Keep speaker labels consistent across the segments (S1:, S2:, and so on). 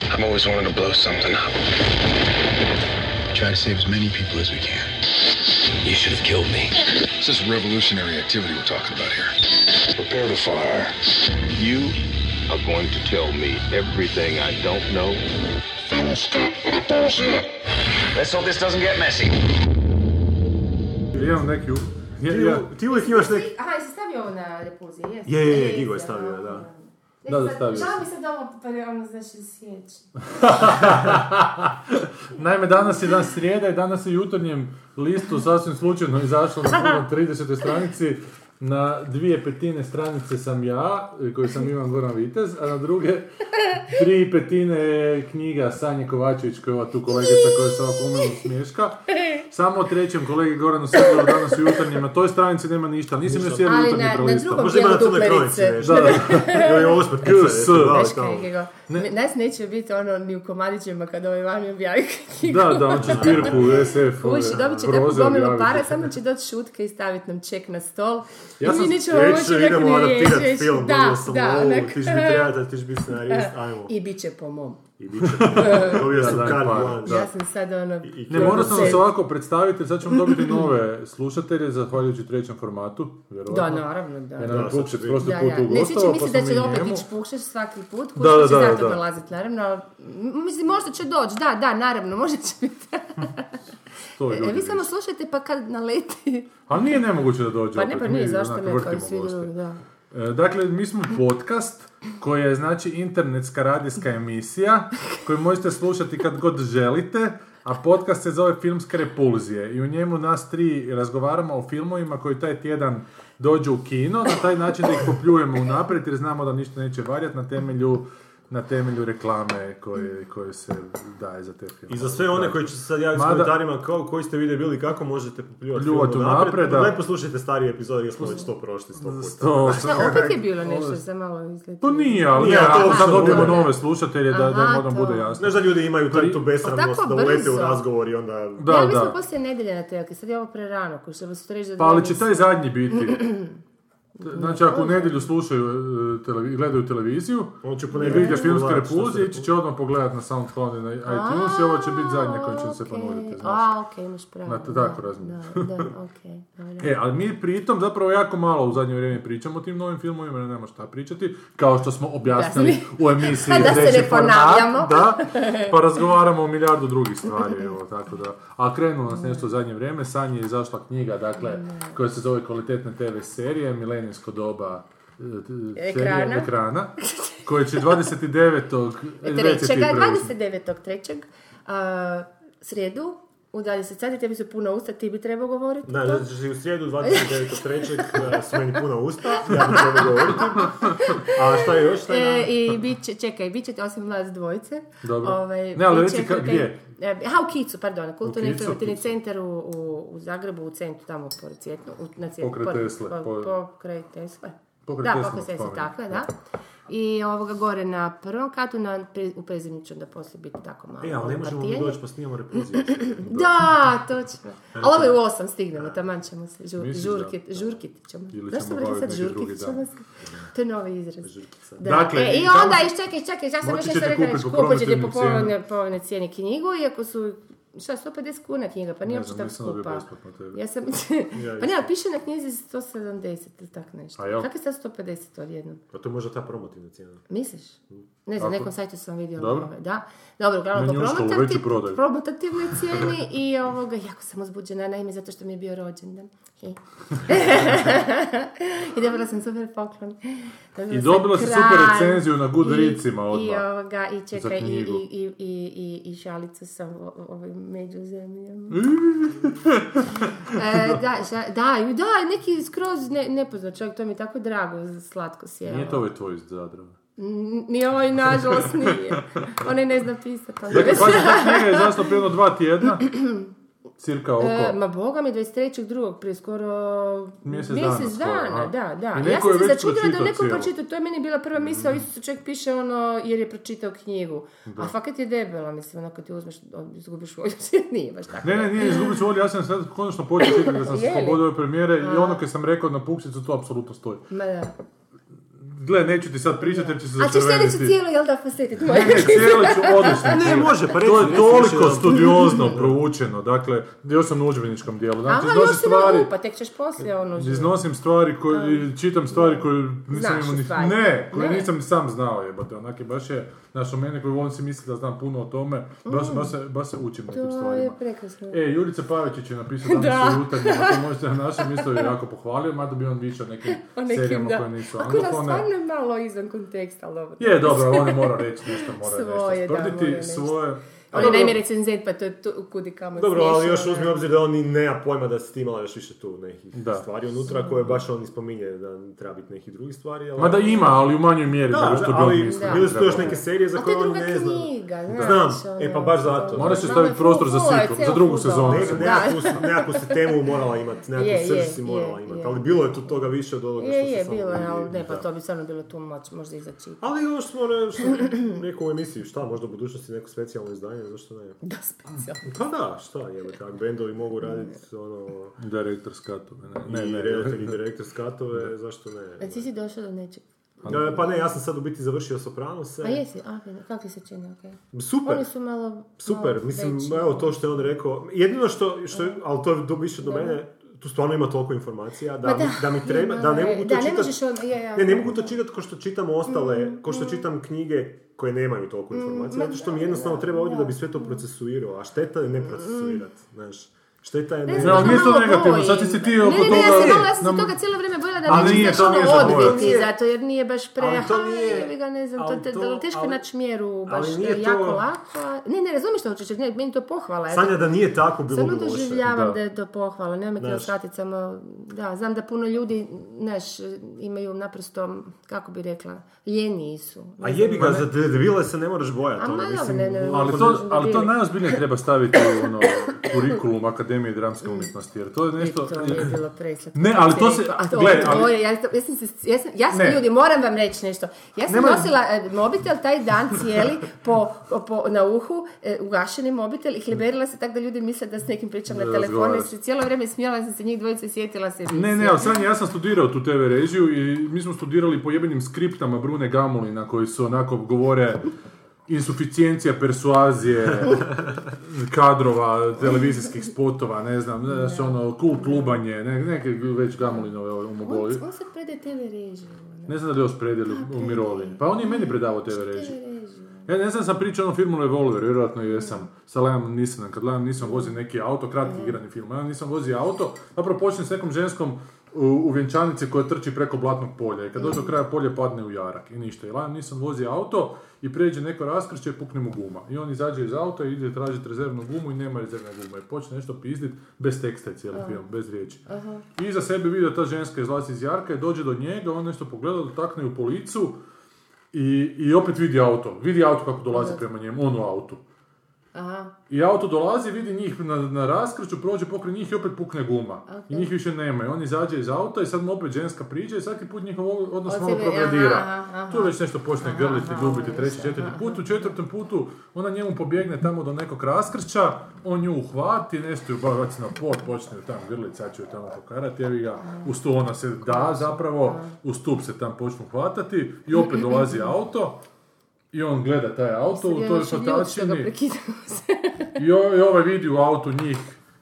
S1: I've always wanted to blow something up.
S2: Try to save as many people as we can.
S3: You should have killed me.
S2: It's this revolutionary activity we're talking about here.
S1: Prepare to fire.
S4: You are going to tell me everything I don't know.
S5: Let's hope this doesn't get messy.
S6: Ili imam neki... u- Ja,
S7: Ti,
S6: ja,
S7: u- ti uvijek imaš neki...
S8: Ti- Aha, jesi stavio ovo na repulzije, jesi?
S7: Je, je, je,
S8: E,
S7: Gigo je
S8: jesi,
S7: stavio,
S8: aha,
S7: da.
S8: aha.
S6: Da, da,
S8: sad-
S6: stavio
S8: Žao
S6: sam.
S8: mi se da ovo, pa ono, znači, sjeći.
S6: Naime, danas je dan srijeda i danas je jutarnjem listu sasvim slučajno izašlo na prvoj 30. stranici na dvije petine stranice sam ja, koju sam Ivan Goran Vitez, a na druge tri petine je knjiga Sanje Kovačević, koja je ova tu kolegica koja se ovako umilno smješka. Samo o trećem kolegi Goranu Srbovu danas u jutarnjem, na toj stranici nema ništa, nisam još jedan
S8: Ali
S6: jutarnji
S8: na, na
S6: prolistao.
S8: drugom
S7: Pa Možda ima
S8: dijelu
S7: na crnoj krovici
S8: duplerice.
S7: nešto.
S6: Da, da.
S7: Joj, ovo smo
S6: S.
S8: Znaš kaj, Gigo, ne- Nas neće biti ono ni u komadićima kada ovaj vami objavi knjigu.
S6: Da, da, on će zbirku SF ove,
S8: Uši, dobit ćete
S6: proze
S8: gomilu
S6: objaviti.
S8: para, samo će doći šutke i staviti nam ček na stol.
S6: Ja
S8: I
S6: sam-
S8: mi nećemo
S7: Reći
S8: moći
S7: ću,
S8: neku
S7: idemo
S8: ni riječ
S7: adaptirat
S8: reći.
S7: film,
S8: Da,
S7: da, sam
S8: da,
S7: ovo,
S8: onak.
S7: ti ćeš biti redatelj, ti ćeš biti scenarist, ajmo.
S8: I bit će po mom.
S7: I bit će, dobio sam
S6: da,
S7: carte
S6: pa,
S7: blanche.
S8: Ja sam sad ono...
S7: I- i-
S6: Ne, morao sam vas
S8: producent.
S6: ovako predstaviti, jer sad ćemo dobiti nove slušatelje, zahvaljujući trećem formatu,
S8: Da,
S6: vjerovatno.
S8: naravno, da.
S6: Jer nam je
S7: Da, sad
S6: Pukšić
S7: će biti.
S6: prošli
S8: Da,
S6: put
S8: da.
S6: u
S8: Ne, svi će
S6: gostovo, pa
S8: misliti
S6: smo
S8: da će
S6: mi
S8: opet
S6: njemu.
S8: ići pušeš svaki put, kuš
S6: Da, da,
S8: će
S6: da,
S8: zato
S6: da.
S8: dolaziti, naravno. ali, m, Mislim, možda će doći, da, da, naravno, možda će biti.
S6: To je
S8: E, vi
S6: ljudi.
S8: samo slušajte pa kad naleti.
S6: Ali nije nemoguće da dođe
S8: Pa ne,
S6: opet,
S8: pa
S6: mi
S8: nije, zašto
S6: onak
S8: ne, pa
S6: vrtimo
S8: svi
S6: goste.
S8: drugi, da.
S6: E, Dakle, mi smo podcast koja je znači internetska radijska emisija koju možete slušati kad god želite, a podcast se zove Filmske repulzije i u njemu nas tri razgovaramo o filmovima koji taj tjedan dođu u kino, na taj način da ih popljujemo unaprijed jer znamo da ništa neće varjati na temelju na temelju reklame koje, koje se daje za te filmove.
S7: I za sve one koji će se sad javiti s
S6: Mada-
S7: komentarima kao koji ste vidjeli bili kako možete popljuvati
S6: Pljuvat
S7: film
S6: unaprijed,
S7: naprijed,
S6: da.
S7: lepo slušajte starije epizode jer smo već to prošli sto puta.
S6: To,
S8: Šta, opet je bilo nešto za malo izgleda.
S6: to Pa nije, ali
S7: Nije,
S6: ja,
S7: to
S6: sad
S7: su-
S6: dobijemo nove slušatelje da, da im
S8: Aha,
S6: odmah
S8: to.
S6: bude jasno.
S7: Znaš da ljudi imaju taj tu besramnost
S8: Pa
S7: da
S8: Tako
S7: ulete u
S8: brzo.
S7: razgovor i onda...
S6: Pa Da,
S8: ja, mi
S6: da.
S8: smo poslije nedelje na telki, sad je ovo prerano, koji se vas treći da
S6: Pa ali
S8: dvije
S6: će
S8: nisu.
S6: taj zadnji biti. T- Znači, ako u nedjelju slušaju, e, televi- gledaju televiziju,
S7: On ono će u
S6: i
S7: ponedjeljak
S6: vide filmske
S7: pogledat što se
S6: repulzije, ići će odmah pogledat na SoundCloud i na iTunes i ovo ono će biti zadnje koje će
S8: A,
S6: se
S8: okej.
S6: ponuditi. Znači.
S8: A, okej, imaš pravo.
S6: Na- tako
S8: da,
S6: razmišljam.
S8: Da, da, okej, dobro.
S6: E, ali mi pritom zapravo jako malo u zadnje vrijeme pričamo o tim novim filmovima, jer nema šta pričati, kao što smo objasnili u emisiji
S8: Da se ne
S6: Treći format,
S8: ponavljamo.
S6: da, pa razgovaramo o milijardu drugih stvari, evo, tako da. A krenulo nas nešto u zadnje vrijeme, Sanji je izašla knjiga, dakle, koja se zove Kvalitetne TV serije, Milenijsko doba e, t-
S8: Ekrana. E,
S6: serije ekrana, koje će 29.
S8: Trećega,
S6: 29.
S8: 29.3. a, srijedu, u 20 sati, tebi su puno usta, ti bi trebao govoriti.
S7: Da,
S8: to.
S7: znači u srijedu 29.3. e, su meni puna usta, ja bi trebao govoriti. A šta je još? Šta je
S8: E,
S7: na-
S8: I bit će, čekaj, bit će osim nas dvojice.
S6: Dobro.
S8: Ovaj,
S6: Ne, ali
S8: bit
S6: reci
S8: će
S6: ka-
S8: Hrpe-
S6: gdje?
S8: E, Aha, u Kicu, pardon, Kulturni
S6: U Kicu,
S8: informativni
S6: Kicu.
S8: centar u, u, u Zagrebu, u centru, tamo pored Cvjetno, u, na Cvjetno.
S6: Pokraj
S8: pored-
S6: Tesle,
S8: po-
S6: pored-
S8: Pokraj Tesle.
S6: Pokraj
S8: da,
S6: Teslinog
S8: pokraj Tesle,
S6: spomenika.
S8: tako je, da. I ovoga gore na prvom katu, na, pre- u prezimniću, da poslije biti tako malo.
S7: E, ali ne možemo mi
S8: partijanje.
S7: doći pa snimamo repuziju.
S8: Da, točno. Ali ovo je u osam stignemo, taman ćemo se žur,
S6: Misliš da?
S8: žurkit, žurkit ćemo.
S6: Ili
S8: Zašto
S6: ćemo
S8: bi rekli sad
S6: obaviti neki drugi
S8: žurkit ćemo se? To je novi izraz. Da.
S6: Dakle,
S8: e,
S6: i
S8: i
S6: tamo-
S8: onda, i čekaj, čekaj, ja sam još
S6: Moći
S8: nešto
S6: ćete
S8: rekla,
S6: kupiti po
S8: kupit ćete po
S6: promotivnim cijenama.
S8: povoljne, povoljne cijeni knjigu, iako su, šta, 150 kuna knjiga, pa nije
S6: Ne
S8: uopće
S6: znam,
S8: tako
S6: mislim da bi
S8: skupa.
S6: besplatno to je.
S8: Ja sam, pa
S7: isto.
S8: ne, ali piše na knjizi 170 ili tako nešto.
S6: A jel?
S8: Kako je sad 150 odjednom?
S7: Pa to je možda ta promotivna cijena.
S8: Misliš? Ne znam,
S6: Ako-
S8: nekom sajtu sam vidjela
S6: Dobro.
S8: ove, da. Dobro, uglavnom po
S6: Meni je ušlo u
S8: promotati-
S6: veću prodaju.
S8: promotativnoj cijeni i ovoga, jako sam uzbuđena, naime zato što mi je bio rođendan. He. I dobila sam super poklon. Dobila
S6: I
S8: sam
S6: dobila si
S8: kralj
S6: super recenziju na Goodreadsima
S8: i-
S6: odmah.
S8: I ovoga, i
S6: Za
S8: čekaj, i,
S6: knjigu.
S8: i, i, i, i, i šalicu sa o- o- ovim međuzemljama. e, da, ša- da, i da, neki skroz ne, nepoznat čovjek, to mi je tako drago, slatko sjelo.
S6: Nije to ovaj tvoj iz Zadrava.
S8: N- Ni ovaj, nažalost, nije. Onaj ne zna pisati. ali-
S6: Dakle, pazi, ta knjiga je izašla prije jedno dva tjedna, cirka oko.
S8: E, ma boga mi, 23.2. prije skoro
S6: Mjesec
S8: mjesec,
S6: dana skoro,
S8: dana,
S6: aha.
S8: da, da.
S6: I
S8: Ja
S6: neko
S8: sam
S6: je
S8: se
S6: već
S8: začudila da
S6: pročitao
S8: neko je
S6: cijelo.
S8: pročitao, to je meni bila prva misla, mm. se čovjek piše ono jer je pročitao knjigu. A fakat je debela, mislim, ono kad ti uzmeš, o, izgubiš volju, nije baš tako.
S6: Ne, ne, nije izgubit ću volju, ja sam sad konačno počeo čitati da sam se
S8: Je li?
S6: slobodio ove premijere i ono kad sam rekao na Puksicu, to apsolutno stoji.
S8: Ma da.
S6: Gle, neću ti sad pričati jer ću se
S8: A ćeš
S6: zacrveniti.
S8: sljedeću cijelu, jel da, facetit moje?
S6: Ne, cijelo ću odlično.
S7: Ne, može, pa
S6: To
S7: reci,
S6: je
S7: reci
S6: toliko
S7: više.
S6: studiozno proučeno, dakle, još sam na udžbeničkom dijelu. Znači,
S8: Aha,
S6: iznosim
S8: još si na
S6: stvari,
S8: lupa, tek ćeš poslije ono. živo.
S6: iznosim stvari koje, i čitam stvari koje nisam
S8: Znaš
S6: imao ni...
S8: stvari.
S6: Ne, koje
S8: Ne.
S6: nisam ni sam znao jebate, onak je baš je, znaš, o mene koji volim si misliti da znam puno o tome, baš, baš, se, baš se učim nekim
S8: To
S6: stvarima.
S8: je prekrasno.
S6: E, Jurica Pavićić je napisao danas
S8: Da.
S6: da. u jutarnjima, to možete na našem isto je jako pohvalio, mada bi on više o nekim,
S8: O nekim,
S6: serijama
S8: da.
S6: koje nisu
S8: Ako da,
S6: anglofone.
S8: stvarno je malo izvan konteksta, ali dobro.
S6: Je, dobro, ali on je morao reći nešto, mora
S8: Svoje,
S6: nešto
S8: da, mora
S6: tvrditi,
S8: nešto.
S6: svoje...
S8: On je naime recenzent, pa to je tu, kudi kamo
S7: Dobro, ali još
S8: smiješno,
S7: uzmi
S8: da.
S7: u obzir da on i nema pojma da si ti imala još više tu nekih
S6: Da.
S7: stvari unutra koje baš on i spominje da treba biti nekih drugih stvari. Ali...
S6: Ma da ima, ali u manjoj mjeri
S7: Da,
S6: nego
S7: da,
S6: što bi on
S7: ali
S6: mislio.
S8: da
S7: bile su tu još
S6: Trebalo.
S7: neke serije za
S8: A to
S7: koje
S8: je
S7: on
S8: druga
S7: ne zna.
S8: knjiga,
S7: Znam,
S8: znaš. ono,
S7: e, pa baš zato.
S6: Moraš joj
S8: Malo
S6: staviti
S8: je
S6: prostor za
S8: full, full,
S6: sequel,
S8: je
S6: za
S8: cijela
S6: drugu
S8: full,
S6: sezonu.
S8: da.
S7: Ne, nekakvu, nekakvu se temu morala imati, nekakvu
S8: Je,
S7: srž
S8: je,
S7: si morala
S8: je,
S7: imati,
S8: je.
S7: ali bilo je tu toga više od onoga što
S8: Je,
S7: se
S8: je,
S7: samo
S8: bilo je, ali
S7: vidi,
S8: ne, pa
S7: da.
S8: to bi stvarno bilo tu moć, možda i za čitanje.
S7: Ali ovo što smo re- što rekao u emisiji, šta, možda u budućnosti neko specijalno izdanje, zašto ne?
S8: Da, specijalno.
S7: Pa da, šta je, ako bendovi mogu raditi ono,
S6: Director Scatove, ne,
S7: i
S6: ne, ne.
S7: redatelji, direktor skatove, zašto ne?
S8: A Pa ti si došao do nečeg.
S7: E, Pa ne, ja sam sad u biti završio Sopranose.
S8: A jesi, a, kako ti se čini, okej.
S7: Super,
S8: Oni su malo...
S7: super,
S8: malo
S7: mislim,
S8: veći.
S7: evo to što je on rekao. Jedino što, što ali to je do- više do mene, tu stvarno ima toliko informacija da,
S8: Ma
S7: mi, da mi treba, da ne
S8: Pa ima, e,
S7: mogu to
S8: da, ne
S7: čitati.
S8: možeš on- je, je,
S7: Ne, ne
S8: je.
S7: mogu to čitati ko što čitam
S8: Mm,
S7: ostale, ko što čitam knjige koje nemaju toliko informacija, zato što mi jednostavno treba ovdje da bi
S8: Mm.
S7: sve to procesuirao, a šteta je ne procesuirati, znaš. Šteta je ne...
S8: Ne,
S6: Ne, ali
S8: to
S6: nije to
S8: malo
S6: negativno,
S8: bojim.
S6: sad si se ti oko
S8: Ne, ne, ne, ja
S6: toga-
S8: sam, malo- ja sam se
S6: nam-
S8: toga cijelo vrijeme bojila da
S6: Ali
S8: nećeš
S6: nije,
S8: nije,
S6: to
S8: ono
S6: nije za bojat.
S8: odbiti,
S7: Nije.
S8: zato jer nije baš pre...
S7: Ali to
S8: "Aha,
S7: nije-
S8: jebi ga, ne znam, to,
S7: ali
S8: te,
S7: to-
S8: ali teško je
S7: ali-
S8: naći mjeru, baš
S7: ali nije
S8: jako
S7: to-
S8: lako. Ne, ne, razumiješ što hoćeš, reći, ne, meni to pohvala. ja
S7: Sanja da nije tako bilo
S8: Samo
S7: bi loše.
S8: doživljavam
S6: Da.
S8: da. je to pohvala, nema me
S7: Znaš.
S8: shvatiti samo, da, znam da puno ljudi, znaš, imaju naprosto, kako bi rekla, ljeniji su.
S7: A jebi ga, za debile se ne moraš bojati.
S8: A
S7: ono,
S8: ma dobro,
S7: mislim,
S8: ne, ne,
S6: Ali
S8: Ako
S6: to,
S8: ne-
S6: ali to
S8: ne-
S6: najozbiljnije treba staviti u ono, kurikulum Akademije dramske umjetnosti, jer to je
S8: E,
S6: nešto...
S8: To mi je bilo preslatko.
S6: Ne, ali
S8: Kad
S6: to
S8: si
S6: se-
S8: rekao, a to-
S6: gle,
S8: to
S6: ali-
S8: je, ja, ja sam, se- ja sam, ja sam,
S6: Ne.
S8: ljudi, moram vam reći nešto. Ja sam
S6: Nemoj.
S8: nosila e, mobitel taj dan cijeli po, po, na uhu, e, ugašeni mobitel i hleberila se tako da ljudi misle da s nekim pričam
S6: Da
S8: na telefonu.
S6: razgovaraš.
S8: jer se cijelo vrijeme smijala sam se njih dvojice i sjetila se.
S6: Ne, ne,
S8: emisije.
S6: ali Sanja, ja sam studirao tu TV režiju i mi smo studirali po jebenim skriptama Brune Gamulina koji su onako govore insuficijencija persuazije kadrova, televizijskih spotova, ne znam, ne, su ono, cool klubanje, ne, neke već Gamulinove
S8: On,
S6: omogoli.
S8: on sad predaje TV režiju. ono.
S6: Ne znam da li je još predjeli u mirovini. Pa on je i meni predavao TV
S8: TV
S6: režiju.
S8: režiju.
S6: Ja ne znam, sam pričao o filmu Revolver, vjerojatno jesam, sa Liamom Nisanom, kad Liam nisam vozi neki auto, kratki igrani film, ja nisam vozi auto, zapravo počne s nekom ženskom u, u vjenčanici koja trči preko blatnog polja i kad dođe do kraja polje padne u jarak i ništa. I Liam nisam vozi auto i prijeđe neko raskršće i pukne mu guma. I on izađe iz auta i ide tražiti rezervnu gumu i nema rezervne gume. I počne nešto pizdit bez teksta je cijeli film, bez riječi. I iza sebe vidi da ta ženska izlazi iz jarka i dođe do njega, on nešto pogleda, dotakne ju po licu i, I opet vidi auto. Vidi auto kako dolazi prema njemu, on u autu.
S8: Aha,
S6: I auto dolazi, vidi njih na, na raskrču, prođe pokraj njih i opet pukne guma. I njih više nema. I on izađe iz auta i sad mu opet ženska priđe i svaki put njihov odnos
S8: Od
S6: malo
S8: sebe, aha,
S6: progradira.
S8: aha, aha.
S6: Tu već nešto počne grliti,
S8: aha,
S6: ljubiti,
S8: ono
S6: treći,
S8: više,
S6: četvrti
S8: aha.
S6: put. U četvrtom putu ona njemu pobjegne tamo do nekog raskršća, on nju uhvati, nešto ju baci na pod, počne ju tamo grliti, sad ću ju tamo pokarati, evi ga. Uz to ona se da zapravo, uz stup se tam počnu hvatati i opet dolazi auto. I on gleda taj auto u toj
S8: ja još i ljut što ga
S6: fatačini.
S8: prekidam se.
S6: I, o- i ovaj vidi u autu njih.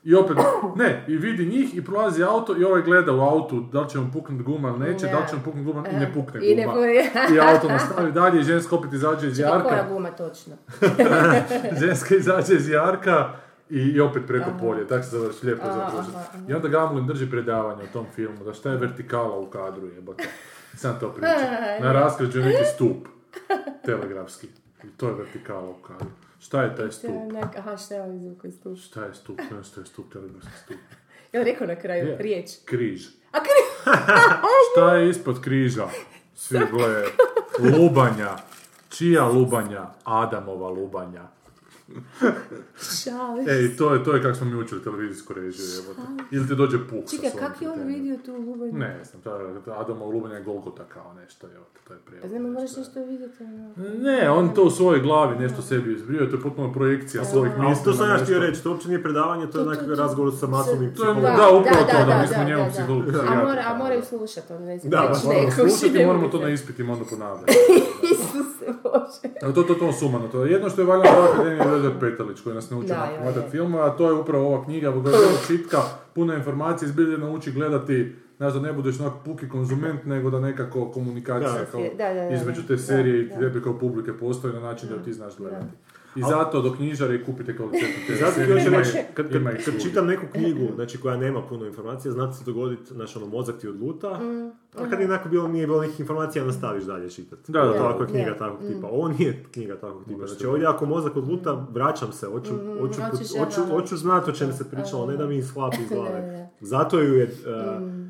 S6: I opet, ne, i vidi njih i prolazi auto i ovaj gleda u autu da li će mu puknut guma ili neće, da li će mu puknut guma i ne pukne
S8: E, I ne
S6: guma.
S8: pukne.
S6: I auto nastavi dalje i ženska opet izađe iz
S8: Koja
S6: jarka.
S8: guma točno?
S6: Ženska izađe iz jarka i, i opet preko polje. Tako se završi, lijepo završi. I onda Gamlin drži predavanje o tom filmu, da šta je vertikala u kadru jebote. Sam to priča. Na raskrađu je neki stup, telegrafski. I to je vertikala u kadru. Šta je taj stup?
S8: Onak, Aha, šta je ovaj zvuk koji slušam?
S6: Šta je stup? Ne, šta je stup? Telegrafski stup.
S8: Jel rekao na kraju
S6: Je.
S8: riječ?
S6: Križ.
S8: A kri...
S6: Šta je ispod križa? Svi boje. Lubanja. Čija lubanja? Adamova lubanja.
S8: Šalim.
S6: E, i to je, to je kako smo mi učili televizijsku režiju, evo Ili ti dođe puh sa
S8: Čekaj,
S6: svojim
S8: kak je on
S6: pitanjem.
S8: vidio tu ljubav?
S6: Ne znam, to je Adama Lubanja Golgota kao nešto, evo, to je prijevod.
S8: Pa Znam,
S6: nešto.
S8: moraš nešto vidjeti. ono.
S6: Ne, on to u svojoj glavi nešto sebi izbrio, to je potpuno projekcija svojih
S7: Ali
S6: misli.
S7: to
S6: na
S7: sam ja
S6: nešto.
S7: htio reći, to uopće nije predavanje, to je
S8: To- to-
S7: onak
S8: to-
S7: razgovor sa masom i
S8: Da,
S6: To je,
S7: psihologom.
S6: da, upravo to, da, mi smo njemu psiholog-
S8: A,
S6: psihijatar,
S8: mora, a
S6: da.
S8: moraju slušati, ono ne znam,
S7: Da,
S8: reći
S6: Moramo
S8: nekom,
S6: slušati,
S8: idemo
S6: moramo to
S8: se.
S6: na ispitima onda ponavljati.
S8: Isuse Bože.
S6: Ali to, to, to sumano. To je jedno što je valjda ova akademija Veljad Petalić koji nas nauči
S8: Da,
S6: onako
S8: je,
S6: hvatat
S8: je.
S6: filmove, a to je upravo ova knjiga, koja je vrlo čitka, puno informacije, zbilje nauči gledati znaš da ne budeš onak puki konzument, nego da nekako komunikacija
S7: Da.
S6: kao
S8: Da, da, da, da.
S6: između te serije i tebe kao publike postoji na način da, ti znaš gledati. I zato do knjižare i kupite kvalitetu te
S7: Zato ću
S6: serije,
S7: još
S6: ima ih-
S7: reći, kad, kad,
S6: ima ih
S7: kad
S6: svugdje.
S7: čitam neku knjigu, znači koja nema puno informacija, zna se dogoditi, znaš, ono, mozak ti odluta,
S8: Mm,
S7: a kad je onako bilo, nije bilo nekih informacija, nastaviš dalje čitati.
S6: Da, da,
S7: to
S6: da.
S7: ako je knjiga
S8: Da.
S7: takvog tipa. Ovo nije knjiga takvog tipa.
S6: Možda
S7: Znači,
S6: to.
S7: ovdje ako mozak odluta, vraćam se, hoću,
S8: Mm,
S7: hoću,
S8: hoćeš
S7: hoću, hoću,
S8: jedno-
S7: znati o čemu se pričalo, ne da mi slapi iz glave.
S8: Da, Mm.
S7: Zato ju je... eh,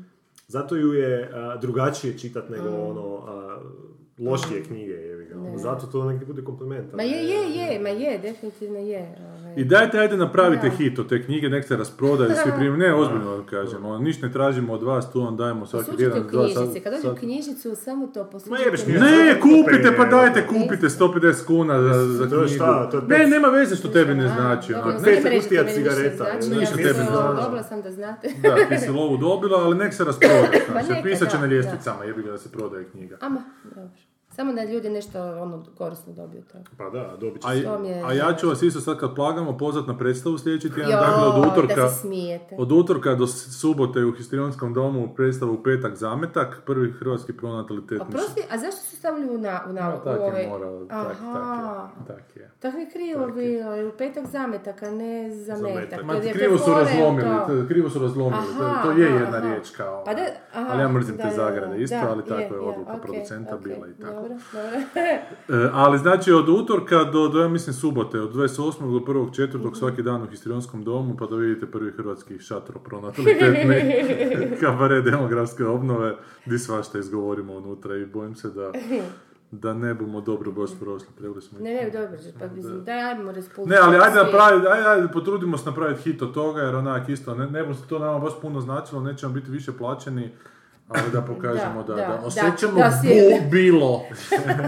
S7: Zato ju je eh, drugačije čitat nego ono eh, lošije knjige, jebi ga. Ono, Zato to negdje bude kompliment. a
S8: Ma
S7: ne-
S8: je, je, je, ma je, definitivno je. ovaj.
S6: I dajte, ajde, napravite
S8: Da.
S6: hit od te knjige, nek se rasprodaje, svi primaju. Ne, ozbiljno vam kažem, ono, ništa ne tražimo od vas, tu vam dajemo svaki
S8: Poslušajte
S6: jedan,
S8: u
S6: dva,
S8: knjižnici,
S6: sad-
S8: Pa kad dođe u
S6: sad-
S8: knjižnicu, samo to
S7: Ma
S8: poslušajte. Znači, ono,
S7: jebeš mi,
S6: Ne, kupite, pa dajte,
S8: Isto.
S6: kupite 150 kuna za, za
S7: ono. To je
S6: knjigu.
S7: šta, to je
S6: Ne,
S7: pet-
S6: nema veze što tebi ne znači.
S8: Dobro,
S6: onak.
S8: sad
S6: Ne,
S8: ne mrežite
S7: kutija
S8: meni ništa
S7: cigareta,
S8: znači,
S7: je,
S8: ja
S6: ništa
S8: sam
S6: tebi
S8: se
S6: znala.
S8: ovo- Dobila sam da znate.
S6: da, ti si lovu dobila, ali nek se rasprodaje.
S8: Ma
S6: Znači,
S8: Pa neka,
S6: pisat će
S8: da,
S6: na
S8: da.
S6: ljestvicama, jebi ga da se prodaje knjiga.
S8: Ama, dobro. Samo da ljudi nešto ono korisno dobiju od toga.
S7: Pa da, dobit će
S6: A,
S7: se.
S8: to mi je-
S6: a ja ću vas isto sad kad plagamo pozvat na predstavu sljedeći tjedan,
S8: Joj,
S6: dakle od utorka,
S8: da se smijete.
S6: od utorka do s- subote u Histrionskom domu predstavu u petak zametak, prvi hrvatski pronatalitetni
S8: Oprosti, a zašto su stavili u, na, u, na,
S6: No,
S8: u
S6: tak
S8: ove...
S6: je morao, tak, tak
S8: Aha.
S6: je, tak je.
S8: Tako je krivo bilo, je u petak zametak, a ne zametak.
S6: Ma,
S8: Jer je
S6: krivo su
S8: prefore u
S6: razlomili,
S8: to.
S6: t- krivo su razlomili, to-
S8: Aha,
S6: to je
S8: aha,
S6: jedna
S8: aha.
S6: riječ kao,
S8: Pa da, aha,
S6: ali ja mrzim
S8: da,
S6: te
S8: da,
S6: zagrade
S8: da,
S6: isto,
S8: da,
S6: ali tako je odluka
S8: okej,
S6: producenta
S8: okej,
S6: bila i tako.
S8: Dobro, dobro.
S6: E, ali znači od utorka do, do, ja mislim subote, od 28. do 1. četvrtog
S8: Mhm.
S6: svaki dan u Histrionskom domu, pa da vidite prvi hrvatski šatro pronatalitetni kabare demografske obnove, di svašta izgovorimo unutra i bojim se da, da ne bomo dobro baš prošli, trebali smo
S8: ne, ne, dobro, pa mislim, daj, ajmo raspustiti.
S6: Ne, ali ajde
S8: svijet.
S6: napraviti, ajde, ajde, potrudimo se napraviti hit od toga, jer onak isto, ne, ne bi se to nama baš puno značilo, nećemo biti više plaćeni, ali da pokažemo da,
S8: Da,
S6: da,
S8: da,
S6: osjećamo
S8: da, da, si-
S6: bu- bilo,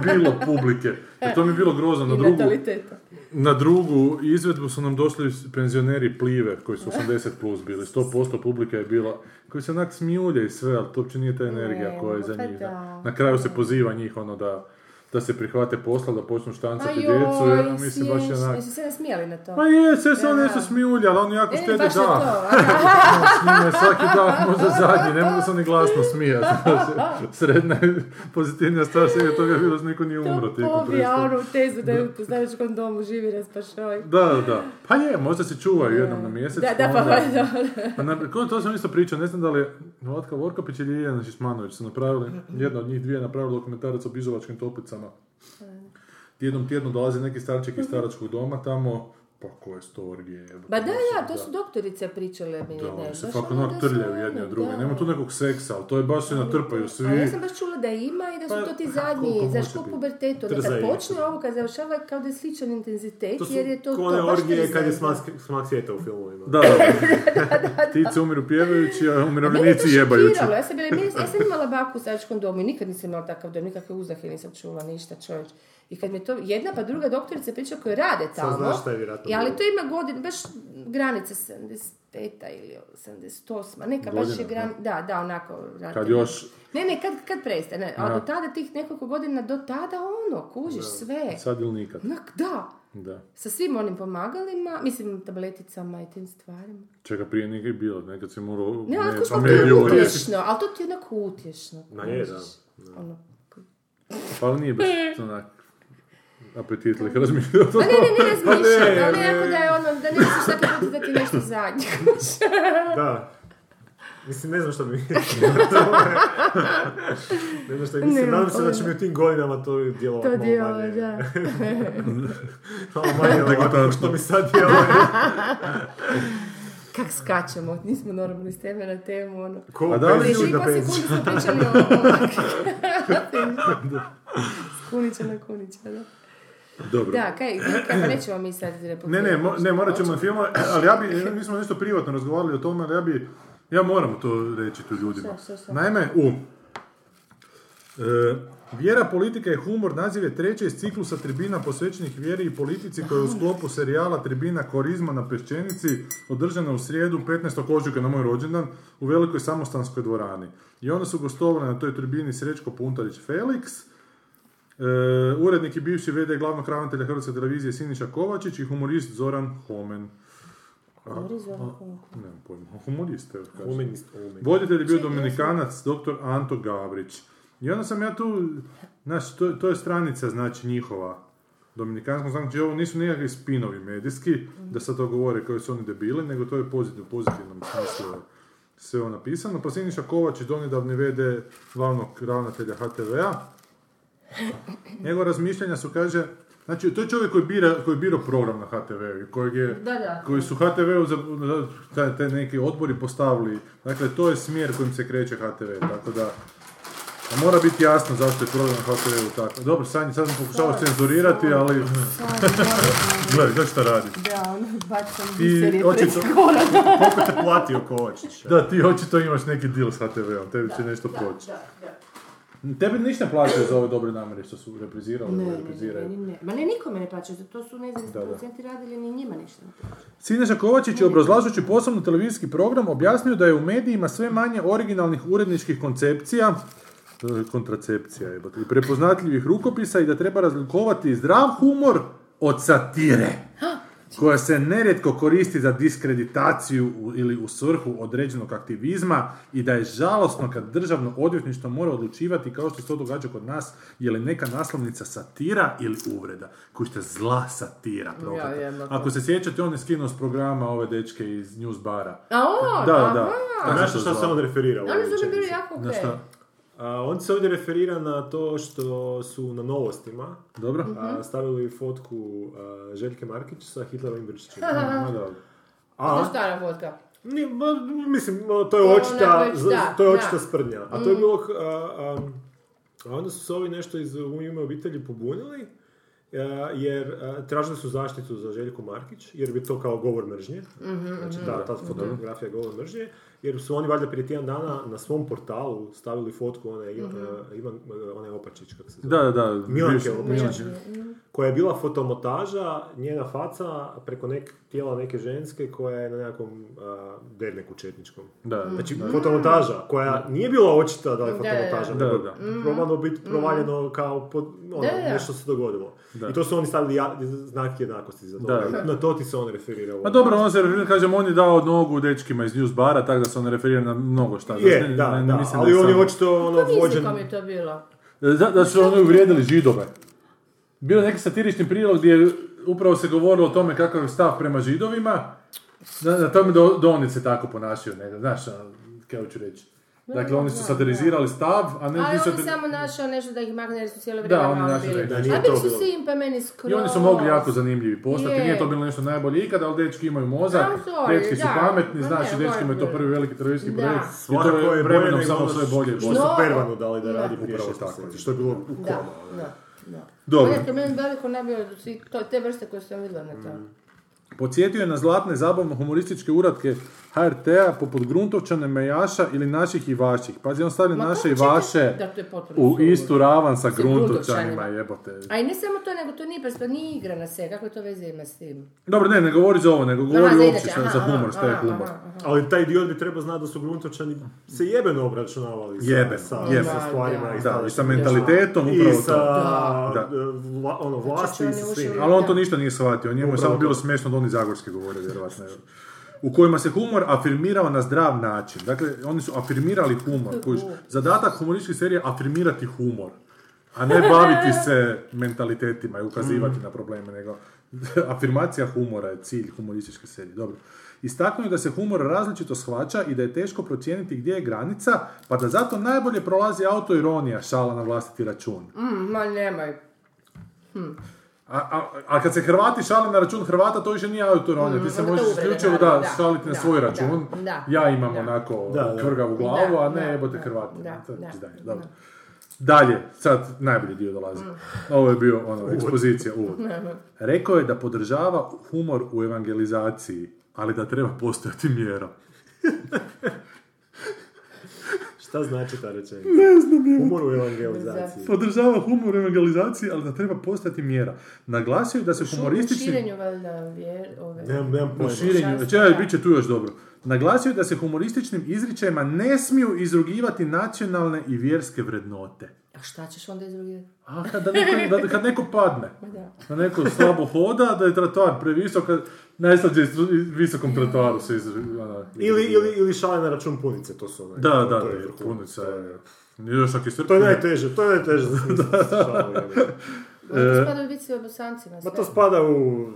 S6: bilo publike. Jer to mi je bilo grozno na
S8: I
S6: drugu,
S8: nataliteta.
S6: na drugu izvedbu su nam došli penzioneri Plive, koji su 80 plus bili, 100% publika je bila, koji se onak smijulje i sve, ali to uopće nije ta energija
S8: Ne,
S6: koja je za
S8: pa
S6: njih.
S8: da.
S6: Na kraju se poziva njih ono da da se prihvate posla, da počnu štancati
S8: Ajoj,
S6: djecu, jer ja, mislim baš je
S8: smiješno.
S6: onak...
S8: Jesu se nasmijali na to?
S6: Pa je, sve se
S8: Da.
S6: oni nešto smijulje, ali oni jako
S8: E,
S6: štede
S8: baš na
S6: da.
S8: to, aha.
S6: Smije svaki dan, možda zadnji, ne mogu se ni glasno smijati. Sredna je pozitivnija stvar svega toga je bilo da niko nije umro
S8: To
S6: tijekom
S8: pobija
S6: predstave.
S8: onu tezu da je u staračkom domu živi raspašoj.
S6: Da, da, da. Pa je, možda se čuvaju jednom na mjesec.
S8: Da, da, pa
S6: onda-
S8: valjda.
S6: Pa na- ko- to sam isto pričao, ne znam da li je Vlatka Vorkopić ili Ljiljana Šišmanović su napravili, jedna od njih dvije je napravila dokumentarac o Bizovačkim toplicama. Jednom tjedno dolazi neki starček iz staračkog doma tamo, pa koje storgije. jebote,
S8: Ba da,
S6: mislim,
S8: da, to su doktorice pričale meni.
S6: Da,
S8: ne,
S6: oni se
S8: baš
S6: fakt
S8: ono
S6: onak
S8: da su
S6: trljaju
S8: ono,
S6: jedni od druge.
S8: da. pa
S6: Nema tu nekog seksa, ali to je baš se natrpaju svi.
S8: A ja sam baš čula da ima i da su
S6: Pa,
S8: to ti
S6: pa, koliko
S8: zadnji,
S6: može
S8: znaš ko
S6: biti?
S8: pubertetu, da
S7: Trzaj.
S8: kad počne ovo, kad završava, kao da je sličan intenzitet,
S7: To su
S8: jer je to to
S7: kone
S8: baš
S7: orgije kad je
S8: trzaj.
S7: smak, smak svijeta u filmovima.
S6: Da, da, da. Ptice umiru pjevajući, a
S8: Mene je to
S6: umirovljenici jebajući.
S8: šokiralo, ja sam, bila, meni- ja sam imala baku u staračkom domu i nikad nisam imala takav dom, nikakve uzdahe nisam čula, ništa čovječ. I kad mi je to jedna pa druga doktorica priča koje rade tamo,
S7: znaš šta je vjerojatno
S8: i, ali
S7: bilo.
S8: to ima godin, baš granica 75 ili 88 neka baš je
S6: Godina,
S8: gran, da, da, onako. rate.
S6: Kad još-
S8: Ne, ne, kad, kad prestane, a
S6: Aha.
S8: do tada tih nekoliko godina, do tada ono, kužiš sve.
S6: Sad ili nikad.
S8: Onak, da,
S6: Da.
S8: sa svim onim pomagalima, mislim, tableticama i tim stvarima.
S6: Čega prije nije bilo, nekad si morao...
S8: Ne, ali kuš,
S6: pa
S8: to je
S6: bio je.
S8: utješno, ali to ti je onako utješno.
S7: Ma je, da.
S8: kužiš. Ono.
S6: Pa ali nije baš
S8: E.
S6: onak apetitlik razmišljao to.
S8: Pa ne, ne, ne razmišljam, ali nekako da je ono, da ne misliš svaki put da ti je nešto zadnje. kužiš.
S7: Da. Mislim, ne znam što bi... ne znam što bi... Mislim,
S8: Nemam
S7: nadam se da će
S8: pojma.
S7: mi u tim godinama to djelovati
S8: To
S7: malo
S8: djelo,
S7: manje-
S8: da.
S7: Malo manje ovako što mi sad djeluje.
S8: Kak skačemo, nismo normalni s teme na temu, ono.
S7: Ko,
S6: A da li
S8: Prije
S7: ljudi
S8: tri i
S7: da
S8: pol
S7: bez-
S8: sekundi smo pričali o... o- S kunića na kunića, da.
S7: Dobro.
S8: Da, kaj, kaj, pa nećemo mi sad replicirati.
S6: Ne, ne, mo- ne, morat ćemo film, ali ja bi, mi smo nešto privatno razgovarali o tome, ali ja bi, ja moram to reći tu ljudima.
S8: Šta, šta, šta?
S6: Naime, u e, Vjera, politika i humor naziv je treće iz ciklusa tribina posvećenih vjeri i politici koja je u sklopu serijala Tribina Korizma na Peščenici održana u srijedu 15. ožujka na moj rođendan u velikoj samostanskoj dvorani. I onda su gostovali na toj tribini Srećko Puntarić Felix, E, urednik i bivši VD glavnog ravnatelja Hrvatske televizije Siniša Kovačić i humorist Zoran Homen. Nemam pojma, humorist evo kažem.
S7: Omenist, omen.
S6: Voditelj je bio Dominikanac, dr. Anto Gavrić. I onda sam ja tu, znaš, to, to je stranica, znači, njihova. Dominikanskom, znači, ovo nisu nikakvi spinovi medijski, da sad to govore koji su oni debili, nego to je pozitiv, u pozitivnom smislu je sve ovo napisano. Pa Siniša Kovačić, donedavni VD glavnog ravnatelja HTV-a, Njegova razmišljanja su, kaže, znači, to je čovjek koji, bira, koji je birao program na HTV-u, i kojeg je,
S8: Da, da.
S6: koji su HTV-u, za- za- taj- taj neki odbori postavili, dakle, to je smjer kojim se kreće HTV, tako da, a mora biti jasno zašto je program na HTV-u tako. Dobro, Sanji, sad sam pokušao cenzurirati, ali, gledaj, znaš šta radi.
S8: Da, ono, bacam
S6: Ti očito,
S7: Koliko te platio Kovačić?
S6: da, ti očito imaš neki deal s HTV-om, tebi će nešto proći. Tebi ništa ne plaćaju za ove dobre namjere što su reprizirali,
S8: Ne, ne, ne,
S6: repriziraju.
S8: ne, ne. Ma ne, nikome ne plaćaju, za to su ne znam,
S6: Da, da.
S8: producenti radili, ni njima ništa ne plaćaju.
S6: Siniša Kovačić je obrazlažući posebno televizijski program objasnio da je u medijima sve manje originalnih uredničkih koncepcija, e, kontracepcija jebote, i prepoznatljivih rukopisa i da treba razlikovati zdrav humor od satire koja se nerijetko koristi za diskreditaciju u- ili u svrhu određenog aktivizma i da je žalosno kad državno odvjetništvo mora odlučivati kao što se to događa kod nas je li neka naslovnica satira ili uvreda koji ste zla satira prokleta.
S8: Ja, jednako.
S6: ako se sjećate on je skinuo s programa ove dečke iz news bara
S8: A on,
S6: da
S8: aha.
S6: da
S7: A
S6: Kako
S7: znaš
S6: se
S7: na šta se
S6: zvao?
S7: on referira? u ovoj
S8: Oni su mi bili
S7: rečenici?
S8: jako
S6: Na
S8: okej.
S6: šta?
S7: A, on se ovdje referira na to što su na novostima
S6: dobro
S8: Mhm.
S7: a, stavili fotku a, Željke Markić sa Hitlerovim vršićima.
S6: Ma dobro.
S8: To
S7: A,
S8: je stara vodka.
S7: ni- ma, mislim, no, to
S8: To
S7: je
S8: je
S7: očita,
S8: onako već
S7: za-
S8: da,
S7: to je
S8: da. Mm.
S7: očita sprdnja. A to je bilo, a, a, a onda su se ovi nešto iz U ime obitelji pobunili, a, jer a, tražili su zaštitu za Željku Markić, jer bi to kao govor mržnje.
S8: Mhm,
S7: Znači da, ta fotografija je govor mržnje. Jer su oni valjda prije tjedan dana na svom portalu stavili fotku one,
S8: Mhm.
S7: Ivan, one Opačić, kako se zove.
S6: da da da
S7: Milanke
S6: bivši-
S7: Opačić koja je bila fotomontaža, njena faca preko nek, tijela neke ženske koja je na nekakvom a, derneku četničkom.
S6: da da.
S7: Znači, fotomontaža koja nije bila očita da je
S8: Mm. Da, Mm-hmm.
S7: fotomontaža,
S6: da, da.
S7: nego
S6: Da,
S7: probano biti provaljeno kao pod, ono,
S8: Da, da.
S7: nešto se dogodilo.
S6: Da.
S7: I to su oni stavili ja- znak jednakosti za to.
S6: Da, da.
S7: Na to ti se on referirao.
S6: Pa dobro, on se referira, kažem, on je dao nogu dečkima iz News bara, tako da se on referira na mnogo šta.
S7: Je,
S6: Znači, ne-
S7: da,
S6: ne- ne
S7: da,
S6: mislim
S7: ali
S6: je
S7: on je
S6: samo-
S7: očito ono
S8: Pa mislim
S7: vođen...
S8: kom je to bilo.
S6: Da, da su oni uvrijedili židove. Bio je neki satirični prilog gdje je upravo se govorilo o tome kakav je stav prema židovima, na, na tome da, da oni se tako ponašaju, ne, znaš, a, kako ću reći. Dakle, oni su satirizirali stav, a ne
S8: Ali
S6: nisu...
S8: on je samo našao nešto da ih makne jer su cijelo
S6: Da,
S8: vrijeme
S6: on je
S8: malo
S6: našao
S8: bili.
S6: da-
S7: da, nije
S8: A bili
S7: to
S8: su
S7: bilo.
S8: sin pa meni skroz.
S6: I oni su mogli jako zanimljivi postati,
S8: Je.
S6: nije to bilo nešto najbolje ikada, ali dečki imaju mozak,
S8: Da, sorry,
S6: dečki su
S8: da.
S6: pametni,
S8: Ma
S6: znači
S8: ne,
S6: dečkima je to
S8: bolje.
S6: prvi veliki televizijski
S8: Da.
S6: projekt i
S7: Svakako
S6: to
S7: je bolje
S6: je vremenom
S7: nego
S6: samo
S7: ono
S6: sve
S7: što-
S6: bolje i
S7: Što
S6: bolje.
S7: su
S8: No.
S7: Pervanu dali da radi
S8: Da.
S7: prije
S6: Upravo
S7: 16
S6: tako.
S7: mjeseci, što je bilo u
S8: Da,
S7: koma.
S8: da, da.
S6: Dobro.
S8: On je to meni veliko nabio od svih- to- te vrste koje sam vidjela na to.
S6: Mm. Podsjetio je na zlatne zabavno-humorističke uratke HRT-a poput Gruntovčane, Mejaša ili naših i vaših. Pazi, on stavlja
S8: Ma
S6: naše i
S8: kako čitaš-
S6: vaše
S8: Da, to je potpuno
S6: u
S8: suludo.
S6: istu ravan sa
S8: Sa Gruntovčanima.
S6: Gruntovčanima, jebote.
S8: A i ne samo to, nego to nije predstav, nije igra na se, kakve to veze ima s tim?
S6: Dobro, ne, ne govori za ovo, nego
S8: Aha,
S6: govori
S8: za
S6: uopće
S8: inače,
S6: šta je
S8: aha,
S6: za humor,
S8: aha,
S6: šta je
S8: aha,
S6: humor.
S8: aha.
S7: Ali taj dio bi trebao znati da su gruntovčani se jebeno obračunavali sa,
S6: Jebeno,
S7: sa,
S6: jebeno.
S7: sa stvarima
S8: Da,
S7: i
S6: Da, i sa
S7: tadašnjim
S6: mentalitetom
S7: I
S6: upravo
S7: sa
S6: to.
S7: da.
S6: Da.
S7: Vla, ono, vlasti i
S8: Znači,
S7: sa
S8: oni
S7: svim.
S8: ušli-
S6: Ali on to ništa nije shvatio, njemu je
S7: Upravo
S6: samo
S7: to.
S6: bilo smiješno da oni zagorski govore, vjerojatno. evo. U kojima se humor afirmirao na zdrav način. Dakle, oni su afirmirali humor. Kužiš, zadatak humorističke serije je afirmirati humor. A ne baviti se mentalitetima i
S7: Mm.
S6: ukazivati na probleme, nego afirmacija humora je cilj humorističke serije. Dobro. Istaknuo je da se humor različito shvaća i da je teško procijeniti gdje je granica, pa da zato najbolje prolazi autoironija šala na vlastiti račun.
S8: Mm, ma nemoj.
S6: A, a, a kad se Hrvati šale na račun Hrvata, to više nije autoronija. Ti se
S8: onda Mhm, to
S6: možeš
S8: uvrede,
S6: isključivo da,
S8: naravno, da,
S6: šaliti na
S8: da,
S6: svoj
S8: da,
S6: račun.
S8: da,
S6: ja imam
S8: da.
S6: onako
S7: Da, da.
S6: krgavu glavu,
S8: Da,
S6: a ne
S8: da,
S6: jebote
S8: da,
S6: Hrvati.
S8: da,
S6: To je
S8: da, Mm.
S6: pizdanje,
S8: da.
S6: dobro. Dalje, sad najbolji dio dolazi. Ovo je bio ono, ekspozicija, uvod.
S8: Mhm.
S6: Rekao je da podržava humor u evangelizaciji, ali da treba postojati mjera.
S7: Šta znači ta rečenica? Ne znam. Umor u evangelizaciji.
S6: Podržava humor u evangelizaciji, ali da treba postojati mjera. Naglasio je da se
S8: U
S6: humoristični...
S8: širenju valjda vjer, ove...
S7: Nemam, nemam
S6: U
S7: pojma.
S6: širenju, čekaj, bit će tu još dobro. Naglasio je da se humorističnim izričajima ne smiju izrugivati nacionalne i vjerske vrednote.
S8: A šta ćeš onda izrugirati?
S6: A kad, da neko, da- kad neko padne,
S8: Da.
S6: da neko slabo hoda, da je trotoar previsok, kad najslađe iz- iz- visokom trotoaru se iz... ono,
S7: Ili, ili, ili šale na račun punice, to su one.
S6: Da, da, da,
S7: to je
S6: jer
S7: vrhunac,
S6: punica
S7: to je-
S6: je... Još ako je
S7: To je
S6: srpnja,
S7: najteže, to je najteže. da.
S6: E,
S8: Možda spada u vici o bosancima.
S7: Ma
S8: sve.
S7: to spada u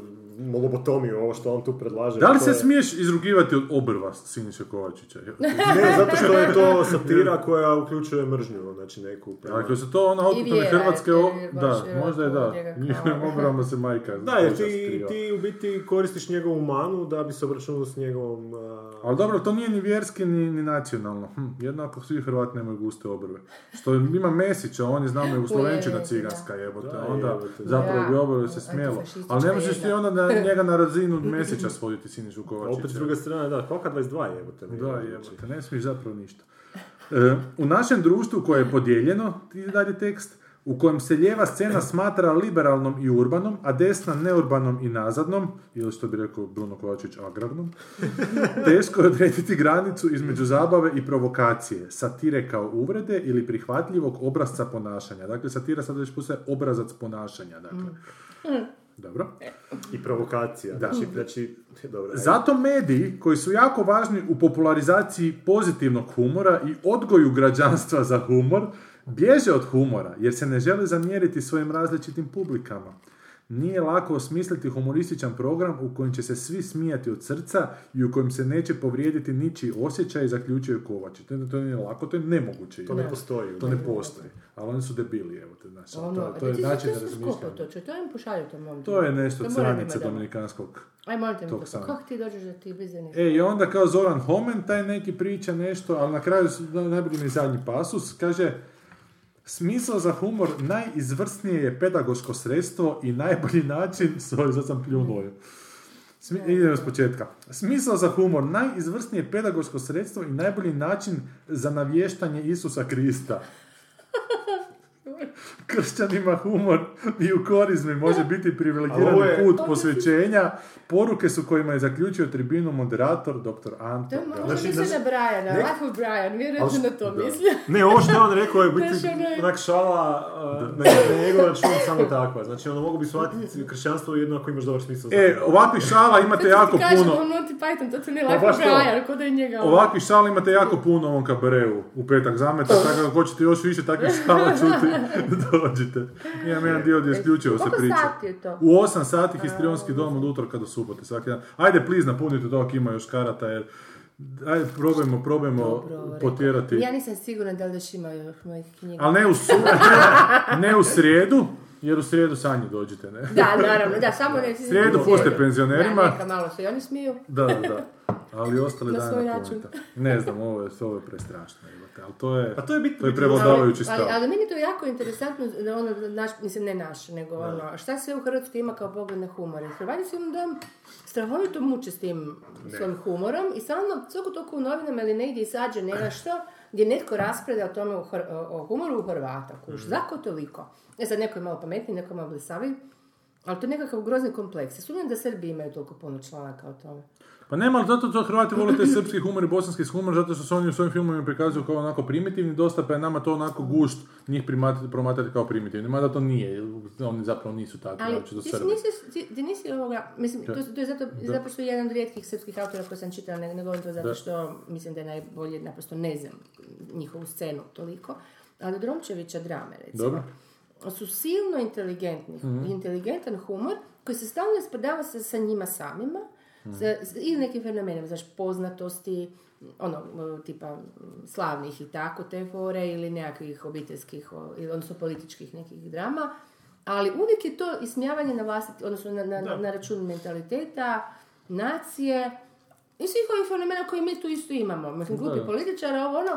S7: lobotomiju, ovo što on tu predlaže.
S6: Da li
S7: To
S6: se
S7: je-
S6: smiješ izrugivati od obrva Siniše Kovačića?
S7: Ne, zato što je to satira koja uključuje mržnju, znači neku... prema-
S6: Ako se to ona autotone
S8: vjera,
S6: Hrvatske... o-
S8: jer je baš
S6: Da, možda je da.
S8: vjerojatno od njega kao-
S6: Njihovim obrvama se majka...
S7: Da, jer
S6: koža
S7: ti,
S6: skriva.
S7: ti u biti koristiš njegovu manu da bi se obračunao s njegovom... a,
S6: Ali dobro, to nije ni vjerski, ni, ni nacionalno. Hm, jednako svi Hrvati nemaju guste obrve. Što ima Mesića, on je znamo je Slovenčina
S8: da.
S6: ciganska jebote.
S7: Da,
S6: Onda
S7: jebote, da.
S6: zapravo bi
S8: Da.
S6: obrve se smjelo.
S8: Antifašistička
S6: Ali ne možeš ti
S8: jedna.
S6: onda na, njega na razinu Mesića svoditi Sinišu
S7: a Opet s
S6: Kovačića.
S7: druge strane, da, kolika 22 jebote. ne,
S6: Da,
S7: znači.
S6: jebote, ne smiješ zapravo ništa. E, u našem društvu koje je podijeljeno, i dalje tekst, u kojem se lijeva scena smatra liberalnom i urbanom, a desna neurbanom i nazadnom, ili što bi rekao Bruno Kovačić, agrarnom, teško je odrediti granicu između zabave i provokacije, satire kao uvrede ili prihvatljivog obrazca ponašanja. Dakle, satira sad već postaje obrazac ponašanja. Dakle. Dobro.
S7: I provokacija.
S6: Da.
S7: Znači, znači, dobro. ajde.
S6: Zato mediji, koji su jako važni u popularizaciji pozitivnog humora i odgoju građanstva za humor, bježe od humora jer se ne žele zamjeriti svojim različitim publikama. Nije lako osmisliti humorističan program u kojem će se svi smijati od srca i u kojem se neće povrijediti ničiji osjećaj, zaključuje Kovačić. To, to nije lako, to je nemoguće.
S7: To ne postoji.
S6: To ne postoji. Ali oni su debili, evo te, znači,
S8: Ono,
S6: to, to je
S8: ti si-
S6: način
S8: to si
S6: razmišljanja.
S8: skupio, To, će- to im pošalju to mom.
S6: To je nešto
S8: moram
S6: cranice
S8: njima doma.
S6: dominikanskog
S8: Aj, molim te mi
S6: tog
S8: to.
S6: samog.
S8: Kako ti dođeš da ti blizu
S6: E, i onda kao Zoran Homen, taj neki priča nešto, ali na kraju su- na- najbolji mi je zadnji pasus, kaže Smisao za humor najizvrsnije je pedagoško sredstvo i najbolji način, sorry, sad sam pljunuo. je. Smi, idemo s početka. Smisao za humor najizvrsnije je pedagoško sredstvo i najbolji način za navještanje Isusa Krista. Kršćanima humor i u korizmi može biti
S7: Ali ovo
S6: privilegirani
S7: je-
S6: put posvećenja. Poruke su kojima je zaključio tribinu moderator dr. Anto.
S8: To je možda
S7: Znači,
S8: znači, misle
S7: znači-
S8: na Briana,
S7: ne-
S8: Life of Brian, vjerojatno
S7: Ali-
S8: na to
S7: da.
S8: misle.
S7: Ne, ovo što je on rekao je biti
S8: Znaš, ono je-
S7: onak šala uh, na, na njegov račun samo takva. Znači, ono mogu bi shvatiti kršćanstvo jedno ako imaš dobar smisao za
S6: E, ovakvih šala imate jako puno.
S8: Kažem, ono- Monty Python, to ti ne
S6: Pa
S8: Life
S6: baš
S8: of
S6: to.
S8: Brian, k'o da je njega... ono-
S6: Ovakvih šala imate jako puno u ovom kabareu u petak zameta, tako da ako hoćete još više takvih šala čuti, dođite. Imam jedan dio gdje isključivo se
S8: E, Koliko
S6: priča.
S8: sati je to?
S6: U 8 sati histrionski dom od utorka do subote svaki dan. Ajde, please, napunite to ako ima još karata, jer Ajde, probajmo, probajmo
S8: rekao.
S6: potjerati.
S8: Ja nisam sigurna da li još ima još mojih knjiga.
S6: Ali ne u, su, ne u srijedu, jer u srijedu sanji dođite, ne?
S8: Da, naravno, da, samo ne...
S6: Srijedu puste
S8: Da,
S6: penzionerima.
S8: neka malo se i oni smiju.
S6: Da, da, da. Ali ostale
S8: Na svoj
S6: dane
S8: račun.
S6: napunite. Ne znam, ovo je, ovo je prestrašno, jebote, ali to je...
S7: A Pa to je bitno.
S6: To je
S7: biti-
S6: prevladavajući stav.
S8: Ali, ali meni je to jako interesantno, da ono, naš, mislim ne naš, nego ono, šta sve u Hrvatskoj ima kao pogled na humor. Jer Hrvati se onda strahovito muče s tim svojim humorom i stalno, svako toliko u novinama ili negdje izađe nešto gdje netko raspravlja o tome, u Hr- o, o humoru u Hrvata, kuš,
S6: Mhm.
S8: zako toliko. E sad, neko je malo pametniji, neko je malo blesavi, ali to je nekakav grozni kompleks. Ja Sumnjam da Srbi imaju toliko puno članaka o tome.
S6: Pa nema, ali zato to Hrvati vole te srpski humor i bosanski humor, zato što se oni u svojim filmovima prikazuju kao onako primitivni, dosta pa je nama to onako gušt njih primat- promatrati kao primitivni, mada to nije, oni zapravo nisu takvi,
S8: Ali
S6: uopće Dakle, do
S8: ti
S6: Srba.
S8: nisi, ti, ti nisi ovoga, mislim, to, to je zato, zato što je jedan od rijetkih srpskih autora koji sam čitala, ne, ne govorim to zato
S6: Da.
S8: što mislim da je najbolje, naprosto ne znam njihovu scenu toliko, ali od Romčevića drame, recimo.
S6: Dobro.
S8: Su silno inteligentni, inteligentan humor koji se stalno ispodava sa, sa njima samima sa, s- i nekim fenomenima, znaš, poznatosti, ono, e, tipa m, slavnih i tako te fore ili nekakvih obiteljskih, o, ili, odnosno političkih nekih drama, ali uvijek je to ismijavanje na vlastiti, odnosno na, na, na račun mentaliteta, nacije i svih ovih fenomena koje mi tu isto imamo. Mislim, glupi političara, ovo ono,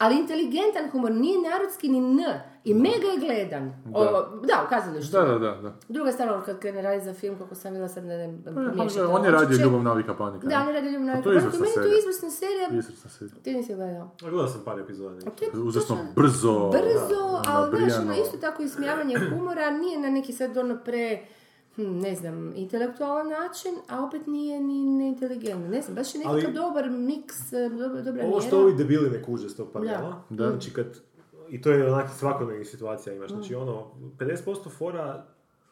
S8: Ali inteligentan humor nije narodski ni n. I mega je gledan. Da, o, da u kazalištu.
S6: Da, da, da. da.
S8: Druga stvar, ono, kad krene raditi za film, kako sam bila sad ne, ne
S6: Pa je,
S8: miješam to
S6: on je radio
S8: očiće.
S6: Ljubav navika panika.
S8: Da, on
S6: ne?
S8: je radio Ljubav na
S6: to
S8: to
S6: je
S8: Meni
S6: izvrsna
S8: to
S6: serija.
S8: je izvrsna serija.
S6: Izvrsna Pa, serija.
S8: Ti nisi gledao.
S7: A Gledao sam par epizoda. nekih.
S8: To je
S6: Užasno
S8: točno-
S6: brzo,
S8: Brzo, ali znaš, ono,
S6: nabrijano.
S8: isto tako ismijavanje humora nije na neki sad ono pre, hm, ne znam, intelektualan način, a opet nije ni neinteligentan. Ne znam, baš je nekakav
S7: Ali-
S8: dobar miks, e, dobra, dobra
S7: Ovo što
S8: mjera.
S7: ovi debili ne kuže s tog panela,
S6: Da.
S7: znači kad, i to je onak svakodnevnih situacija imaš, znači ono, 50% fora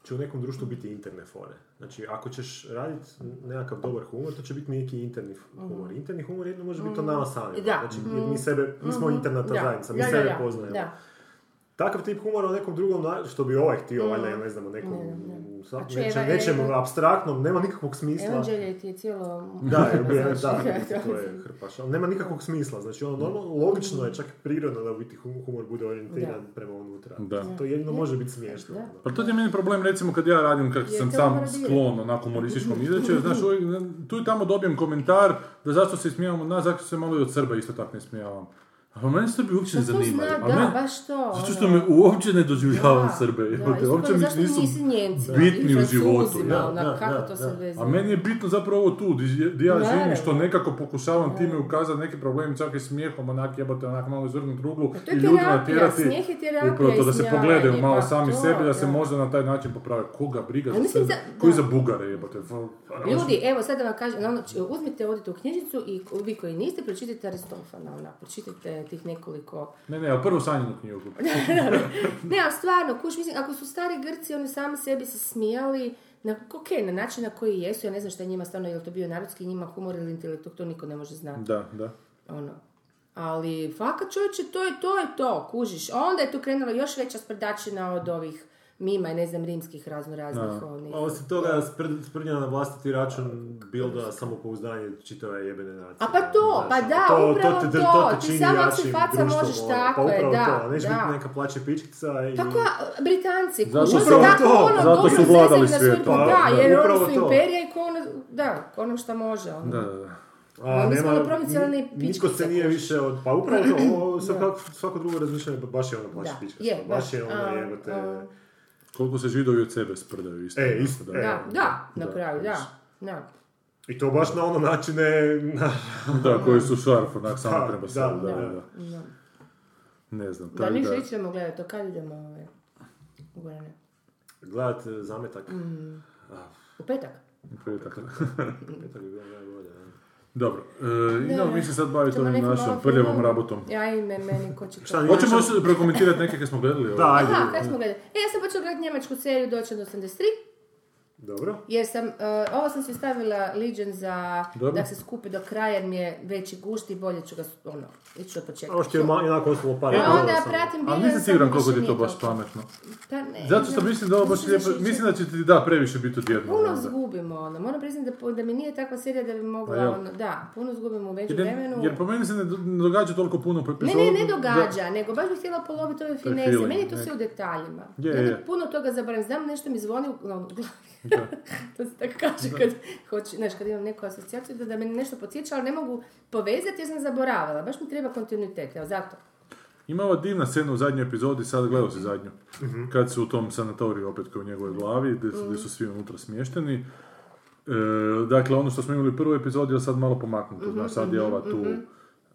S7: će u nekom društvu biti interne fore. Znači, ako ćeš raditi nekakav dobar humor, to će biti neki interni f- humor. Interni humor jedno može biti o nama samima.
S8: Mhm. Da. Mhm.
S7: Znači, jer mi sebe, mi smo interna ta
S8: Da.
S7: zajednica, mi
S8: Da, da,
S7: sebe
S8: da.
S7: poznajemo.
S8: Da.
S7: Takav tip humora o nekom drugom, na- što bi ovaj htio, valjda,
S8: Mhm.
S7: ja ne znam, o nekom sa-
S8: A čeva
S7: nečem-
S8: je-
S7: nečemu abstraktnom, nema nikakvog smisla.
S8: Evanđelje ti je cijelo...
S7: Da, je, bio je, da,
S8: Znači,
S7: to je hrpaš. Ali nema nikakvog smisla. Znači, ono, normalno, logično je, čak i prirodno da u biti hum- humor bude orijentiran prema unutra.
S6: Da.
S7: To jedino može biti smiješno. ono.
S8: Da.
S6: Pa to ti je meni problem, recimo, kad ja radim, kako
S8: Jer
S6: sam
S8: te
S6: sam
S8: omaradio.
S6: sklon onako humorističkom izrećaju, znaš, uvijek, tu i tamo dobijem komentar da zašto se ismijavamo od nas, zašto se malo i od Srba isto tako ne smijavam. A meni se to bi uopće ne
S8: Pa to
S6: zanima.
S8: zna,
S6: A
S8: da,
S6: mene- Pa
S8: baš to,
S6: Zato
S8: ono.
S6: što me uopće ne doživljavam
S8: Da,
S6: Srbe,
S8: da,
S6: jebote,
S8: isto
S6: uopće
S8: kao,
S6: mi
S8: zašto
S6: nisu
S8: nisi Nijemcima
S6: bitni
S8: i
S6: u životu.
S8: Francuzima,
S6: da.
S8: onak,
S7: da,
S8: ono, kako
S7: da,
S8: to
S7: da.
S8: sad veze
S6: A
S8: ima?
S6: meni je bitno zapravo ovo tu, di, di ja
S8: Naravno.
S6: živim, što nekako pokušavam time ukazati neke probleme, čak i smijehom, onak jebote, onak malo izvrgnut ruglu
S8: Pa to
S6: i
S8: je
S6: ljudi
S8: terapija,
S6: natjerati,
S8: smijeh je terapija
S6: upravo to,
S8: i
S6: da se
S8: smijavanje,
S6: pogledaju malo
S8: pa
S6: sami
S8: to,
S6: sebi, da se
S8: da.
S6: možda na taj način poprave. Koga briga
S8: Ali
S6: za
S8: mislim
S6: sebe,
S8: za-
S6: koji
S8: da.
S6: za bugare jebote. fa-
S8: Ljudi, evo sad da vam kažem, ono, č- uzmite, odite u knjižicu i ko- vi koji niste, pročitajte Aristofana, ona, pročitajte tih nekoliko...
S6: Ne, ne, ali prvo sanjenu knjigu.
S8: Ne, ali stvarno, kuš, mislim, ako su stari Grci, oni sami sebi se smijali, na, ok, na način na koji jesu, ja ne znam šta je njima stvarno, je li to bio narodski njima humor ili intelekt, to niko ne može znati.
S6: Da, da.
S8: ono. Ali, fakat čovječe, to je to, je to, kužiš. A onda je tu krenula još veća sprdačina od ovih mima i ne znam, rimskih razno raznih onih.
S7: A osim toga, spr- sprdnja na vlastiti račun bilda samopouzdanje čitave jebene nacije.
S8: A pa to,
S7: Znaš,
S8: pa
S7: ono,
S8: da, upravo
S7: te-
S8: to.
S7: te
S8: Ti
S7: čini
S8: samo ako si
S7: jačim
S8: faca
S7: društvom,
S8: možeš
S7: ono.
S8: tako
S7: pa
S8: je,
S7: upravo
S8: da,
S7: to, a neće
S8: da.
S7: biti neka plaće pičkica i...
S8: Pa ko, Britanci, kužiš,
S6: Zato
S8: oni
S6: su-
S8: tako
S7: to,
S8: ono,
S6: zato
S8: dobro
S6: su
S8: su
S6: vladali Pa,
S8: zezali na svijetu,
S6: svijetom.
S8: da,
S7: Da,
S8: jer
S7: upravo
S8: oni su
S7: to.
S8: imperija i ko ono, da, ko ono šta može, ono.
S6: Da, da, da.
S8: Ali mi smo ono provincijalne
S7: n- Nitko
S8: pičkice,
S7: se nije
S8: kužiš.
S7: više od... Pa upravo to, ovo, sve
S8: Da.
S7: kako- svako drugo razmišljanje, pa baš je ono plaće
S8: Da,
S7: pičkica.
S8: je,
S7: baš je
S8: baš,
S7: ono
S8: a,
S7: jebote...
S8: a.
S6: Koliko se židovi od sebe sprdaju isto.
S7: E, isto,
S6: da.
S7: e.
S8: Da, da, na
S6: Da,
S8: kraju, da,
S6: kužiš.
S8: da.
S7: I to baš na ono načine... Na...
S6: Da, koji su šarf, onak,
S7: Da,
S6: samo prema sebi,
S7: da,
S6: da,
S7: da.
S6: da, da. Ne znam,
S8: Da,
S6: tako
S8: ništa
S6: da.
S8: ićemo gledati, to kad idemo ove, u Gorane?
S7: Gledat e, zametak.
S8: U petak?
S6: Petak.
S7: Petak bi bilo najbolje, da.
S6: Dobro, e, idemo mi se sad baviti
S8: Ćemo
S6: ovim
S8: nekom
S6: našom
S8: malo
S6: prljavom
S8: filmu.
S6: rabotom.
S8: Ja ime, meni, ko će to...
S7: Šta nije?
S6: Hoćemo još prokomentirati neke kad smo gledali ovo?
S7: Da, ajde.
S8: Aha, kaj smo gledali? E, ja sam počela gledati njemačku seriju Doćan do 83,
S7: Dobro.
S8: jer sam, e, ovo sam si stavila Legion za
S6: Dobro.
S8: da se skupi do kraja, jer mi je veći gušt i bolje ću ga, s- ono, ići ću od početka.
S7: Ovo što je ma- onako ostalo par...
S8: A E, onda
S7: epizoda samo.
S8: pratim
S6: Ali
S8: Billions,
S6: nisam siguran
S8: ali
S6: koliko ti
S8: više
S6: je to
S8: nije
S6: baš
S8: toliko.
S6: pametno.
S8: Pa ne,
S6: Zato što
S8: znam,
S6: mislim da ovo baš
S8: mislim
S6: lijepo,
S8: će-
S6: mislim da će ti da previše biti odjedno.
S8: Puno
S6: onda.
S8: zgubimo, ono. moram priznati da, po- da mi nije takva serija da bi mogla,
S6: Pa jel?
S8: ono, da, puno zgubimo u
S6: Jer,
S8: međuvremenu.
S6: jer po meni se ne do- ne događa toliko puno po
S8: Ne,
S6: epizodu.
S8: ne, ne
S6: da-
S8: događa, nego baš bih htjela poloviti ove fineze.
S6: feeling,
S8: Meni je to
S6: ne.
S8: sve u detaljima.
S6: Je,
S8: Zato
S6: je.
S8: puno toga zaboravim. Znam, nešto mi zvoni u no, u glavi. to se tako kaže kad, hoću, znaš, kad imam neku asocijaciju, da, da me nešto podsjeća, ali ne mogu povezati jer sam zaboravila. Baš mi treba kontinuitet, evo zato.
S6: Ima ova divna scena u zadnjoj epizodi, sad gledao si zadnju, kad su u tom sanatoriju opet koji je u njegovoj glavi, gdje su, gdje su svi unutra smješteni. E, dakle, ono što smo imali u prvoj epizodi je sad malo pomaknuto, znaš, sad je ova tu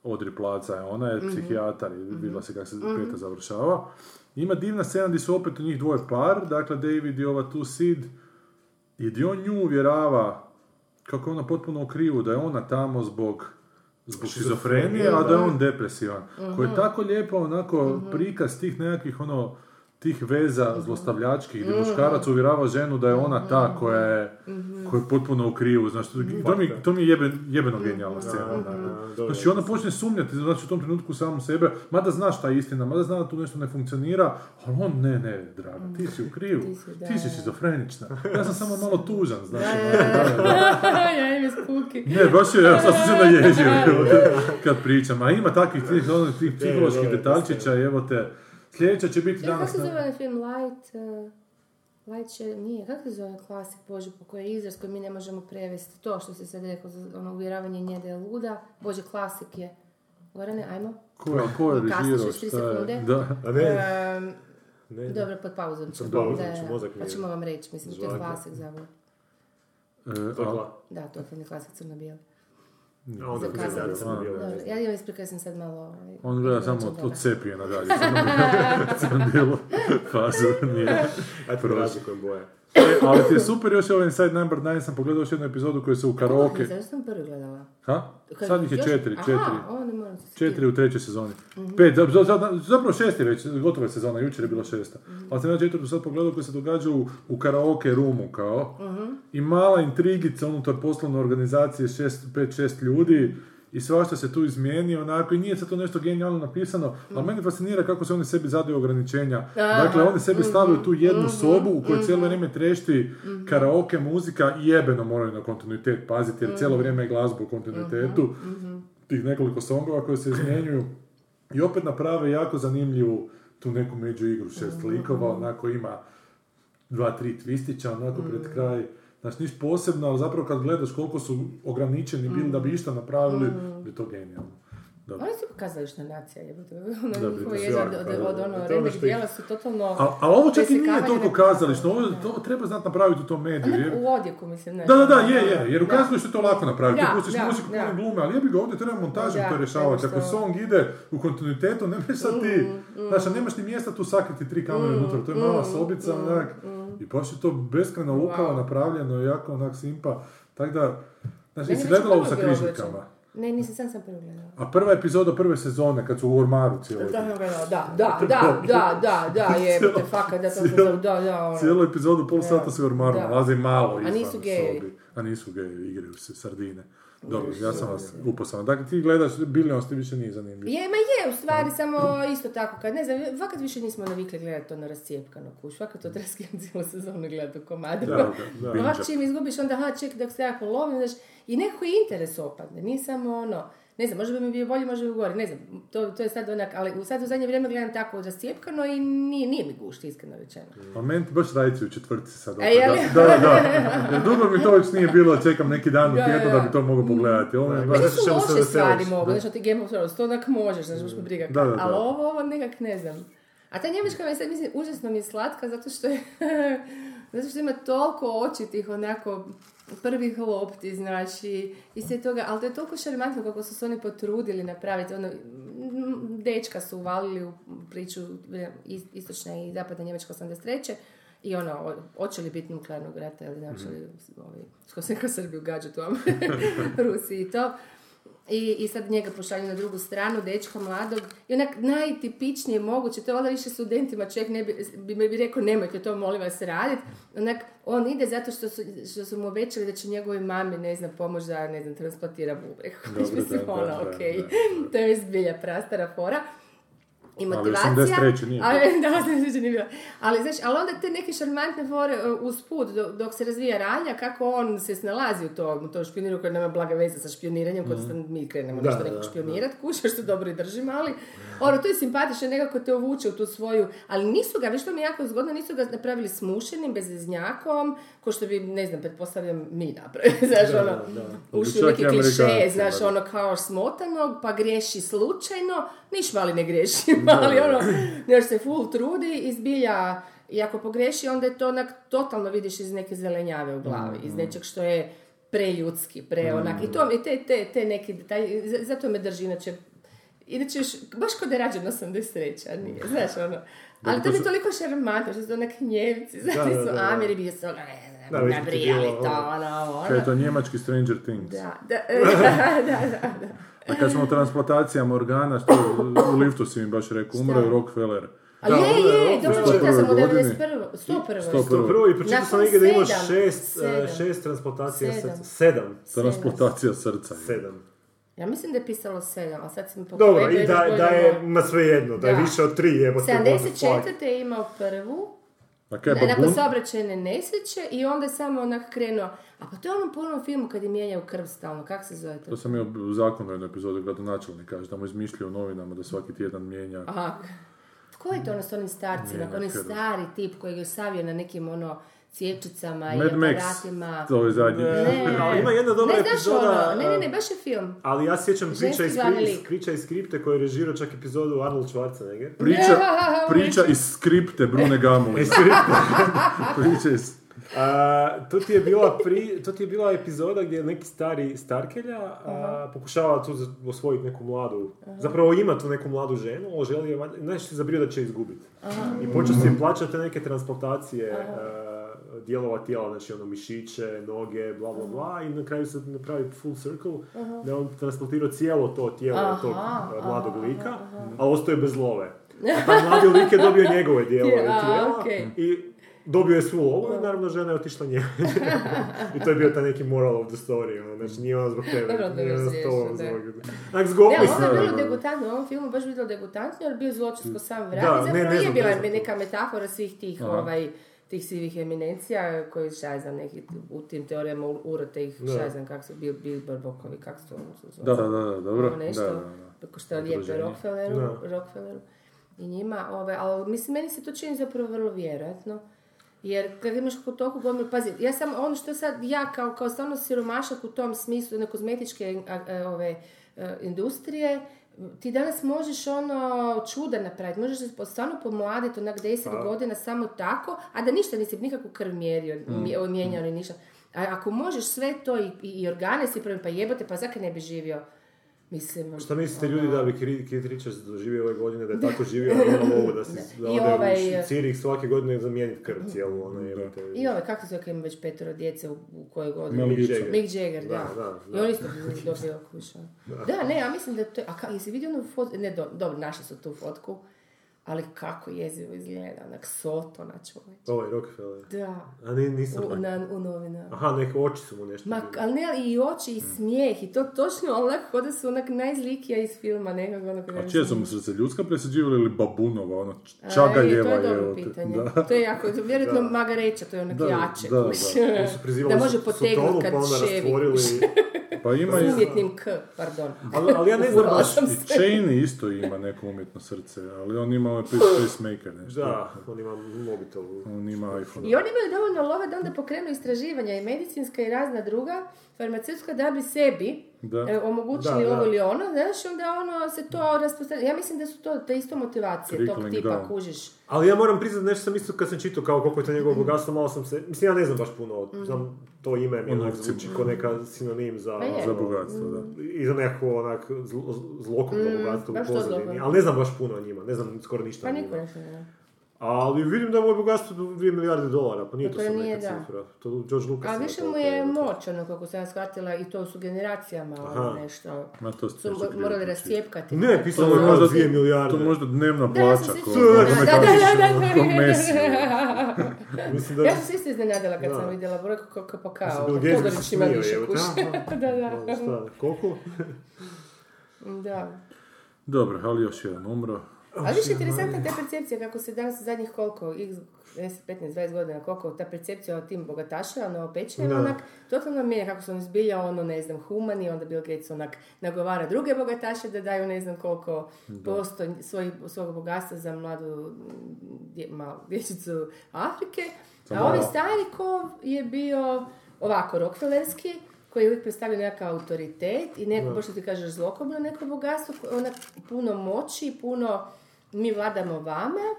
S6: Odri Placa, je ona je psihijatar i vidjela se kako se peta završava. Ima divna scena gdje su opet u njih dvoje par, dakle David i ova tu Sid, i gdje on nju uvjerava kako je ona potpuno u krivu, da je ona tamo zbog zbog šizofrenije, a da je on depresivan. Koji
S8: Mhm.
S6: je tako lijepo onako prikaz tih nekakvih ono tih veza
S8: Mhm.
S6: zlostavljačkih gdje muškarac uvjerava ženu da je ona ta koja je,
S8: Mhm.
S6: koja je potpuno u krivu. Znači, to, to mi, to mi je jebe, jebeno genijalna scena.
S8: Mhm.
S6: onako.
S7: dobro.
S6: Znači ona počne sumnjati znači, u tom trenutku samu sebe, mada zna šta je istina, mada zna da tu nešto ne funkcionira, ali on ne, ne, draga, ti si u krivu,
S8: Mhm. Ti si, da.
S6: ti si šizofrenična, ja sam samo malo tužan, znači,
S8: ja im je spuki.
S6: ne, baš je, evo, sad sam se naježio, evo te, kad pričam. A ima takvih tih, ono, tih psiholoških
S7: dobro,
S6: detaljčića, evo te. Sljedeća će biti
S8: Kako
S6: danas...
S8: se
S6: na-
S8: zove onaj film Light? eh, Light će, nije, kako se zove onaj klasik, Bože, po koji je izraz koji mi ne možemo prevesti? To što si sad rekao, za ono uvjeravanje nje da je luda. Bože, klasik je. Gorane, ajmo.
S6: Ko je, ko je
S8: Kasniš
S6: režirao,
S8: još tri
S6: šta je?
S8: sekunde.
S6: Da.
S7: A ne,
S8: Ehm,
S7: ne, ne.
S8: dobro, pod pauzom ćemo.
S7: pauzom
S8: Da,
S6: znači
S7: ću,
S8: da.
S7: mozak mi
S8: Pa
S7: je-
S8: ćemo vam reći, mislim, to je
S7: Izvolite.
S8: klasik zapravo.
S6: E,
S7: To je
S6: a-
S7: kla-
S8: Da, totalni klasik crno-bijeli.
S7: A onda
S8: Zakazali
S7: kad
S8: smo.
S7: sam bio,
S8: Dobro, ja imam isprika, ja sam sad malo... ovaj,
S6: on gleda samo
S8: odlučen
S6: od,
S8: toga.
S6: od sepije nadalje. Crno bilo fazu, nije.
S7: Ajde,
S6: Prosim.
S7: razlikujem boje.
S6: E, ali ti je super, još je ovaj Inside Number 9 sam pogledao još jednu epizodu koju se u
S8: Ne,
S6: karaoke...
S8: Zašto sam prvi gledala?
S6: Ha?
S8: Kad-
S6: Sad ih je
S8: još-
S6: četiri, četiri.
S8: Aha, onda moram se
S6: Četiri u trećoj sezoni. Pet, za- za- za- zapravo šest je već, gotova je sezona, jučer je bila šesta. Ali sam ja četvrtu sad pogledao koji se događa u, u karaoke rumu kao. I mala intrigica unutar poslovne organizacije, šest, pet, šest ljudi. I svašta se tu izmijeni, onako, i nije sad to nešto genijalno napisano, ali mene fascinira kako se oni sebi zadaju ograničenja. Dakle, oni sebi stavljaju tu jednu sobu u kojoj cijelo vrijeme trešti karaoke muzika i jebeno moraju na kontinuitet paziti, jer cijelo vrijeme je glazba u kontinuitetu tih nekoliko songova koje se izmjenjuju i opet naprave jako zanimljivu tu neku međuigru šest likova, onako ima dva, tri twistića, onako pred kraj. Znači, niš posebno, ali zapravo kad gledaš koliko su ograničeni bili da bi išta napravili, je to genijalno. Dobro.
S8: Oni su pokazališna nacija, jebote. Ono
S6: Da,
S8: njihovo
S6: Britansija,
S8: jedno od,
S6: da,
S8: od,
S6: da.
S8: ono,
S7: To je ono
S8: rednih
S7: što ih-
S8: dijela su totalno...
S6: A, a ovo čak i nije
S8: preslikavanje
S6: toliko
S8: nekog-
S6: kazališno, ovo, to treba znati napraviti u tom mediju.
S8: Pa Ne,
S6: jer-
S8: U odjeku, mislim, ono, ne.
S6: Da, da, da, je, je, jer u
S8: Da.
S6: kazalištu je to lako napraviti,
S8: Da,
S6: tu pustiš
S8: da,
S6: muziku
S8: da.
S6: puno glume, ali jebi ga ovdje treba montažom
S8: Da,
S6: to rješavati,
S8: treba
S6: ako
S8: što- Mm,
S6: song ide u kontinuitetu, ne možeš sad ti, znaš, a nemaš ni mjesta tu sakriti tri kamere unutra, to je mala sobica, onak, i baš je to beskrajno lukavo
S8: mm, Wow.
S6: napravljeno, jako onak simpa, tako da, znaš,
S8: Meni
S6: jesi
S8: već
S6: gledala ovo
S8: prvo
S6: sa
S8: bio
S6: križnikama?
S8: obračun. Ne, nisam, sam sam prvo gledala.
S6: A prva epizoda prve sezone, kad su u ormaru cijelo.
S8: Da, sam gledala, da, da, da, da, da, da, jebote,
S6: Cijelo-
S8: fakat, da, to sam
S6: cijelo-
S8: da, da, ono.
S6: Cijelu epizodu, pol sata se u ormaru
S8: Da.
S6: nalaze i malo izvan
S8: nisu gejevi.
S6: sobi. A nisu gejevi, igraju se sardine. Dobro, ja sam vas uposlan. Dakle, ti gledaš Billions, ti više nije zanimljiv.
S8: Je, ma je, u stvari, samo isto tako, kad ne znam, fakat više nismo navikli gledati to na rascijepkano kuć, fakat to treba skidati cijelu sezonu gledati u komadima.
S6: Da, da,
S8: Ovak
S6: binge-up.
S8: čim izgubiš, onda ha, ček, dok se ja polovim, znaš, i nekako je interes opadne, nije samo ono, ne znam, možda bi mi bio bolje, možda bi gore, ne znam, to, to je sad onak, ali u- sad u zadnje vrijeme gledam tako rascijepkano i nije, nije mi gušt, iskreno rečeno.
S6: A meni baš radici u četvrti sad. opet,
S8: E, je li?
S6: Da, da, da. Jer dugo mi to već nije bilo, čekam neki dan u
S8: Da,
S6: tjednu da
S8: da.
S6: bi to mogao pogledati. Ovo je baš...
S8: Pa
S7: Zato
S8: su
S7: čemu se
S8: loše
S7: veseliš,
S8: stvari
S7: da.
S8: mogu, znači ti Game of Thrones, to onak možeš, znači baš me briga.
S6: Da, da, da.
S8: Ali ovo, ovo nekak ne znam. A ta njemačka mi sad, mislim, užasno mi je slatka zato što je, zato što ima toliko očitih onako prvih lopti, znači, i sve toga, ali to je toliko šarmantno kako su se oni potrudili napraviti, ono, m, dečka su uvalili u priču is- istočne i zapadne Njemačke 83. I ono, o- hoće li biti nuklearnog rata ili hoće
S6: Mhm.
S8: li, znači, ovi, što se kao Srbiju gađa tu Rusiji i to. I, I sad njega pošalju na drugu stranu, dečka mladog, i onak najtipičnije moguće, to je valjda više studentima, čovjek ne bi, bi, bi rekao nemojte to molim vas radit, onak on ide zato što su, što su mu obećali da će njegovoj mami, ne znam, pomoć da, ne znam, transplantira bubreg.
S6: Dobro,
S8: Mislim,
S6: da, da,
S8: ono,
S6: da,
S8: okej,
S6: da,
S8: to je zbilja prastara fora. I
S6: Ali
S8: motivacija.
S6: 83. nije
S8: ali, da, 83. nije bilo. Ali, znaš, ali onda te neke šarmantne fore e, usput, dok, dok se razvija ranja, kako on se snalazi u tom, u tom špioniru koji nema blaga veze sa špioniranjem, kod mm mi krenemo
S7: Mhm. Da,
S8: nešto
S7: da,
S8: nekog
S7: da.
S8: špionirat, kušaš što dobro i držimo, ali ono, to je simpatično, nekako te uvuče u tu svoju, ali nisu ga, viš to mi je jako zgodno, nisu ga napravili smušenim, bezeznjakom, ko što bi, ne znam, pretpostavljam, mi napravili, znaš, ono, ušli u
S6: Čak i
S8: neke kliše,
S6: Amerikanci,
S8: znaš,
S6: da.
S8: ono kao smotanog, pa griješi slučajno, niš mali ne griješi, mali ono, još se full trudi i zbilja, i ako pogriješi, onda je to onak, totalno vidiš iz neke zelenjave u glavi, iz nečeg što je preljudski, pre onak, i to mi te, te, te neki detalji, z- zato me drži, inače, inače još, baš kod je rađeno sam a nije, znaš, ono, ali to mi je toliko šarmantno, što su onak njevci,
S7: Da,
S8: znači
S7: da, da,
S8: su
S7: da.
S8: Ameri, bio su, ono, ne
S7: Da,
S8: znam,
S7: već bi ti
S8: nabrijali
S7: bilo,
S8: to,
S7: ono,
S8: ono, ono.
S6: Kaj je to njemački Stranger Things.
S8: Da, da, e, da, da, da.
S6: A kad smo o transplantacijama organa, što u liftu si mi baš rekao, umro je Rockefeller.
S8: Ali je,
S7: ovo je
S8: je,
S7: ovo
S8: dobro
S6: je
S8: čitala sam u
S6: 101.
S8: 91. 101.
S6: 101.
S7: To prvo i pročitao
S8: Nakon
S7: sam negdje da ima
S8: sedam,
S7: šest, eh,
S8: sedam.
S7: šest transplantacija
S8: Sedam.
S7: srca. Sedam.
S6: Transplantacija srca.
S7: Sedam.
S8: Ja mislim da je pisalo 7, ali sad si mi pogledala.
S7: Dobro, i da, da je, ma svejedno, da je
S8: Da.
S7: više od tri jebote. what the fuck.
S8: 74. je imao prvu,
S6: A kaj je
S8: nakon
S6: babun?
S8: saobraćajne nesreće i onda je samo onak krenuo. A pa to je onom punom filmu kad je mijenjao krv stalno, kak se zove to?
S6: To sam ja u zakonu u jednoj epizodi gradonačelnik kaže da mu izmišlja u novinama da svaki tjedan mijenja.
S8: Aha. Tko je to ono s onim starcima,
S6: Mijenjao
S8: onaj
S6: krv.
S8: stari tip koji ga je savio na nekim ono sjećicama i
S6: Mad Max,
S8: aparatima.
S6: to je zadnji.
S8: Ne.
S7: E, Ali ima jedna dobra
S8: ne, znaš
S7: epizoda,
S8: ono, ne, ne, ne,
S7: a-
S8: baš je film.
S7: Ali ja sjećam Krića iz,
S8: glavni
S7: Kri-
S8: lik.
S7: Krića iz Kripte koji je režirao čak epizodu Arnold Schwarzenegger.
S6: Priča,
S8: Ne, E,
S6: priča iz skripte Brune Gamule. priča iz...
S7: A, to, ti je bila pri, to ti je bila epizoda gdje je neki stari Starkelja a, pokušava tu za- osvojiti neku mladu, zapravo ima tu neku mladu ženu, ali želi je, valj- nešto se zabrio da će izgubiti. I počeo si je plaćati te neke transplantacije a, dijelova tijela, znači ono mišiće, noge, bla bla bla, i na kraju se napravi full circle, da je on transplantirao cijelo to tijelo tog a, mladog lika, a ostao je bez love. A taj mladi lik je dobio njegove dijelove
S8: A,
S7: tijela
S8: okej.
S7: i dobio je svu lovu i naravno žena je otišla njemu. I to je bio taj neki moral of the story, ono, znači nije ono zbog
S8: Vrlo
S7: tebe,
S8: dobro
S7: nije ono s
S8: si
S7: tobom
S8: riješio,
S7: zbog... Onak
S8: Ne,
S7: zgopli
S8: ovo
S7: se. Mm.
S8: je bilo degutantno, u ovom filmu baš bilo degutantno, jer bio je zločinsko sam vrat.
S7: Da,
S8: I zapravo
S7: ne, ne
S8: je
S7: znam,
S8: bila
S7: ne znam.
S8: neka metafora svih tih, ovaj, tih sivih eminencija, koji šta ja znam, neki u tim teorijama u- urote ih, šta ja znam, kak su, Bill, Bill Barbokovi, kak su ono se zove.
S6: Da, da, da, da, dobro.
S8: Ono
S6: Da,
S8: nešto,
S6: da, da.
S8: tako što lijepe Rockefelleru, Rockefelleru i njima, ovaj, ali mislim, meni se to čini zapravo vrlo vjerojatno. Jer kad imaš kod toliko gomilu, pazi, ja sam ono što sad ja kao, kao stvarno siromašak u tom smislu na kozmetičke a, a, ove, e, industrije, ti danas možeš ono čuda napraviti, možeš se po- stvarno pomladiti onak 10 godina samo tako, a da ništa nisi nikakvu krv mjerio,
S6: Mm.
S8: mje- mijenjao ni ništa. A ako možeš sve to i, i, i organe si prvi, pa jebote, pa zakaj ne bi živio? Mislim, ono,
S7: Šta mislite ljudi da bi Kid, Kid Richards doživio ove godine, da je tako živio na ono lovu, da se
S8: Da.
S7: da
S8: I
S7: ode
S8: ovaj-
S7: u Cirih svake godine zamijeniti krv cijelu, ono jebate.
S8: I ovaj- ove, kako se zove, kad ima već petero djece u, u kojoj godini?
S7: Mick Jagger.
S8: Mick Jagger, da.
S7: Da, da, da.
S8: I on isto dobio kuša. Da, ne, ja mislim da to je, a ka, jesi vidio onu fotku, ne, do, dobro, našli su tu fotku, ali kako jezivo izgleda, onak sotona čovječ.
S7: Ovaj Rockefeller.
S8: Da,
S7: A ne, nisam.
S8: u, na, u novinama.
S7: Aha, neke oči su mu nešto.
S8: Ma,
S7: bile.
S8: ali ne, ali i oči i smijeh i to točno onak, k'o da su onak najzlikija iz filma, nekako onak...
S6: A čije su mu se se ljudska presađivali ili babunova, ono, č-
S8: A,
S6: čaga
S8: e,
S6: ljeva
S8: To je dobro
S6: te.
S8: pitanje.
S6: Da.
S8: To je jako, vjerojatno magareća, to je onak
S6: Da,
S8: jače.
S6: da,
S8: kuš.
S6: da.
S7: Oni su prizivali
S8: Da može
S7: Sotonu,
S8: potegnut kad
S7: pa onda
S8: ševi.
S7: rastvorili-
S6: Pa ima
S8: S
S6: i...
S8: umjetnim K, pardon.
S7: Ali, ali ja ne znam baš.
S8: sam
S6: I Cheney isto ima neko umjetno srce, ali on ima ovaj pacemaker nešto.
S7: Da, on ima mobitel.
S6: On ima iPhone.
S8: I oni imaju dovoljno love da onda pokrenu istraživanja i medicinska i razna druga, farmaceutska, da bi sebi
S6: Da.
S8: e, omogućili
S7: Da, da.
S8: ovo ili ono, znaš, i onda ono se to raspostavlja. Ja mislim da su to te isto motivacije tog
S6: Trickling
S8: tipa,
S6: down.
S8: kužiš.
S7: Ali ja moram priznat nešto sam mislio kad sam čitao kao koliko je to njegovo bogatstvo, malo sam se, mislim ja ne znam baš puno,
S8: Mm.
S7: o- znam to ime mi
S6: O
S7: onak
S6: novcima.
S7: zvuči ko neka sinonim za,
S8: Ma Pa je.
S6: Ono Za bogatstvo, da.
S7: i za nekako onak zlo, zlokobno bogatstvo u
S8: Mm, baš to
S7: pozadini,
S8: zlokobno.
S7: ali ne znam baš puno o njima, ne znam skoro ništa
S8: Pa
S7: o
S8: niko
S7: njima.
S8: ne zna.
S7: Ali vidim da je moje bogatstvo do 2 milijarde dolara, pa nije
S8: Pa
S7: to,
S8: to
S7: sad
S8: nije,
S7: neka
S8: da.
S7: cifra. To George Lucas
S8: A
S7: ima
S8: više
S7: toliko,
S8: mu je
S7: evo.
S8: moć, ono kako sam ja shvatila, i to su generacijama ono
S7: Aha.
S8: nešto.
S6: Ma to ste
S8: Su
S6: nešto krivo pričali.
S8: morali rascijepkati.
S7: Ne,
S6: To
S7: pisalo
S6: je
S7: je možda
S6: možda
S7: 2 milijarde.
S6: To možda dnevna
S8: Da, ja
S6: plaća
S8: sam se
S6: ko...
S8: isto
S7: Da,
S8: iznenadila.
S7: da,
S8: da, da,
S6: ko
S8: da.
S6: Messi.
S7: Mislim da
S8: Ja sam se isto iznenadila kad
S7: Da.
S8: sam vidjela brojku kako pa
S7: se
S8: kao,
S7: Bill Gates bi se
S8: Todorić ima
S7: smio,
S8: više
S7: evo,
S8: kuš.
S7: da.
S8: Da, da.
S7: Šta, koliko?
S8: Da.
S6: Dobro, ali još jedan umro.
S8: Ali više interesantna ta percepcija kako se danas zadnjih koliko, x 10, 15, 20 godina, koliko ta percepcija o tim bogatašima, ono opečenima,
S7: Da.
S8: onak, totalno mijenja kako su oni zbilja, ono, ne znam, humani, onda Bill Gates onak nagovara druge bogataše da daju ne znam koliko posto svojih, svog bogatstva za mladu mm, dje, malu dječicu Afrike, a ovaj stari kov je bio ovako Rockefellerski, koji je uvijek predstavio nekakav autoritet i neko, pošto ti kažeš zlokobno, neko bogatstvo, koje onak puno moći, puno mi vladamo vama.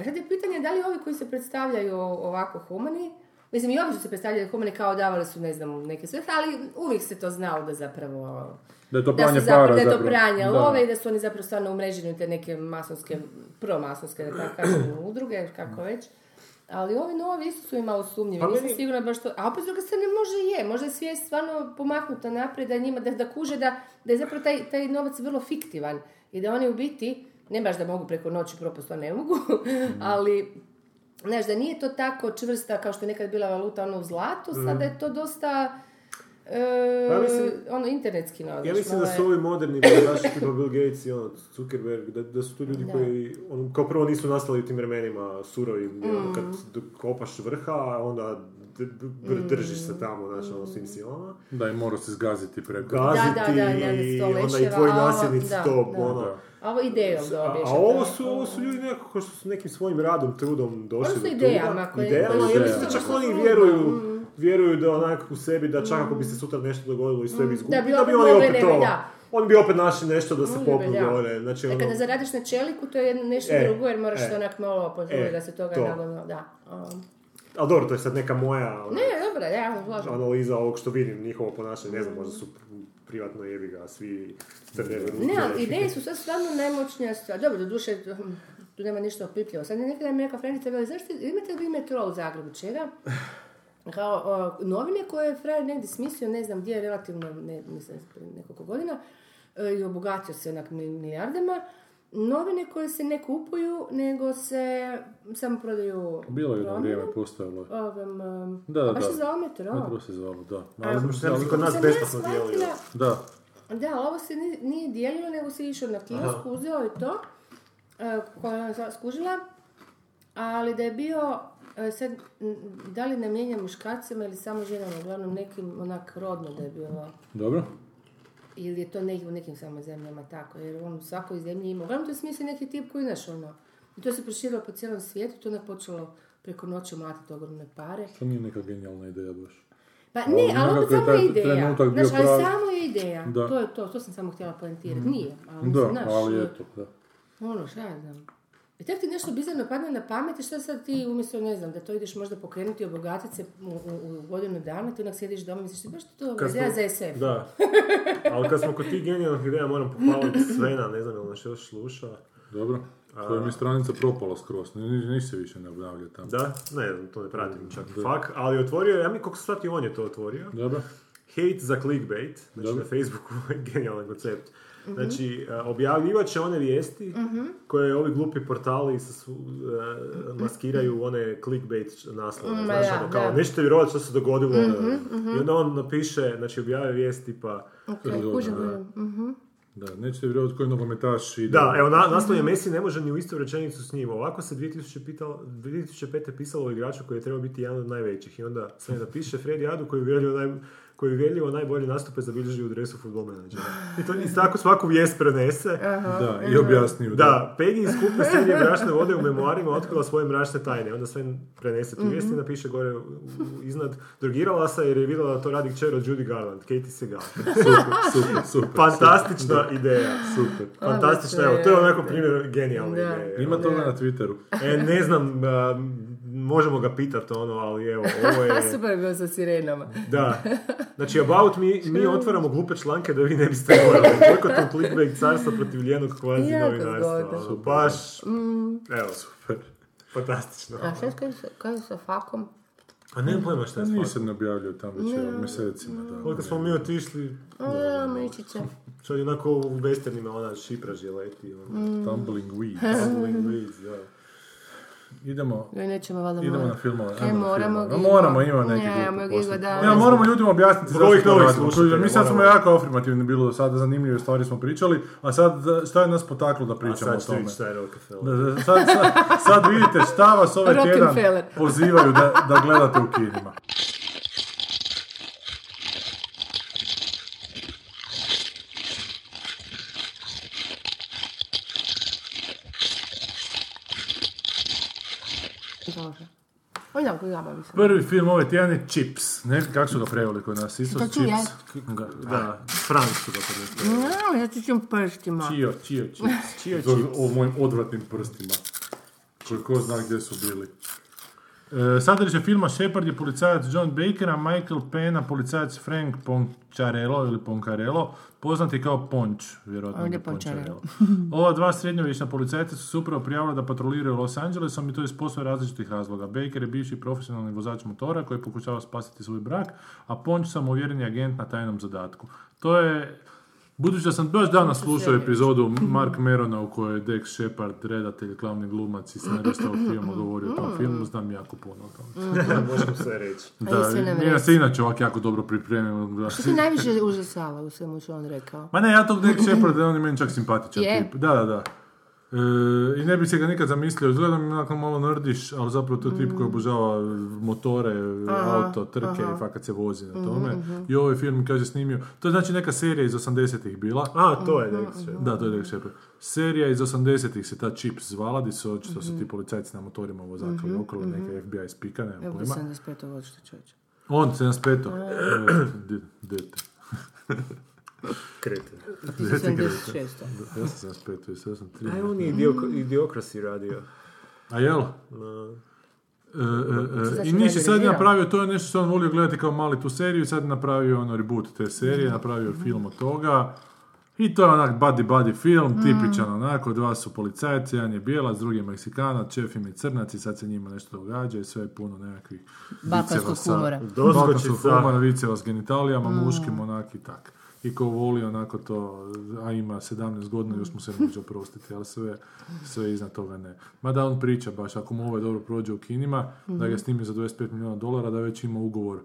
S8: A sad je pitanje da li ovi koji se predstavljaju ovako humani, mislim i ovi što se predstavljaju humani kao davali su, ne znam, neke svrhe, ali uvijek se to znalo da zapravo...
S6: Da je to
S8: Da,
S6: pranje
S8: su zapravo,
S6: para
S8: da je to
S6: zapravo.
S8: pranje ovaj-
S6: Da.
S8: love i da su oni zapravo stvarno umreženi u te neke masonske, promasonske, da tako kažem, udruge, kako već. Ali ovi novi isto su mi malo sumnjivi,
S7: Pa
S8: nisam
S7: meni-
S8: sigurna baš to. A opet s druge strane može je, možda je svijest stvarno pomaknuta naprijed, da njima, da, da kuže da, da je zapravo taj, taj novac vrlo fiktivan i da oni u biti, ne baš da mogu preko noći propast, to ne mogu,
S6: Mhm.
S8: ali Znaš, da nije to tako čvrsta kao što je nekad bila valuta ono u zlatu,
S6: Mhm.
S8: sada je to dosta e,
S7: Pa mislim-
S8: ono internetski novac.
S7: Ja mislim da
S8: malo je-
S7: su ovi moderni bogataši tipa Bill Gates i ono, Zuckerberg, da, da su to ljudi
S8: Da.
S7: koji,
S8: Mm.
S7: ono, kao prvo nisu nastali u tim vremenima surovi, ono, kad d- kopaš vrha, a onda d- d- držiš se tamo, znaš, ono, svim silama.
S6: Da, i morao se zgaziti preko.
S7: Gaziti,
S8: da, da, ne,
S7: i
S8: sto
S7: onda i
S8: leševa,
S7: tvoji
S8: a ovo-
S7: nasljednici
S8: da,
S7: to,
S8: da.
S7: ono.
S8: A ovo idejom
S7: A,
S8: dobiješ.
S7: a
S8: jel'
S7: ovo
S8: tako?
S7: su, ovo su ljudi nekako koji su nekim svojim radom, trudom došli
S8: Ono su
S7: do
S8: idejama
S7: toga.
S8: koje-
S7: Idejama,
S8: koje
S7: jer
S6: su
S7: mislim da čak
S8: jednostavno
S7: oni
S8: su,
S7: vjeruju,
S8: mm.
S7: vjeruju da onako u sebi, da čak ako bi se sutra nešto dogodilo i sve bi izgubili,
S8: Da bi
S7: da bi
S8: opet
S7: oni
S8: mogli,
S7: opet
S8: ne,
S7: ovo,
S8: da.
S7: oni bi opet našli nešto da se
S8: Mogli bi,
S7: popnu
S8: da.
S7: gore, znači
S8: E,
S7: ono,
S8: kada zaradiš na čeliku, to je jedno- nešto
S7: E,
S8: drugo, jer moraš
S7: e.
S8: se onak malo potruditi
S7: E,
S8: da se toga
S7: to.
S8: nagomila, da. Um,
S7: ali dobro, to je sad neka moja ono,
S8: Ne, dobro, ja, uglavnom.
S7: analiza ovog što vidim, njihovo ponašanje, ne znam, možda su privatno jebi ga, svi znači, crne
S8: Ne, ali ideje su sad stvarno najmoćnija stvar. Dobro, do duše, tu nema ništa opipljivo. Sad je nekada mi rekao Franjica, veli, zašto imate li vi metro u Zagrebu, čega? Kao o, novine koje je frajer negdje smislio, ne znam gdje, relativno, ne, mislim, prije nekoliko godina, e, i obogatio se onak mi- milijardama, novine koje se ne kupuju, nego se samo prodaju...
S6: Bilo je jedno
S8: promjenom.
S6: vrijeme, postojalo je.
S8: Ovom, um,
S6: Da, da,
S8: baš
S6: da.
S8: se zvao metro.
S6: Metro se zvalo, da.
S8: A,
S6: Ali,
S7: Mislim, kod nas
S8: Sam ja
S7: besplatno djeluju.
S8: shvatila-
S6: da,
S8: Da, ovo se ni- nije dijelilo, nego se išao na kiosk, uzeo je to, e, koje je ona skužila, ali da je bio, e, sad, m, da li namijenjen muškarcima ili samo ženama, uglavnom nekim onak rodno da je bilo,
S6: dobro.
S8: ili je to negdje u nekim samo zemljama tako, jer on u svakoj zemlji ima, uglavnom to je smisli neki tip koji znaš ono, i to se proširilo po cijelom svijetu, to je onda počelo preko noći mlatiti ogromne pare.
S6: To nije neka genijalna ideja baš.
S8: Pa
S6: Ali
S8: ne, ali
S6: nekako
S8: opet
S6: je
S8: samo
S6: taj
S8: je ideja.
S6: trenutak bio
S8: Znaš, ali
S6: pravi.
S8: samo je ideja.
S6: Da. Mm.
S8: To je to, to sam samo htjela poentirati. Nije, ali mislim,
S6: Da,
S8: znaš,
S6: ali eto, da.
S8: ono, šta ja znam. I tek ti nešto bizarno padne na pamet i šta sad ti umjesto, ne znam, da to ideš možda pokrenuti i obogatit se u, u, u godinu dana, ti onak sjediš doma i misliš, ti baš to je dobra
S7: Kad
S8: ideja
S7: smo-
S8: za SF.
S7: Da. Ali kad smo kod tih genijalnih ideja moram pohvaliti Svena, ne znam jel nas još sluša.
S6: Dobro. To je mi stranica propala skroz, ni, ni, niš se više ne obnavlja tamo.
S7: Da, ne znam, to ne pratim čak fak, ali otvorio, je, ja mi koliko se shvatio, on je to otvorio.
S6: Dobro.
S7: Hate za clickbait, znači
S6: Dobro.
S7: na Facebooku, genijalan koncept. Znači, e, objavljivat će one vijesti koje ovi glupi portali sa svu- e, maskiraju u one clickbait č- naslove.
S8: Ma
S7: Znaš,
S8: da,
S7: ono kao,
S8: da.
S7: nećete vjerovati što se dogodilo. ono, I onda on napiše, znači objavio vijest tipa,
S8: Ok, kužim, da.
S6: Da, nećete vjerovati koji nogometaš ide.
S7: Da, evo, na, naslov je Messi ne može ni u istu rečenicu s njim. Ovako se 2000 pitalo, 2005. pisalo o igraču koji je trebao biti jedan od najvećih. I onda se napiše Freddy Adu koji velju naj, koji veljivo najbolje nastupe zabilježi u dresu futbol menadžera. I to i tako svaku vijest prenese.
S6: Da, i objasniju.
S7: Da, Peggy iz skupne serije Mračne vode u memoarima otkrila svoje mračne tajne. Onda sve prenese tu vijest i napiše gore u- u- iznad. Drogirala se jer je vidjela da to radi kćer od Judy Garland, Katie Segal.
S6: Super, super, super.
S7: Fantastična ideja.
S6: Super.
S7: Fantastično, evo, to je onako primjer genijalne
S8: Da.
S7: ideje.
S6: Ima toga na Twitteru.
S7: E, ne znam, a, možemo ga pitati ono, ali evo, ovo je...
S8: A super je bio sa sirenama.
S7: Da. Znači, About mi, mi otvaramo glupe članke da vi ne biste morali. Koliko to clickbait carstva protiv ljenog kvazi
S8: Jako
S7: novinarstva.
S8: zgodno. Mm.
S7: ono, baš, evo, super. Fantastično.
S8: A šta kaj sa, kaj sa fakom?
S7: A ne pojma šta je s faktom.
S6: Pa Nisam ne objavljao tamo već evo, mjesecima. Da.
S7: Koliko smo mi otišli,
S8: A, mičiće.
S7: što je onako u westernima ona šipra želeti. Ono.
S8: Mm.
S6: Tumbling Weeds.
S7: Tumbling weeds, da.
S6: Idemo
S8: Joj, nećemo valjda
S6: Idemo na
S8: morati.
S6: filmove.
S8: E,
S6: ajmo na
S8: moramo
S6: filmove.
S8: ga,
S6: A Moramo, ima
S8: Ne,
S6: neki
S8: ajmo
S6: glupi
S8: ga,
S6: posao.
S8: da,
S6: Ja,
S8: ne
S6: moramo ljudima objasniti
S7: Zbog ovih
S6: zašto to
S7: novih
S6: radimo.
S7: slušatelja,
S6: Mi sad smo
S7: moramo.
S6: jako afirmativni bilo, sada zanimljive stvari smo pričali, a sad šta je nas potaklo da
S7: A
S6: pričamo o
S7: sad ćete
S6: tome?
S7: vidjeti šta je Rockefeller.
S6: Da, da, sad, sad, sad vidite šta vas ovaj tjedan
S8: Rockefeller.
S6: pozivaju da, da gledate u kinima.
S8: Dobro. Onako gama mislim.
S6: Prvi film ove tjedan je Chips. Ne, kako su ga preveli kod nas? Isto
S8: To
S6: Chips.
S8: ti je?
S6: Da, da.
S7: Da, Frank su ga podnesli.
S8: No, ja ti ću prstima.
S6: Čio, čio Chips.
S7: Čio
S6: To je
S7: Chips.
S6: O mojim odvratnim prstima. Koji ko zna gdje su bili. E, sadržaj filma Shepard je policajac John Baker, a Michael Pena policajac Frank Poncharello ili Poncarello, poznati kao Ponč, vjerojatno.
S8: Ovdje
S6: je
S8: Poncharello.
S6: Ova dva srednjovječna policajca su se upravo prijavila da patroliraju Los Angelesom i to iz posve različitih razloga. Baker je bivši profesionalni vozač motora koji pokušava spasiti svoj brak, a Ponč samouvjereni agent na tajnom zadatku. To je Budući da sam baš danas slušao epizodu Mark Merona u kojoj je Dex Shepard, redatelj, glavni glumac i scenarista ovog
S8: Mm.
S6: filma govorio o tom filmu, znam jako puno o tome.
S7: Možemo sve reći.
S8: A jesi li
S6: Da,
S8: nam
S6: mi nas je inače ovako jako dobro pripremio. da-
S8: Što ti najviše užasava u svemu što je on rekao?
S6: Ma ne, ja tog Dex Sheparda, on je meni čak simpatičan
S8: Je?
S6: tip. Da, da, da. E, I ne bi se ga nikad zamislio, izgleda mi onako malo nerdiš, ali zapravo to je
S8: Mm.
S6: tip koji obožava motore, auto, trke i fakat se vozi na tome.
S8: Mm-hmm.
S6: I ovaj film, kaže, snimio, to je znači neka serija iz 80-ih bila.
S7: A, to je Dex Shepard.
S6: Da, to je Derek Shepard. Serija iz 80-ih se ta Chips zvala, di su očito su ti policajci na motorima vozakali okolo, neka FBI spika, nemam
S8: Evo
S6: pojma.
S8: 75. godište čovječe.
S6: On, 75. E, di- Dete.
S7: Kreten.
S8: Ti si 76.
S6: Ja sam 75, to je sad sam 3.
S7: Aj, on je idiok- idiokrasi radio.
S6: A jel? E, e, e, I Niš je sad
S8: revidirao.
S6: napravio, to je nešto što je on volio gledati kao mali tu seriju, sad je napravio ono reboot te serije, napravio film od toga. I to je onak buddy-buddy film, tipičan onako, dva su policajci, jedan je bijelac, drugi je Meksikanac, šef im je crnac i sad se njima nešto događa i sve je puno nekakvih
S8: Balkanskog humora.
S7: Doskočica.
S6: Balkanskog humora, viceva s genitalijama,
S8: Mm.
S6: muškim onak i tak. I ko voli onako to, a ima 17 godina, još mu se može oprostiti, ali sve, sve iznad toga ne. Mada on priča baš, ako mu ovaj dobro prođe u kinima, da
S8: Mhm.
S6: ga snimi za 25 milijuna dolara, da već ima ugovor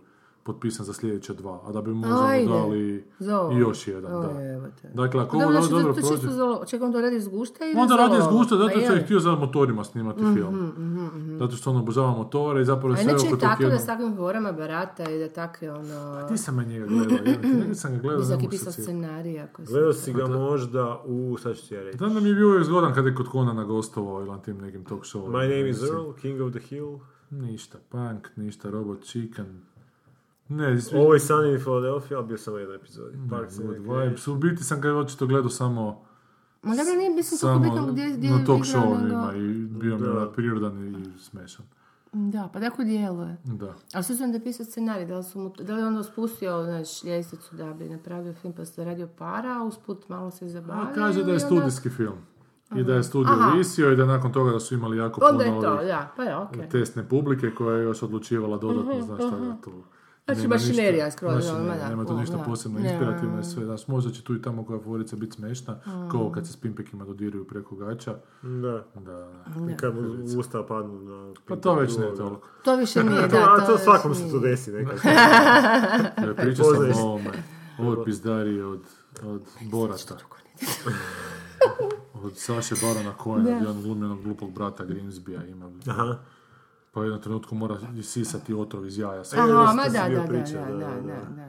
S6: potpisan za sljedeća dva, a da bi mu
S8: Ajde.
S6: dali
S8: Za ovo.
S6: i još jedan. Da.
S8: Oj, evo te.
S6: Dakle, ako
S8: Dobro,
S6: ovo
S8: znači,
S6: dobro
S8: to, to
S6: prođe...
S8: čisto za lo- Čekaj, on to radi iz gušta ili
S6: Onda
S8: za
S6: radi
S8: lovo?
S6: izgušta zato
S8: Pa
S6: što
S8: je Mhm,
S6: je htio za motorima snimati film. Zato što on obožava motore i zapravo je
S8: A
S6: sve
S8: inače
S6: oko
S8: je
S6: tog
S8: tako da
S6: jednog-
S8: s takvim horama barata i da takve ono...
S6: Ti sam me njega gledao, jebote, negdje sam ga gledao, ne
S8: Visoki
S6: mogu se
S8: pisao
S6: sjetiti.
S8: scenarija. koji se-
S7: Gledao si ga možda u, sad ću ti ja reći.
S6: Da nam je bio zgodan kad je kod Konana gostovao ili na tim nekim talk show.
S7: My name is Earl, King of the Hill.
S6: Ništa, punk, ništa, robot, chicken. Ne, svi
S7: Ovo je Sunny in Philadelphia, ali bio sam u jednoj epizodi. Park se
S6: good
S7: neke-
S6: Mhm, vibes. U biti sam ga očito gledao samo,
S8: Ma dobro, nije mislim toliko bitno
S6: samo
S8: gdje, gdje
S6: na talk
S8: igra, nego-
S6: showovima i bio mi
S7: Da.
S6: onak prirodan i smešan.
S8: Da, pa tako djeluje.
S6: Da.
S8: A s obzirom da je pisao scenarij, da li, su mu, da li je onda spustio znaš, ljestvicu da bi napravio film pa se radio para, a usput malo se zabavio?
S6: A kaže da je
S8: i onda-
S6: studijski film. I da je studio
S8: Aha.
S6: visio i da nakon toga da su imali jako puno
S8: Onda je to,
S6: ovih
S8: da, pa je okej.
S6: testne publike koja je još odlučivala dodatno, znaš šta da tu...
S8: Mhm, Znači,
S6: nema ništa-
S8: mašinerija skroz,
S6: znači,
S8: ono,
S6: ne,
S8: da,
S6: nema tu
S8: o,
S6: ništa
S8: da.
S6: posebno
S8: Ne.
S6: inspirativno je sve, znaš, možda će tu i tamo koja forica biti smešna,
S8: Mhm.
S6: kao ovo kad se s pimpekima dodiruju preko gača,
S7: Da.
S6: da, da.
S8: Mhm.
S7: I Kad mu u usta padnu na... ono.
S6: Pa to već ne toliko.
S8: To više nije, da.
S7: To, a to
S8: već
S7: svakom se
S8: nije.
S7: to desi nekako.
S6: E, Pričao sam
S7: Poznaš.
S6: o ovome, ovoj pizdariji od, od Borata. Od Saše Barona Kojena, gdje on glumi onog glupog brata Grimsbija ima.
S7: Aha.
S6: Pa u jednom trenutku mora isisati otrov iz jaja. sve.
S8: Aha,
S7: Dosta
S8: ma
S7: si
S8: da,
S7: bio
S8: da, da,
S7: pričao,
S8: da, da,
S7: da,
S8: da,
S7: da.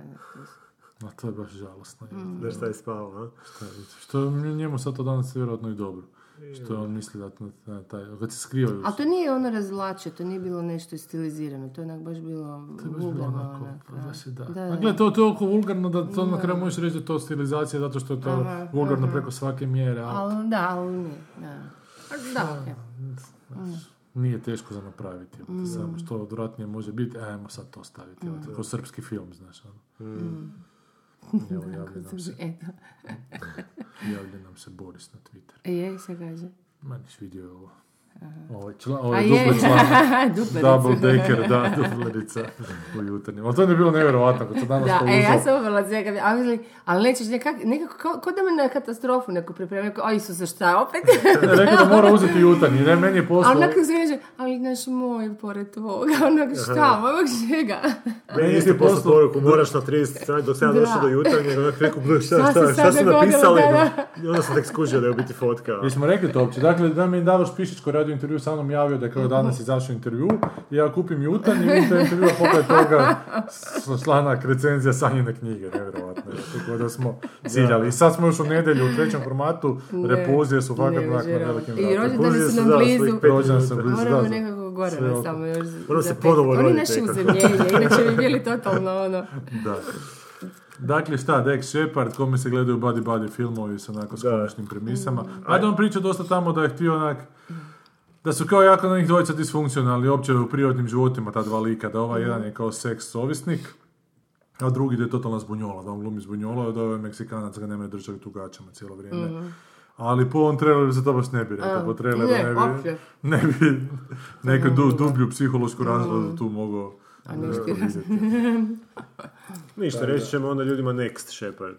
S8: da.
S6: A to je baš žalosno. je.
S7: Znaš šta je spao, a?
S6: Što je njemu sad to danas vjerojatno i dobro. Što on misli da na taj, kad se skrivaju.
S8: Ali to nije ono razvlačio, to nije bilo nešto stilizirano, to je onak baš bilo ono,
S6: To je baš bilo
S8: vulgarno.
S6: onako,
S8: onak,
S6: pa da se da.
S8: Da,
S6: A
S8: da.
S6: gle, to je toliko vulgarno da to na kraju možeš reći da je to stilizacija zato što je to vulgarno preko svake mjere, ali
S8: Ali da, ali nije, da. A, Da, okej. mm.
S6: nije teško za napraviti. jebote, Samo što odvratnije može biti, e, ajmo sad to staviti.
S8: Mm.
S6: jebote, Ko srpski film, znaš.
S7: Mhm.
S6: Ono. Evo, javlja nam se,
S8: E, da.
S6: javlja nam se Boris na Twitter.
S8: E, je, se kaže.
S6: Ma nisi vidio ovo. Ovo je, član, ovo je
S8: A
S6: dupli
S8: je.
S6: članak.
S8: Duplerica.
S6: Double decker, da, duplerica u jutarnjem. Ali to mi je bilo nevjerovatno, kad sam danas
S8: Da,
S6: to
S8: e, ja
S6: uzeo.
S8: sam uvela zega, ali, ali, ali nećeš nekak, nekako, kao, kao da me na katastrofu neko pripremio, kao, oj, Isuse, šta opet?
S6: Ne, rekao da mora uzeti jutarnji, ne, meni je
S8: A
S6: poslao.
S8: onako se kaže, ali naš moj, pored tvoga, onako, šta, mojeg žega.
S7: Meni
S6: je
S7: niste poslao
S6: poslao-
S7: poruku, moraš na 30 strani, dok sam ja
S8: Da.
S7: došao do jutarnjeg, onak rekao, gle, šta,
S8: Šta
S7: šta,
S8: se
S7: šta
S8: sad
S7: su
S8: dogodilo,
S7: napisali?
S8: da,
S7: I onda sam tek skužio da je u biti fotka.
S6: Jesmo rekli to uopće, dakle da mi je Davor Špišić koji je radio intervju sa mnom javio da je kao danas izašao intervju i ja kupim jutan i u tom intervju pokraj toga s- članak recenzija sanjene knjige, nevjerovatno je, tako da smo ciljali. I sad smo još u nedjelju u trećem formatu, repulzije su fakat
S8: ne,
S6: onak na
S8: vjerovatno.
S6: velikim
S8: I
S6: vratima.
S8: rođendan
S7: Puzije
S8: su
S7: su
S8: nam
S7: dali
S8: blizu.
S7: svojih pet
S6: Rođendan sam
S7: minuta.
S6: blizu, da,
S8: Moramo
S6: za-
S8: nekako
S6: sve
S8: gore
S6: oko.
S8: samo još.
S7: Moramo se
S8: zapetljati.
S7: ponovo
S8: Oni
S7: roditi
S8: naše
S7: nekako.
S8: uzemljenje, inače bi bili totalno ono.
S6: Da. Dakle, šta, Dex Shepard, kome se gledaju buddy buddy filmovi s onako skonačnim premisama.
S8: Mm.
S6: A da on priča dosta tamo da je htio onak, da su kao jako na njih dvojica disfunkcionalni, uopće u privatnim životima ta dva lika, da
S8: Mm.
S6: ovaj jedan je kao seks ovisnik, a drugi da je totalna zbunjola, da on glumi zbunjola, da ovaj Meksikanac ga nema držati u gaćama cijelo vrijeme. Ali po ovom traileru se to baš ne bi rekao, po traileru
S8: Mm. ne,
S6: ne, bi,
S8: uopće.
S6: ne bi neku du, dublju psihološku
S8: Mm.
S6: razradu tu mogao
S8: ne
S6: eh,
S8: uspije.
S6: vidjeti.
S7: Ništa, reći ćemo onda ljudima next Shepard.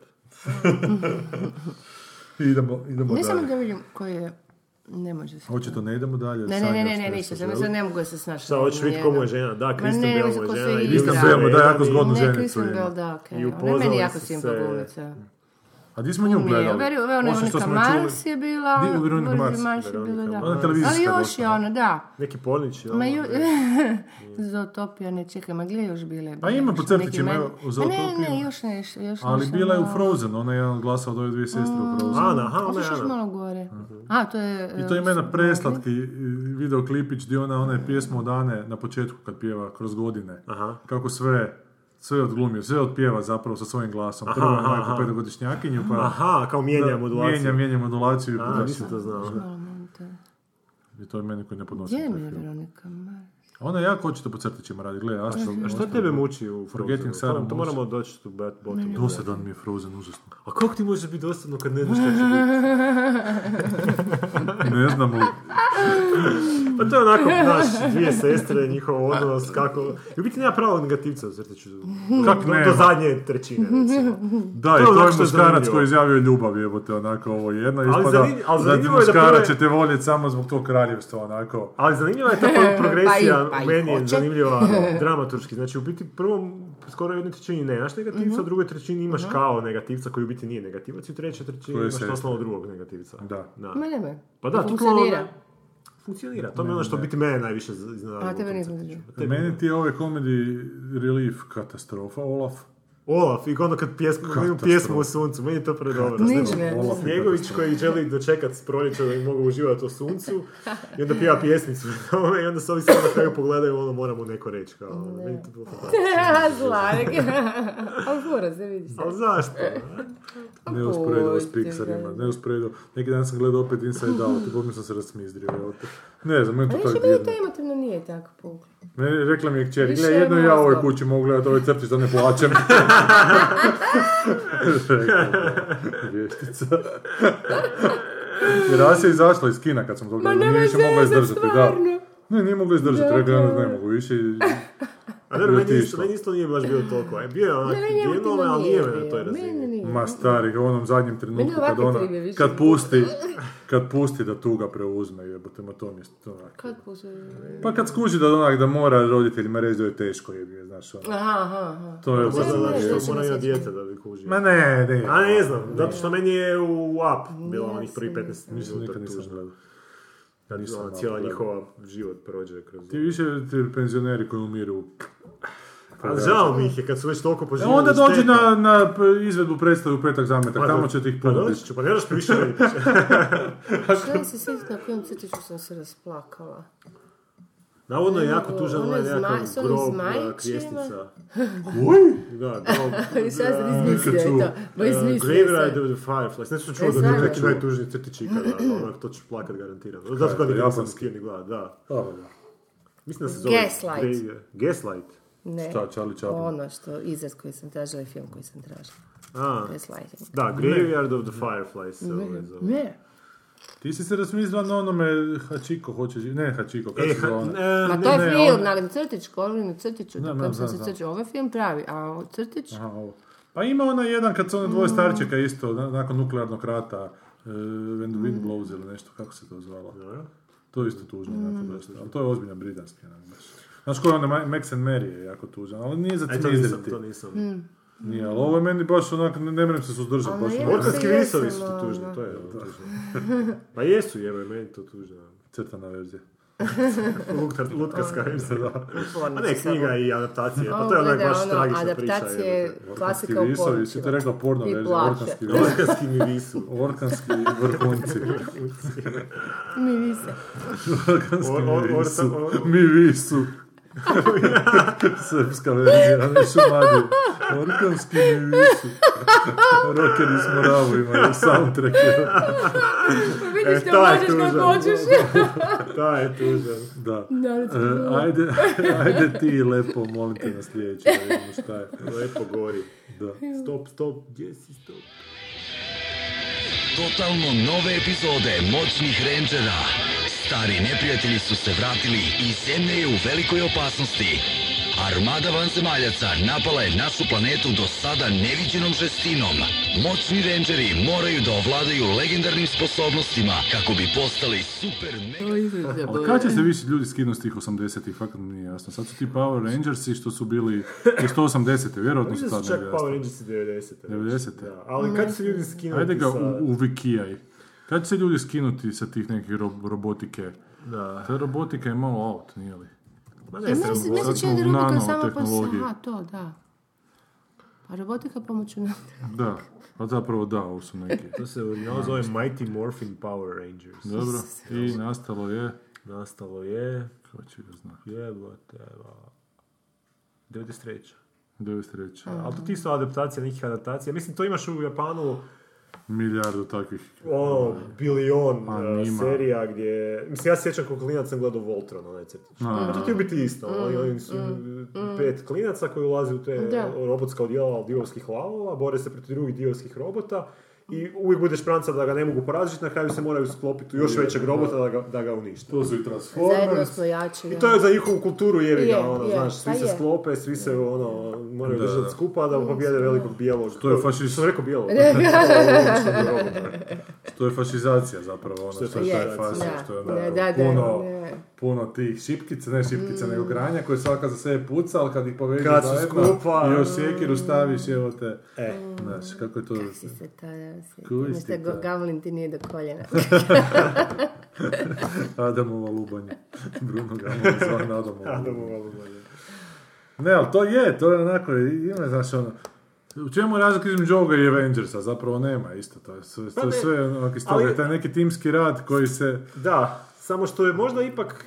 S6: Idemo, idemo
S8: Ne samo
S6: dalje.
S8: da vidim koji je, ne može se.
S6: Očito ne idemo dalje.
S8: Ne, ne,
S6: Sanja
S8: ne,
S6: još
S8: ne, ne,
S6: nešto
S8: ništa, samo
S6: želi.
S8: sad ne mogu se snašati.
S7: Šta, hoćeš vidjeti komu je žena? Da, Kristen
S8: ne,
S7: Bell
S8: mislim,
S7: mu je
S8: ko
S7: žena.
S8: se
S7: i
S8: igra.
S7: Kristen
S6: Kristen Bell mu, da,
S7: je
S6: jako
S7: i-
S6: zgodno.
S8: Ne,
S6: ženicu
S8: Kristen
S6: ima.
S8: Bell, da, okej.
S7: I
S8: Ona je
S7: upoznali
S8: meni jako
S7: su
S8: simpla
S7: se-
S8: glumica.
S6: A di smo nju gledali? Osim što
S8: Veronika
S6: smo ju
S8: ono, Mars
S6: čuli.
S8: je bila.
S6: Di- Veronika
S8: Veronika
S6: Mars,
S8: Mars je bila, da.
S6: Ona je televizijska
S8: Ali još
S6: gospođa.
S8: je ona, da.
S7: Neki Polnić,
S8: Ma
S7: ono,
S8: ju... Zootopia ne čekaj, ma gdje je još bile?
S6: Pa ima po crtićima, evo, u
S8: Ne, ne,
S6: Zootopiji.
S8: još nešto. Još
S6: Ali
S8: nešto
S6: bila je u
S8: malo.
S6: Frozen, ona je jedan od glasa od ove dvije sestre u Frozen.
S7: Ana, aha, ona
S8: Otišla
S7: je ono-
S8: e, još
S7: Ana.
S8: malo gore. A, to je...
S6: I to je mena
S8: e,
S6: preslatki e, videoklipić gdje ona one pjesmu od Ane na početku kad pjeva kroz godine.
S7: Aha.
S6: Kako sve, sve odglumio, sve odpjeva zapravo sa svojim glasom. Prvo je
S7: aha,
S6: majku
S7: aha.
S6: petogodišnjakinju, pa
S7: Aha, kao mijenja modulaciju.
S6: mijenja, mijenja modulaciju. i
S7: A,
S6: podnosi.
S7: nisam to znao.
S8: Malo meni to-
S6: I to je meni koji ne podnosi.
S8: Gdje je
S6: taj
S8: bila
S6: film.
S8: Veronika Mars?
S6: A Ona je jako očito po crtićima radi, gledaj, Astro.
S7: A što tebe muči u
S6: Forgetting
S7: Forgetting
S6: Sarah
S7: To
S6: Moose.
S7: moramo doći tu bat bottom.
S6: Dosadan mi je Frozen, užasno.
S7: A kako ti može biti dosadno kad ne znaš šta će biti?
S6: Ne znam li.
S7: Pa to je onako, znaš, dvije sestre, njihov odnos, kako... I u biti nema pravo negativca u Srtiću.
S6: Kak
S7: Do,
S6: nema?
S7: do zadnje trećine, recimo.
S6: Da, i
S7: To je
S6: to
S7: ono
S6: je
S7: što je
S6: muškarac
S7: zanimljivo.
S6: koji izjavio ljubav, jebote, onako, ovo je jedna ispada.
S7: zanimljivo- ali
S6: da
S7: zanimljivo je da
S6: muškarac
S7: prve-
S6: će te voljeti samo zbog tog kraljevstva, onako.
S7: Ali zanimljiva je ta pro-
S8: Pa
S7: progresija,
S8: i- pa i
S7: meni je
S8: hoće.
S7: zanimljiva dramaturški. Znači, u biti prvom skoro jednoj trećini nemaš negativca,
S8: Mhm.
S7: u drugoj trećini imaš kao negativca koji u biti nije negativac i u trećoj trećini
S6: Koji je
S7: imaš
S6: sestra.
S7: osnovu drugog negativca.
S6: Da.
S8: Ma nema.
S7: Pa da, to je
S8: Funkcionira.
S7: ono- Funkcionira, to mi je ono što u biti mene najviše z- iznenadilo.
S8: A, tebe
S7: u tom
S8: ne
S7: crtiću.
S8: iznenađuje.
S7: Tebi ne.
S6: Meni ti je ove komedi relief katastrofa, Olaf.
S7: Olaf, i onda kad pjesmu, imaju pjesmu o suncu, meni je to predobro.
S8: Nič
S7: Znači,
S8: ne.
S6: Olaf je
S7: Snjegović koji želi dočekat s proljeća da im mogu uživati o suncu i onda pjeva pjesmicu i onda se ovi sad na kraju pogledaju ono moramo neko reći kao, ono, meni je to bilo fantastično.
S8: Slavik. Ali fura se vidiš.
S7: Ali zašto?
S6: Neusporedivo s
S8: Pusti ga.
S6: Pixarima, neusporedivo. Neki dan sam gledao opet Inside Out i pomijel sam se rasmizdrio. evo te. Ne znam, meni to
S8: Ali
S6: tako
S8: što meni to
S6: dirno.
S8: emotivno Pa nije tako puklo.
S6: Meni, rekla mi je kćer,
S8: Više
S6: gle, jedno
S8: je
S6: ja u ovoj
S8: mozgov.
S6: kući mogu gledati ove crtić da ne plaćem. Rekla mi je, Vještica. Jer Asja je izašla iz kina kad sam to
S8: Ma
S6: gledao, nije
S8: nema
S6: više mogla
S8: zezat,
S6: izdržati. Da.
S8: stvarno. Dakle.
S6: Ne, nije mogla izdržati,
S8: Da,
S6: rekla ja
S8: da.
S6: ne mogu više. i-
S7: A dobro, meni, isto,
S6: Otišla.
S7: meni isto nije baš bio toliko. E, bio je onak
S8: Ne, meni
S7: dijelove,
S8: emotivno
S7: ali
S8: nije
S7: nije me na
S8: bio.
S7: toj
S8: Meni
S7: razini.
S8: nije.
S6: Ma stari, ga u onom zadnjem trenutku kad
S8: ovakve
S6: ona,
S8: tribe više
S6: kad
S8: ne
S6: pusti, kad pusti da tuga preuzme, jebote, ma to mi je to onak.
S8: Kako postoji?
S6: Pa kad skuži da onak da mora roditeljima reći da je teško, je, znaš, ono.
S8: Aha, aha, aha.
S6: To je
S7: Možda
S8: Ne,
S6: ono-
S8: ne,
S7: zato
S8: što
S7: što
S8: se
S7: mora
S8: ne
S7: imati
S8: sjećam.
S7: dijete da bi kužio.
S6: Ma ne, ne.
S7: A ne znam, zato što meni je u Up bila
S8: Ja
S7: onih prvih
S8: sam-
S7: 15
S6: Nisam nikad
S7: minuta
S6: nisam
S7: tužna.
S6: gledao.
S7: Kad
S6: Nisam
S7: ono,
S6: Up
S7: cijela
S6: gledao.
S7: njihova život prođe kroz...
S6: Ti više ti penzioneri koji umiru.
S7: Pa žao mi ih je kad su već toliko
S6: E,
S7: poživjeli.
S6: onda
S7: šteta.
S6: dođi na, na p- izvedbu predstavu u petak zametak,
S7: Pa
S6: tamo
S7: do-
S6: će ti ih
S7: Pa
S6: puno
S7: doći
S6: biti.
S7: ću, pa ne daš više meni.
S8: Šta ja se sjetiti na kojem crtiću sam se rasplakala?
S7: Navodno je jako
S8: Nego,
S7: tužan
S8: ono
S7: onaj
S8: je zma-
S7: nekakav
S8: s onim
S7: grob
S8: zmajićima.
S7: a, krijestica.
S6: Uj!
S7: Da, grob.
S8: I sad
S7: da,
S8: sam izmislio
S6: čuo.
S8: to. Ma
S7: Uh,
S8: izmislio
S7: Graveyard
S8: sam.
S7: of the Fireflies, ne sam
S8: E,
S7: čuo da
S8: znam
S7: je neki
S8: da.
S7: najtužniji crtić ikada, onak, ono, to ću plakat garantirano. Zato
S6: to,
S7: kad nikad nisam
S6: japanski?
S7: skio ni gledat, da.
S6: A, da.
S7: Mislim da se zove...
S8: Gaslight.
S7: Graveyard- Gaslight?
S8: Ne.
S6: Šta, Charlie Chaplin?
S8: Ono što, izraz koji sam tražila i film koji sam tražila.
S7: A,
S8: Gaslighting.
S7: da, Graveyard of the Fireflies se ovaj zove.
S8: Ne.
S6: Ti si se razmislila na onome Hachiko hoće živ- Ne Hachiko, kako
S7: E,
S6: se
S7: ha-
S6: zove? ona?
S7: e,
S8: Ma
S7: ne,
S8: to je
S6: ne,
S8: film,
S6: ono-
S8: ali crtić, kolin crtiću,
S6: Znam,
S8: na kojem sam
S6: znam,
S8: se
S6: znam.
S8: crtiću. Ovo je film pravi, a crtić...
S6: Aha, ovo. Pa ima ona jedan kad su ono dvoje starčeka isto, na- nakon nuklearnog rata, e, When the Wind Blows ili nešto, kako se to zvalo. To je isto tužno, onako dosta. Ali to je ozbiljan britanski, onak baš. Znaš koji je onda Ma- Max and Mary je jako tužan, ali nije za
S7: E, to nisam,
S6: cnizdriti.
S7: to nisam.
S8: Hmm.
S6: Nije, ali ovo je meni baš onak, ne, ne mrem se suzdržati,
S8: Ali
S6: baš
S8: je-
S6: onak,
S7: Orkanski
S8: Ja se
S7: visovi su
S8: jesam,
S7: ti tužni,
S8: ono.
S7: to je ono tužno. Pa jesu, jebe, meni to tužno.
S6: crtana verzija.
S7: Lutka-
S8: Ono,
S7: Lutkarska verzija, da.
S8: Tvornica
S7: A Pa ne,
S8: samo.
S7: knjiga i adaptacije, pa
S8: Ovo
S7: to je onak
S8: gleda,
S7: baš
S8: ono,
S7: tragična priča.
S8: Adaptacije,
S7: jebote.
S6: Orkanski
S8: klasika u
S6: visovi, si ti
S8: području.
S6: rekla porno
S8: I
S6: verzija,
S8: plaće.
S6: orkanski visovi.
S7: Orkanski mi visu.
S6: Orkanski vrhunci.
S8: Mi vise.
S6: Orkanski
S7: Or- or-
S6: mi
S7: or-
S6: visu.
S7: or-
S6: Mi visu. Srpska verzija, ne šumadi. Orkanski mi visu. Rockeri s Moravu imaju soundtrack.
S8: Vidiš
S7: E,
S8: što
S7: taj
S8: možeš kad
S7: tužan.
S8: hoćeš.
S7: Da, je tužan.
S6: Da.
S8: Da, ali to je
S6: E, ajde, ajde ti lepo, molim te na sljedeću. da vidimo šta je.
S7: Lepo gori.
S6: Da.
S7: Stop, stop, gdje si stop?
S3: Totalno nove epizode Moćnih Rangera. Stari neprijatelji su se vratili i zemlja je u velikoj opasnosti. Armada vanzemaljaca napala je našu planetu do sada neviđenom žestinom. Moćni rendžeri moraju da ovladaju legendarnim sposobnostima kako bi postali super...
S9: To izgleda
S6: Ali
S9: bolje.
S6: kad će se više ljudi skinuti s tih 80-ih, fakat mi nije jasno. Sad su ti Power Rangersi što su bili i 180-te, vjerojatno su
S7: Mislim da
S6: tad
S7: su čak
S6: negdje jasno.
S7: Power Rangersi 90.
S6: 90-te.
S7: Da, ali kad se ljudi skinuli
S6: Ajde ga
S7: sa...
S6: u, u vikijaj. Kad će se ljudi skinuti sa tih nekih ro- robotike? Da. Ta robotika je malo out, nije li?
S7: Ma
S9: E,
S7: ne,
S9: meni se- meni
S6: sad
S9: se čini da
S6: smo u
S9: robotika samo po sebi.
S6: nanotehnologiji.
S9: Aha, to, da. Pa robotika pomoću na...
S6: Da. Pa zapravo da, ovo su neki.
S7: to se originalno zove Mighty Morphin Power Rangers.
S6: Dobro. I nastalo je...
S7: Nastalo je...
S6: Ko će ga znati?
S7: Jebote, evo... 93.
S6: 93.
S7: Ali to ti su adaptacije, nekih adaptacija. Mislim, to imaš u Japanu
S6: Milijardu takvih.
S7: ono, bilion
S6: Anima.
S7: eh, serija gdje... Mislim, ja se sjećam kako klinac sam gledao Voltron, onaj crtić.
S6: A.
S7: To ti je u biti isto.
S9: Mm,
S7: Oni, oni su pet klinaca koji ulaze u te
S9: Da.
S7: robotska odjela divovskih lavova, bore se protiv drugih divovskih robota i uvijek budeš špranca da ga ne mogu poraziti, na kraju se moraju sklopiti u još većeg robota da ga, da ga unište.
S6: To su i
S9: Zajedno
S6: Transformers.
S9: smo jači,
S7: I
S9: da.
S7: to je za njihovu kulturu jevi ga,
S9: Je,
S7: ono,
S9: je,
S7: znaš, svi
S9: pa
S7: se
S9: je. Mm.
S7: sklope, svi se ono, moraju
S6: Da, da.
S7: držati skupa da pobjede velikog bijelog.
S6: To je fašist.
S7: Što sam rekao bijelog?
S6: To je fašizacija zapravo, ono što je,
S7: fašizacija.
S6: taj fašizam,
S9: Da,
S6: što je
S9: da,
S6: onako
S9: da, da,
S6: puno,
S9: da. Mm.
S6: puno tih šipkica, ne šipkica, nego granja koje svaka za sebe puca, ali kad ih poveže
S7: Kad su
S6: zajedno
S7: skupa.
S6: i još sjekiru staviš, evo te,
S7: E.
S9: Mm.
S6: znaš, kako je to...
S8: Si se to, da, si.
S6: Koji si
S8: Znaš da
S6: ti
S8: go-
S6: to?
S8: Gavlin ti nije do koljena.
S6: Adamova lubanje. Bruno ga je zvan Adamova lubanje. Ne, ali to je, to je onako, ima, znaš, ono, u čemu je razlika između ovoga i Avengersa? Zapravo nema isto, to je sve, to je
S7: Pa ne,
S6: sve onaki
S7: ali-
S6: taj neki timski rad koji se...
S7: Da, samo što je možda ipak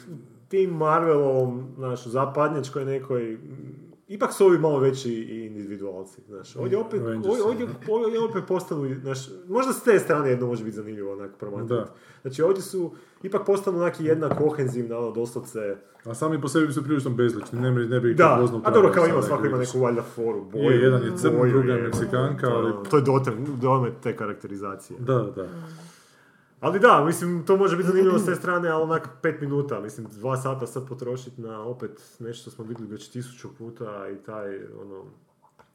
S7: tim Marvelovom, znaš, u zapadnjačkoj nekoj, m, ipak su ovi malo veći i individualci, znaš. Ovdje opet,
S6: Avengers,
S7: ovdje, ovdje, ovdje opet postanu, znaš, možda s te strane jedno može biti zanimljivo onak promatrati.
S6: Da.
S7: Znači ovdje su, ipak postanu onaki jedna kohenzivna, ono, doslovce,
S6: A sami po sebi su prilično bezlični, ne, bi- ne bi ih
S7: da,
S6: prepoznao
S7: a
S6: pravo
S7: dobro, kao
S6: sada,
S7: ima,
S6: ako
S7: svako ima
S6: vidiš.
S7: neku valjda foru, boju.
S6: Je, jedan je crn,
S7: boju,
S6: druga je
S7: jebote.
S6: Meksikanka, ali-
S7: To je domet, domet te karakterizacije.
S6: Da, da.
S7: Ali da, mislim, to može biti zanimljivo s te strane, ali onak pet minuta, mislim, dva sata sad potrošiti na opet nešto što smo vidjeli već tisuću puta i taj, ono,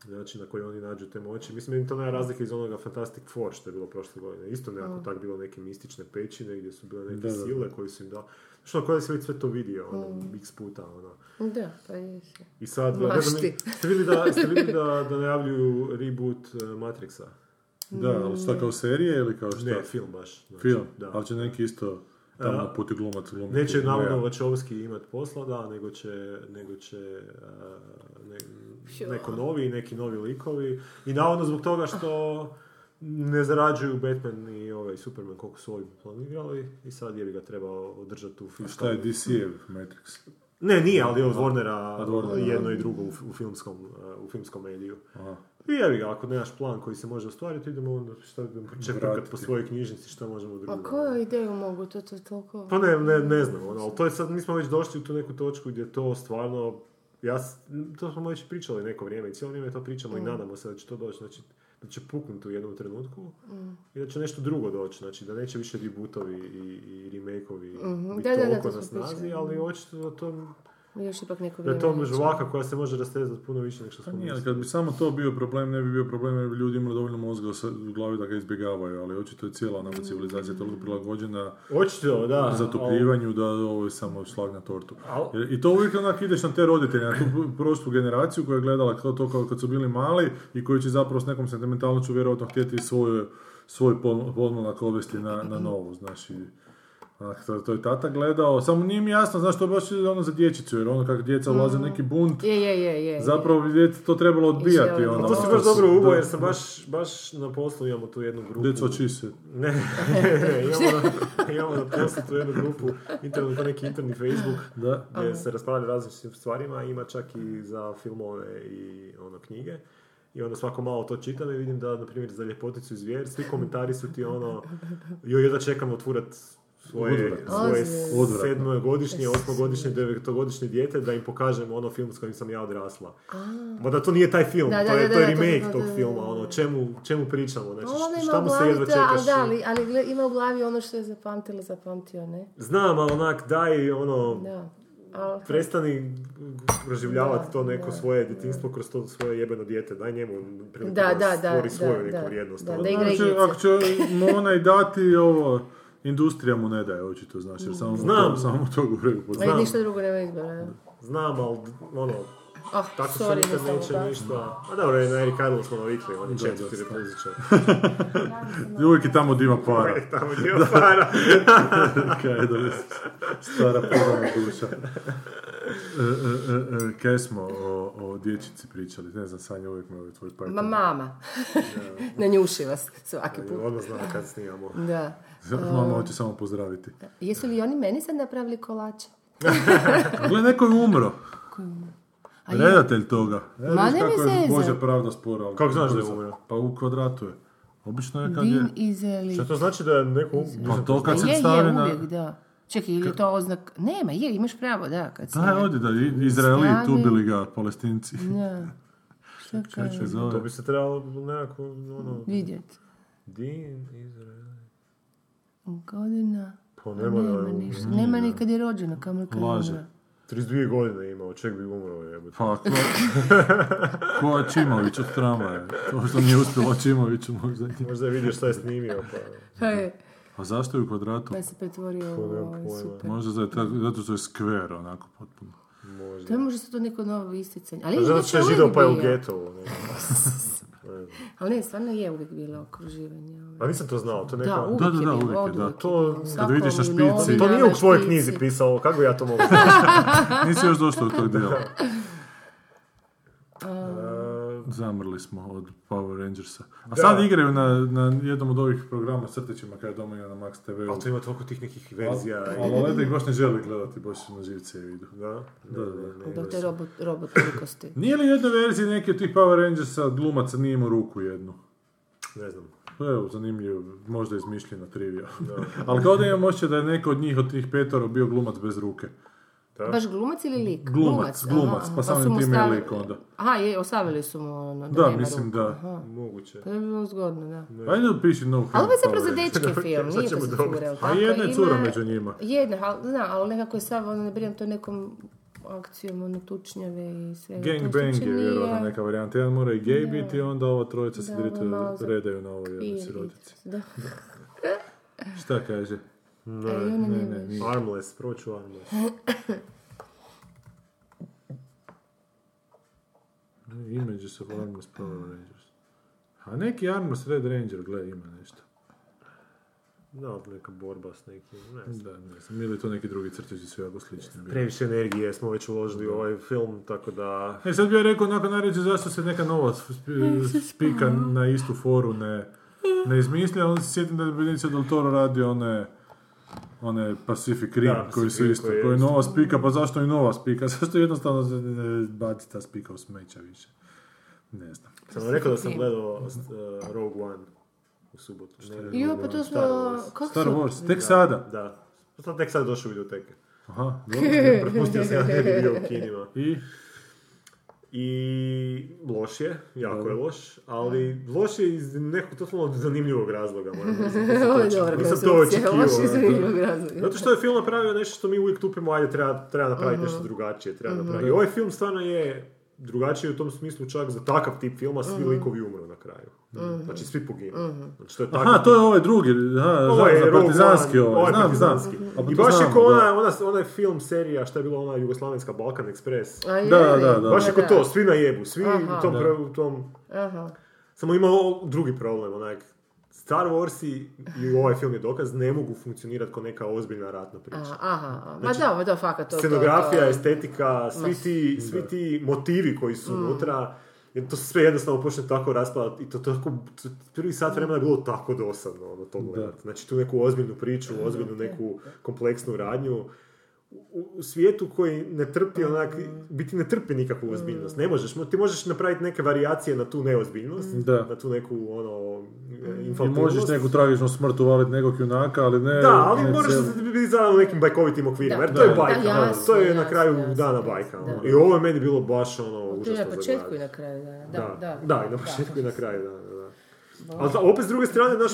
S7: način na koji oni nađu te moći. Mislim, meni to nema razlike iz onoga Fantastic Four što je bilo prošle godine. Isto nekako tak bilo neke mistične pećine gdje su bile neke
S6: Da, Mm. da, da.
S7: sile koje su im da... Što na koje se već sve to vidio, ono, x puta, ono.
S8: Da, pa je se.
S7: I sad,
S8: Baš
S7: ne znam,
S8: ti.
S7: ste vidjeli da, ste vidjeli da, da najavljuju reboot eh, Matrixa?
S6: Da, ali šta kao serije ili kao šta?
S7: Ne, film baš. znači,
S6: Film,
S7: da.
S6: ali će neki isto tamo
S7: A,
S6: na puti glumac glumiti.
S7: Neće
S6: Ne,
S7: navodno Vačovski imat posla, da, nego će, nego će uh, ne- neko novi, neki novi likovi. I navodno zbog toga što ne zarađuju Batman i ovaj Superman koliko su ovi planirali i sad je bi ga trebao održati u filmu.
S6: Šta je DC-ev Matrix?
S7: Ne, nije, ali je od Warnera,
S6: Od Warnera,
S7: jedno
S6: da.
S7: i drugo u, f- u filmskom, uh, u filmskom mediju.
S6: Aha.
S7: I jebi ga, ako nemaš plan koji se može ostvariti, idemo onda šta idemo čeprkat po
S6: Vratiti.
S7: svojoj knjižnici što možemo drugo.
S9: A Pa koju ideju mogu, to to je toliko...
S7: Pa ne, ne, ne znam, ono, ali to je sad, mi smo već došli u tu neku točku gdje to stvarno, ja, s- to smo već pričali neko vrijeme i cijelo vrijeme to
S9: Mm.
S7: pričamo i nadamo se da će to doći, znači da će puknuti u jednom trenutku
S9: Mm.
S7: i da će nešto drugo doći, znači da neće više rebootovi i, i remake-ovi biti
S9: Mhm. Da, da, da,
S7: toliko
S9: to smo
S7: na snazi,
S9: pričali.
S7: ali očito da to,
S9: Još ipak neko
S7: da je
S9: vrijeme.
S7: to žvaka koja se može rastezati puno više nego što
S6: Pa
S7: smo
S6: nije, ali
S7: mislili.
S6: kad bi samo to bio problem, ne bi bio problem jer bi ljudi imali dovoljno mozga sa- u glavi da ga izbjegavaju, ali očito je cijela nama civilizacija toliko prilagođena
S7: Očito, da.
S6: zatupljivanju da ovo je samo šlag na tortu.
S7: Al-
S6: Jer- I to uvijek onak ideš na te roditelje, na tu prostu generaciju koja je gledala to, to kao kad su bili mali i koji će zapravo s nekom sentimentalnošću vjerojatno htjeti svoju, svoj pon- podmladak odvesti na, na novu, znaš. i onak, to, to je tata gledao, samo nije mi jasno, znaš, to je baš ono za dječicu, jer ono kako djeca ulaze u neki bunt,
S9: Je, je, je, je.
S6: zapravo bi djeca to trebalo odbijati.
S9: Izjavljeno.
S6: Ono,
S7: Ali to si baš dobro ubo, jer sam baš, baš na poslu imamo tu jednu grupu.
S6: Djeco čise.
S7: Ne, ne, E, imamo, na- imamo na poslu tu jednu grupu, internet, to neki interni Facebook,
S6: Da.
S7: gdje se raspravlja o različitim stvarima, ima čak i za filmove i ono, knjige. I onda svako malo to čitam i vidim da, na primjer, za ljepoticu i zvijer, svi komentari su ti ono, joj, jedva čekam otvorat svoje,
S6: Odvratno.
S7: svoje
S6: Odvratno.
S7: sedmogodišnje, osmogodišnje, devetogodišnje dijete da im pokažem ono film s kojim sam ja odrasla. Ma da to nije taj film,
S9: Da, da,
S7: to je,
S9: da,
S7: to je
S9: da, da,
S7: remake
S9: da, da,
S7: tog
S9: da, da. Pa
S7: filma, ono, čemu, čemu pričamo, znači,
S9: Ona ima
S7: šta
S9: u
S7: mu se jedva
S9: glavi, da, ali,
S7: čekaš?
S9: da, ali, ali gle- ima u glavi ono što je zapamtila, zapamtio, ne?
S7: Znam, ali onak, daj, ono,
S9: Da.
S8: ali...
S7: Prestani proživljavati
S8: Da,
S7: to neko
S8: da,
S7: svoje djetinstvo kroz to svoje jebeno dijete. Daj njemu priliku
S8: Da, da, da,
S7: stvori
S8: da,
S7: svoju
S8: da,
S7: neku vrijednost.
S8: da,
S7: Ono,
S8: da igra
S6: Znači,
S8: igrice.
S6: ako će mu onaj dati ovo, industrija mu ne daje, očito, znači, jer samo mu
S7: Znam.
S6: to, samo mu to guraju po
S8: Ali ništa drugo nema izbora, da.
S7: Znam, ali ono,
S8: Ah,
S7: tako se
S8: sorry,
S7: nikad
S8: nisam
S7: neće
S8: mogla.
S7: ništa. A dobro, je na Eric Idle smo navikli, on je četvrti
S6: da.
S7: repulzičar.
S6: Uvijek je tamo dima para.
S7: Tamo Pa, je dio para.
S6: Kaj da stara pogana duša. E, e, e, e, Kaj smo o, o dječici pričali? Ne znam, Sanja, uvijek me ovaj tvoj pajton.
S8: Ma mama. Nanjuši vas svaki put.
S7: Odmah znam kad snimamo.
S8: Da.
S6: Mama hoće samo pozdraviti.
S8: Jesu li oni meni sad napravili kolače?
S6: Gle, neko je umro.
S9: A je,
S6: Redatelj toga. E,
S9: Ma
S6: vidiš
S9: nema
S6: kako je
S9: veze.
S6: Bože pravda spora. ali
S7: Kako znaš da je
S6: brzo.
S7: umro?
S6: Pa u kvadratu je. Obično je kad je...
S9: Vin Izeli.
S7: Što to znači da je neko...
S6: Pa to kad se
S9: je,
S6: stavi
S9: je,
S6: na...
S9: uvijek, da. Čekaj, ili je to oznak... Nema, je, imaš pravo, da. Kad se...
S6: Da, je, ovdje da i- Izraeli
S9: Stavi.
S6: tu bili ga, palestinci.
S9: Da. Šta
S6: Kako se
S9: kaže?
S7: To
S6: zove?
S7: bi se trebalo nekako, ono...
S9: Vidjet.
S7: Din, Izrael...
S9: Godina.
S7: Pa nema da
S9: Nema
S7: je umro.
S9: ništa. Nema ni kad je rođeno, kamoli kad je
S6: Laže.
S9: umro.
S7: 32 godine je imao, ček bi umro jebote.
S6: Pa, ko, ko je Čimović od tramvaja? To što nije uspjelo Čimoviću možda. i-
S7: Možda je vidio šta je snimio, pa...
S9: Pa je,
S6: A zašto je u kvadratu?
S8: Да
S9: pa se pretvorio u
S7: nemam
S9: ovaj
S7: pojma.
S9: super.
S6: Možda zato, zato što je skver onako potpuno.
S7: Možda.
S9: To je
S8: да
S9: možda sad to neko novo isticanje. Ali
S7: Zato
S8: значи
S9: inače
S7: što je
S9: uvijek
S7: židov pa je u
S9: bio.
S7: getovu. ne.
S9: Ali ne, stvarno je uvijek bilo okruživanje. ovaj.
S7: A Pa nisam to znao,
S8: Да,
S7: to neka...
S9: Da,
S6: Da,
S9: uvijek
S6: da,
S9: je
S6: da,
S9: bilo,
S6: uvijek je,
S9: oduvijek
S6: da.
S9: je
S7: To-
S9: bilo.
S6: kad vidiš na
S9: Svakom
S6: špici-
S7: To
S9: novinaru
S7: nije
S9: na
S7: u tvojoj
S9: špici.
S7: knjizi pisalo, kako bi ja to mogu E, znati?
S6: Nisi još došla do tog dijela.
S7: E,
S6: Zamrli smo od Power Rangersa. A sad igraju na, na jednom od ovih programa crtećima kada je doma igra na Max TV.
S7: Ali to ima toliko tih nekih verzija i...
S6: Ali Leda ih baš ne želi gledati, baš na živce je vidu.
S7: Da, da, da.
S9: Da, to je robot, robot velikosti.
S6: Nije li jedna verzija neki od tih Power Rangersa glumaca nije imao ruku jednu?
S7: Ne znam.
S6: Pa Evo, zanimljivo, možda izmišljena trivija. Ali kao da imam osjećaj da je neko od njih, od tih petoro, bio glumac bez ruke.
S9: Baš glumac ili lik?
S6: Glumac,
S9: aha,
S6: glumac,
S9: aha.
S6: pa
S8: Па
S6: samim
S9: su mu
S6: time je
S9: stavili-
S6: lik onda.
S9: Aha, je, ostavili su mu
S8: да
S9: ono, da,
S6: Da,
S9: nema
S6: mislim
S9: ruku.
S6: da. Pa
S9: Aha.
S7: Moguće.
S9: To je bilo zgodno, da.
S6: Ajde upiši no
S9: Ali
S6: Hand
S9: ovo je zapravo
S6: Power
S9: za
S6: Rangers.
S9: dečke film,
S7: Šta
S9: nije to
S7: ćemo
S9: za
S7: dobiti?
S9: cure, jel
S6: A
S8: Така
S9: tako?
S6: jedna je
S9: Ima-
S6: cura među njima.
S9: Jedna, ali, da, ali nekako je sav, ono, ne brinem to nekom akcijom, ono, tučnjave i sve.
S6: Gangbang je vjerojatno neka varijanta. Jedan mora i gay biti, onda ova trojica se
S9: Da,
S6: dirite-
S9: ono malo za-
S6: redaju na ovoj jednoj sirotici.
S9: Da.
S6: Šta kaže?
S9: E, i ona
S6: Ne,
S9: nije
S6: ne, nije.
S7: Armless, prvo ću Armless.
S6: Images of Armors Power Rangers. A neki Armors Red Ranger, gle, ima nešto.
S7: Da, ali neka borba s nekim, ne znam.
S6: Da, ne znam, ili to neki drugi crteži su jako slični. bili.
S7: Previše energije smo već uložili u ovaj film, tako da...
S6: E, sad bih ja rekao nakon najređe zašto se neka nova sp- spika na istu foru ne, ne izmislja, onda se sjetim da je Benicio del Toro radio one one Pacific Rim
S7: Da,
S6: koji su
S7: Pacific
S6: isto,
S7: koji je
S6: koji je
S7: isto.
S6: nova spika, pa zašto i nova spika, zašto jednostavno se ne baci ta spika u smeća više. Ne znam.
S7: Sam vam rekao da sam gledao uh, Rogue One u subotu. Ne,
S9: Jo, pa to smo...
S7: ono, Star Wars.
S9: Kako
S6: Star
S9: su-
S6: Wars, tek sada.
S7: Da. Pa Sad tek sad došao u videoteke.
S6: Aha, dobro.
S7: Prepustio sam ja ne bi bio u kinima.
S6: I
S7: I loš je, jako je loš, ali loš je iz nekog totalno zanimljivog razloga. moram reći.
S9: Ovo je dobra
S7: Nisam to ono.
S9: konstrukcija,
S7: očekivao,
S9: baš iz
S7: da.
S9: zanimljivog razloga.
S7: Zato što je film napravio nešto što mi uvijek tupimo, ajde, treba, treba napraviti nešto drugačije, treba napraviti. I ovaj film stvarno je drugačiji u tom smislu čak za takav tip filma svi likovi umru na kraju. Znači svi poginu. Znači to je takav
S6: Aha, to je ovaj drugi, aha,
S7: Ovo je
S6: za
S7: Rogue
S6: partizanski
S7: One,
S6: ovaj, znam, znam.
S7: partizanski.
S6: A pa
S7: I
S6: to
S7: baš je
S6: znamo,
S7: ko
S6: da.
S7: ona, ona, onaj film, serija, šta je bila ona jugoslavenska Balkan Express.
S9: A je
S6: Da, da,
S9: li?
S6: da, da.
S7: Baš je ko
S9: da.
S7: to, svi na jebu, svi
S9: Aha.
S7: u tom, pro- u tom...
S9: Aha.
S7: Samo ima o- drugi problem, onak. Star Wars i, i ovaj film je dokaz, ne mogu funkcionirati kao neka ozbiljna ratna priča.
S9: Aha, aha. Ma da, ma da, fakat to... to-
S7: Znači, Scenografija,
S9: to-
S7: estetika, svi ti, svi ti motivi koji su
S9: Mm.
S7: unutra, jer to se sve jednostavno počne tako raspadati i to tako, to- prvi
S9: Mm.
S7: sat vremena je bilo tako dosadno ono, to gledat. Znači tu neku ozbiljnu priču, ozbiljnu neku kompleksnu radnju, u, u svijetu koji ne trpi
S9: Mm.
S7: onak, biti ne trpi nikakvu ozbiljnost. Ne možeš, mo- ti možeš napraviti neke varijacije na tu neozbiljnost,
S9: Mm.
S6: Da.
S7: na tu neku ono,
S6: I
S7: infantilnost.
S6: možeš neku tragičnu smrt uvaliti nekog junaka, ali ne...
S7: Da, ali
S6: ne
S7: moraš
S6: cijelu-
S7: biti zadan u nekim bajkovitim okvirima,
S9: Da.
S7: jer to je
S9: E, Da,
S7: bajka,
S9: da,
S7: ono,
S9: jasno,
S7: to je na
S9: jasno,
S7: kraju
S9: jasno,
S7: dana
S9: jasno,
S7: bajka. ono.
S9: da.
S7: I ovo je meni bilo baš ono
S9: To je
S7: užasno
S9: na
S7: za
S9: početku i
S7: gledat.
S9: na kraju, da. Da, da.
S7: Da, i na početku i na kraju, da, da, da. Ali za- opet s druge strane, znaš,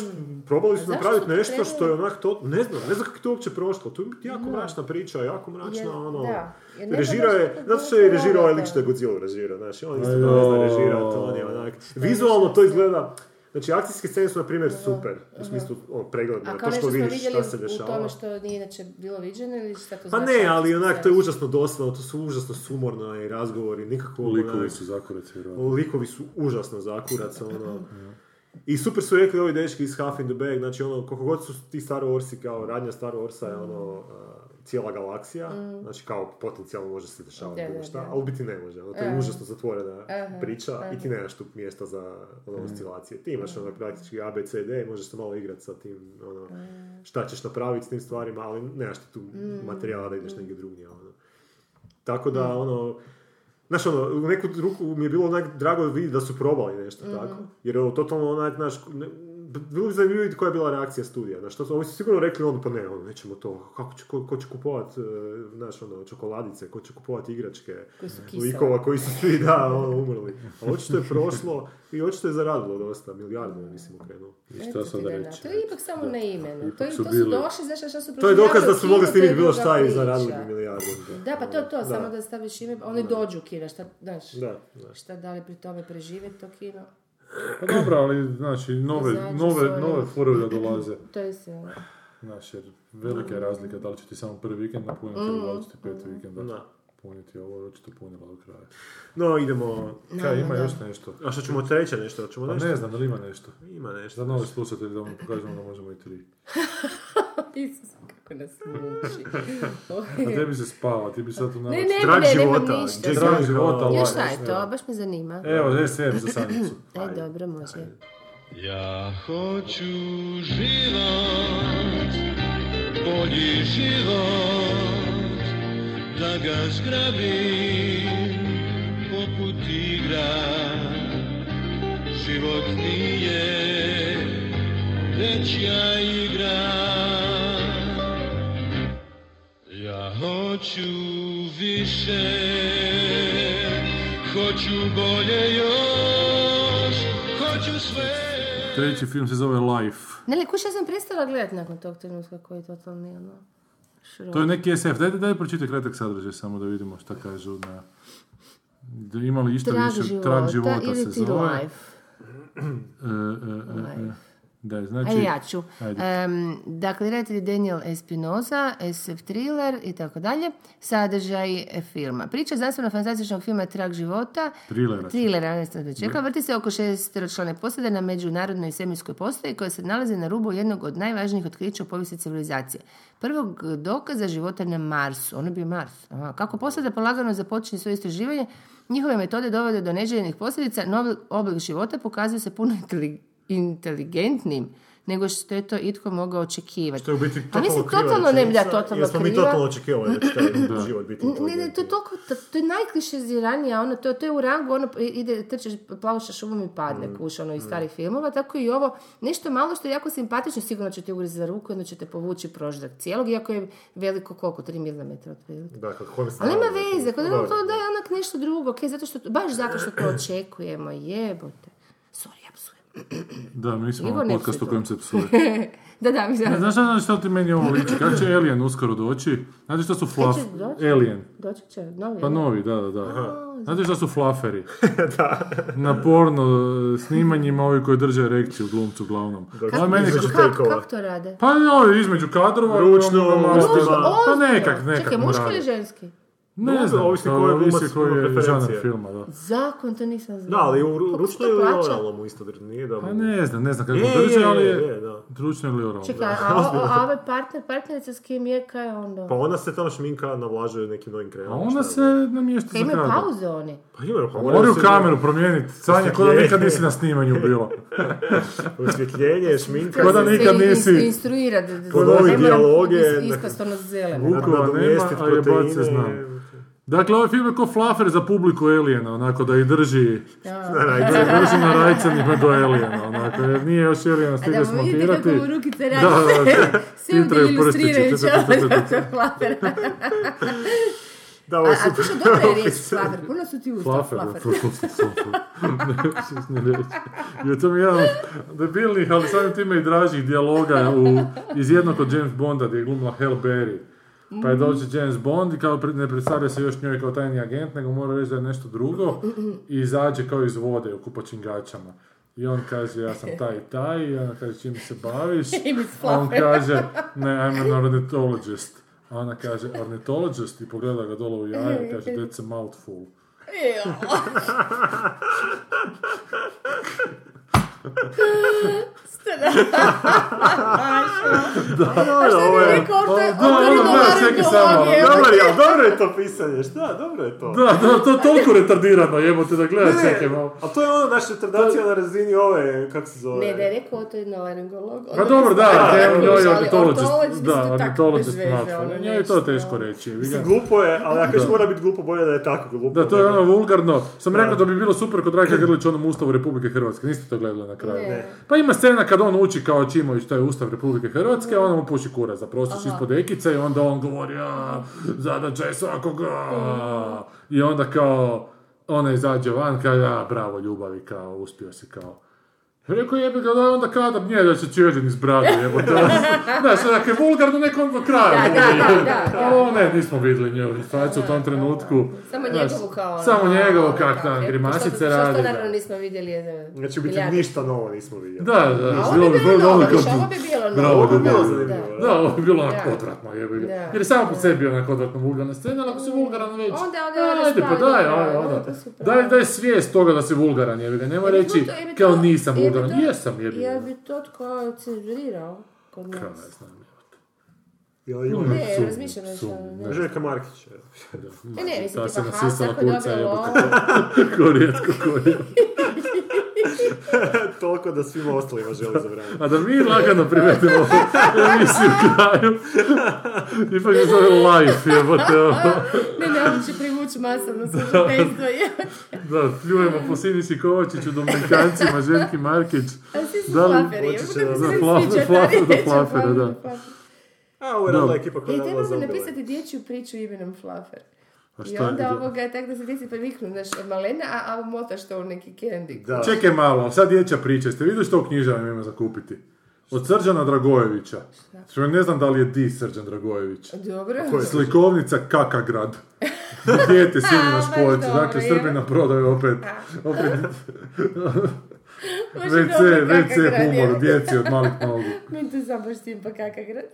S7: probali su
S10: Mm. Zašto
S7: napraviti
S10: su
S7: nešto
S10: krenuli?
S7: što je onak to, ne znam, ne znam kako je to uopće prošlo, to je jako mračna priča, jako mračna,
S10: Je,
S7: ono,
S10: da. Jer ne znam
S7: režirao
S10: baš
S7: je,
S10: kako
S7: zato što je
S10: zvuči,
S7: režirao ovaj
S10: da.
S7: lik što je Godzilla režirao, znaš, on isto
S6: Ajo.
S7: grozno režirao, to on je onak, vizualno to izgleda, znači akcijske scene su na primjer super, u smislu ono, pregledno,
S10: A
S7: je,
S10: kao
S7: točno
S10: nešto smo
S7: vidiš šta se
S10: vidjeli u
S7: dešava.
S10: tome što nije inače bilo viđeno ili šta to
S7: Pa
S10: znači?
S7: ne, ali onak, to je užasno dosadno, to su užasno sumorno i razgovori, nikako
S6: Likovi su zakurac, vjerojatno.
S7: Ono, Likovi su užasno zakurac, ono. I super su rekli ovi dečki iz Half in the Bag, znači ono, koliko god su ti Star Warsi kao radnja Star Warsa je ono,
S10: Mm.
S7: a, cijela galaksija, znači kao potencijalno može se dešavati
S10: Da,
S7: bilo
S10: da,
S7: šta,
S10: da. Eh.
S7: ali u biti ne može, ono, to je
S10: Aha.
S7: užasno zatvorena
S10: Aha,
S7: priča i
S10: eh.
S7: ti nemaš tu mjesta za
S10: Mm.
S7: ono, oscilacije. Ti imaš ono praktički A, B, C, D, možeš se malo igrati sa tim, ono,
S10: Mm.
S7: šta ćeš napraviti s tim stvarima, ali nemaš ti tu materijala da
S10: Mm.
S7: ideš negdje drugdje, ono. Tako da, ono, Znaš, ono, u neku ruku mi je bilo onak drago vidjeti da su probali nešto
S10: Mhm.
S7: tako. Jer je ovo totalno onak, znaš, ne- b- bilo bi zanimljivo vidjeti koja je bila reakcija studija. Znaš, to su, ovi su sigurno rekli ono, pa ne, ono, nećemo to, kako će, ko, ko će kupovat, e, znaš, ono, čokoladice, ko će kupovat igračke, e,
S10: Koji su kisele.
S7: likova koji su svi, da, ono, umrli. A očito je prošlo i očito je zaradilo dosta, milijardu, je, mislim, okrenulo.
S6: I
S10: Eto
S6: šta
S10: ti
S6: sad da
S10: da, da.
S6: reći?
S10: To je ipak samo na imenu. To,
S6: Ipak
S10: i-
S6: su
S10: to su
S6: bili.
S10: došli, znaš šta su
S7: To je dokaz da su mogli
S10: prošli, to je
S7: snimiti bilo
S10: druga
S7: šta i
S10: priča.
S7: zaradili bi milijardu.
S10: Da, pa to to,
S7: Da.
S10: samo da staviš ime, pa oni dođu u kino, šta, znaš,
S7: Da, da.
S10: šta da li pri tome prežive to kino,
S6: Pa dobro, ali znači nove,
S10: Izađe
S6: nove,
S10: s onim.
S6: nove fore da dolaze.
S10: to je sve. ono.
S6: Znaš, jer velika je razlika da li će ti samo prvi vikend napuniti ili da li će ti pet vikenda
S7: Da.
S6: puniti. Ovo je očito punila do kraja.
S7: No, idemo...
S6: Kaj, ima još nešto?
S7: A što ćemo od treće nešto? Hoćemo
S6: Pa
S7: nešto?
S6: ne znam, ali ima nešto.
S7: Ima nešto.
S6: Za nove slušatelje da mu pokažemo da možemo i tri.
S10: Isus, kako nas muči.
S6: A tebi se spava, ti bi sad tu
S10: ne,
S6: naravno...
S10: ne, ne,
S7: Drag
S10: ne, nemam
S7: života,
S10: ništa.
S7: Jack
S6: Drag
S7: Black,
S6: života,
S7: ono,
S6: ovaj,
S8: Još šta je to?
S6: evo. E,
S8: Baš me zanima.
S6: Evo, SM za sanicu.
S8: E, dobro, može.
S3: Ja hoću život, bolji život, da ga zgrabim poput igra. Život nije dečja igra. Ja hoću više, hoću bolje još, hoću sve.
S6: Treći film se zove Life.
S8: Ne, li, kuća sam prestala gledat nakon tog trenutka koji je totalni, ono, šrot.
S6: To je neki SF. Dajte, dajte pročitaj kratak sadržaj samo da vidimo šta kažu na... Da ima li išta
S8: Trag
S6: više?
S8: života,
S6: Trag života
S8: ili
S6: se
S8: ti
S6: zove.
S8: life.
S6: E, e, e, e. Da, znači...
S8: Ajde, ja ću.
S6: Ajde.
S8: Em, dakle, redatelj je Daniel Espinoza, SF thriller i tako dalje. Sadržaj e, filma. Priča znanstveno-fantastičnog filma Trag života.
S6: Trilera.
S8: Trilera, ne sam već rekla. Vrti se oko šesteročlane posade na međunarodnoj svemirskoj postaji koja se nalazi na rubu jednog od najvažnijih otkrića u povijesti civilizacije. Prvog dokaza života na Marsu. Ono je bio Mars. Aha. Kako posada polagano započinje svoje istraživanje, njihove metode dovode do neželjenih posljedica, novi oblik života pokazuje se puno inteli- inteligentnim nego što je to itko mogao očekivati.
S7: To je u biti
S8: A
S7: totalno
S8: Pa mislim,
S7: kriva
S8: totalno ne, da,
S7: rečenica,
S8: totalno
S7: jer smo mi
S8: kriva.
S7: totalno očekivali da će taj život biti
S8: Ne, ne, to je toliko, to, to je najklišeziranija, ono, to, to je u rangu, ono, i- ide, trčeš, plavuša šumom i padne,
S7: Mm,
S8: kuš, ono, iz starih filmova, tako i ovo, nešto malo što je jako simpatično, sigurno će te ugrizi za ruku, onda će te povući proždak cijelog, iako je veliko, koliko, 3 mm otprilike.
S7: Da, kako Holmes
S8: Ali nema
S7: nalazi,
S8: veze, kod
S7: dobro.
S8: onog to da je onak nešto drugo, okej, zato što, baš zato što to očekujemo, jebote. Sorry, ja psujem.
S6: Da, mi smo
S8: Igor
S6: na
S8: ne
S6: podcastu u
S8: psuje to.
S6: kojem se psuje.
S8: Da, da, mi
S6: Ne,
S8: znam.
S6: znaš šta, znaš šta ti meni ovo liči? Kad će Alien uskoro doći? Znate šta su flaf...
S8: Kad će doći?
S6: Alien.
S8: Doći će, novi.
S6: Pa
S8: jel?
S6: novi, da, da, da. Znate šta su flaferi? Na porno e, snimanjima ovi koji drže erekciju glumcu glavnom.
S7: Kako-
S6: A pa meni-
S7: između
S8: Kako- kako-
S7: tekova.
S8: kako to rade?
S6: Pa ovi između kadrova...
S7: Ručno,
S6: ono, ono,
S7: Ručno,
S6: ono,
S7: ozbiljno?
S6: Pa
S8: Ozbiljno?
S6: nekak, nekak
S8: Čekaj,
S6: mu
S8: muški
S6: rade.
S8: ili ženski?
S6: Ne znam,
S7: Ovisi
S6: to
S7: koji je glumac,
S6: ovisi koji
S7: ono, ima
S6: je žanr
S7: preferencije.
S6: filma, da.
S8: Zakon, to nisam znala.
S7: Da, ali u ru-
S8: Koliko se
S7: ručno
S8: to
S7: ili
S8: plaća?
S7: oralno mu isto drži, nije da mu...
S6: Pa ne znam, ne znam kako
S7: Je,
S6: drže,
S7: je,
S6: ali
S7: je, je,
S6: je...
S7: da.
S6: Ručno ili oralno.
S8: Čekaj, a, a, a ovaj partner, partnerica s kim je, kaj je onda?
S7: Pa ona se tamo šminka navlažuje nekim novim
S6: A
S7: kremom. šta
S6: ona
S7: ja
S6: se
S7: znam.
S6: namješta
S8: Kaj
S6: za
S8: imaju
S6: kadar.
S8: pauze oni?
S7: Pa imaju, pa ona
S6: Moraju
S7: se-
S6: kameru promijeniti. Sanja, ko da
S7: Je.
S6: nikad nisi na snimanju bila.
S7: Osvjetljenje, šminka...
S6: Ko da
S8: se
S6: nikad
S8: in-
S6: nisi-
S8: in- instruira da, da,
S7: Kod
S8: da-
S7: ovih
S8: ne moram
S7: dijaloge,
S8: is-
S7: da-
S8: ispast ono zeleno.
S6: Vukova nema,
S7: nadomjestit
S6: a jebat se
S7: proteine.
S6: znam. Dakle, ovaj film je ko flafer za publiku Aliena, onako da ih drži, da ih drži na rajcanima do Aliena, onako, jer nije još Aliena
S8: A da
S6: stigao
S8: mu vidite kako
S6: smontirati.
S8: mu rukice radi,
S6: Da, da, da.
S8: sve
S6: Titraju
S8: ovdje ilustriraju
S6: prstići,
S8: čelo
S6: ču, ču, ču, ču, ču.
S8: da se flapera.
S7: Da,
S8: A,
S7: ovo je
S8: a
S7: super.
S8: ti što dobro je riječ,
S7: Opis.
S8: fluffer, puno su ti usta,
S6: Fluffer,
S8: fluffer.
S6: ne reći. I u tom jedan od debilnih, ali samim time i dražih dijaloga u, iz jednog od James Bonda gdje je glumila Halle Berry. Pa je dođe James Bond i kao pre- ne predstavlja se još njoj kao tajni agent, nego mora reći da je nešto drugo i izađe kao iz vode u kupačingačama. I on kaže, ja sam taj i taj, i ona kaže, čim se baviš?
S8: I Miss
S6: A on
S8: Fluffer.
S6: kaže, ne, I'm an ornithologist. A ona kaže, ornithologist? I pogleda ga dole u jaje i kaže, that's a mouthful.
S8: Ejo. Stara.
S7: Da, da, ovo je...
S8: Rekao, ovo je-
S6: da,
S8: ovo je
S6: ono, da,
S8: dobar
S6: čekaj
S8: odgovor,
S6: samo,
S8: je.
S7: Dobar je, ali dobro je to pisanje, šta, dobro je to.
S6: Da, da, to je toliko retardirano, jebote, da gledaš
S7: Ne,
S6: čekaj malo.
S7: a to je ono naša retardacija na razini ove, kako se zove?
S8: Ne, da je rekao to je laringolog.
S6: Pa dobro, da,
S7: da,
S6: da,
S7: da,
S6: njoj je
S8: ali
S6: ornitologist,
S8: ornitologist
S6: da,
S8: isto tako
S6: ornitologist
S8: bez veze, ono,
S6: smartphone, njoj je to
S8: nešto.
S6: teško reći. jebi ga.
S7: Mislim, glupo je, ali ako još mora biti glupo, bolje da je tako glupo.
S6: Da, to je
S7: nego-
S6: ono vulgarno. Sam rekao da bi bilo super kod Rajka Grlić ono u onom Ustavu Republike Hrvatske. Niste to gledali na kraju.
S8: Ne.
S6: Pa ima scena kad on uči kao Čimović, to je Ustav Republike Hrvatske, a ona mu puši kura za prosjeć ispod ekice i onda on govori, a, zadaća je svakoga.
S8: Mm.
S6: I onda kao, ona izađe van, kaže, a, bravo ljubavi, kao, uspio si, kao. Rekao jebi ga, da onda kada nje da će čežen iz brade, jebote. Znaš, onak je vulgarno nekom do kraja.
S8: Da, da,
S6: govori.
S8: da, da, da.
S6: Ali ovo ne, nismo vidjeli njegovu facu u tom trenutku.
S8: Samo
S6: Znaš,
S8: njegovu kao... ono,
S6: Samo njegovu
S8: ono,
S6: kak
S8: kao,
S6: nam
S8: rekao, što-
S6: grimasice
S8: Što
S6: radi.
S8: to naravno
S6: da.
S8: nismo vidjeli. je da-
S7: Neće Znači, biti
S8: milijarde.
S7: ništa novo, nismo vidjeli.
S6: Da, da,
S8: A Ovo
S6: bilo
S8: bi
S6: bi
S8: bilo
S6: bilo
S8: novo,
S6: kao
S8: više,
S6: tu.
S8: ovo bi bilo novo.
S6: Bravo,
S7: Ovo je bilo
S6: Da.
S7: zanimljivo.
S6: Da, ovo bi bilo onako
S8: Da.
S6: odvratno, jebi ga.
S8: Da. Mm.
S6: Jer je samo po sebi onako odvratno vulgarna scena, ali ako si vulgaran već,
S8: Onda- onda
S6: ajde, pa
S8: raspravlja,
S6: daj,
S8: da,
S6: aj,
S8: da,
S6: onda.
S8: to si u pravu.
S6: Daj, daj svijest toga da si vulgaran, jebi ga. Nemoj
S8: Jer bi
S6: Pa reći
S8: to- jer bi
S6: kao
S8: to-
S6: nisam
S8: jer bi
S6: vulgaran.
S8: to-
S6: Jesam, jebi ga.
S8: Ja bi to tko cenzurirao kod
S6: Kaj
S8: nas.
S6: znam, jebote.
S7: Ja imam...
S8: Ne,
S6: Sumnjam,
S8: razmišljam nešto,
S6: sumnjam,
S8: ne.
S6: ne.
S7: Željka Markić. evo.
S8: Ne, ne, mislim,
S6: Ta se
S8: tipa, ha,
S6: nasisala
S8: tako je
S6: kurca,
S8: dobro,
S6: jebote. Ko
S8: ovo.
S6: rijetko koji.
S7: Toliko da svima ostalima želi zabraniti.
S6: A da mi lagano privedemo ovu emisiju kraju. Ipak je zove life, jebote. ono. ovo.
S8: Ne, ne, ovo će privući ono, masovno služiteljstvo.
S6: Da, pljujemo po Sinici Kovačiću, Dominikancima, Željki Markić.
S8: A svi su
S6: Da li-
S8: flaferi,
S7: Hoće
S8: jebote,
S7: se
S8: kako
S7: da-
S8: se
S6: Flafer,
S8: meni
S6: flafer
S8: sviđa ta
S6: do
S8: riječ,
S6: flafera,
S8: flafer,
S6: da.
S8: flafer.
S7: A, ovo je radila
S6: Dobro.
S7: ekipa
S8: E,
S7: koja je radila
S8: trebalo bi
S7: zombile.
S8: napisati dječju priču imenom Flafer.
S6: A
S8: I
S6: šta je-
S8: onda ovoga, tako da se djeci priviknu, znaš, od malena, a, a motaš to u neki candy.
S7: Da.
S6: Čekaj malo, sad dječja priča. Ste vidjeli što u knjižarama ima za kupiti? Od Srđana Dragojevića. Što ne znam da li je di Srđan Dragojević.
S8: Dobro.
S6: Slikovnica Kakagrad. Dijete sili na
S8: Baš
S6: školjcu.
S8: dobro,
S6: Dakle,
S8: je.
S6: Srbina prodaju opet, opet
S8: Može
S6: WC,
S8: dobro, kakav
S6: WC
S8: grad je.
S6: humor djeci od malih nogu.
S8: Meni to sam baš simpa pa kakav grad.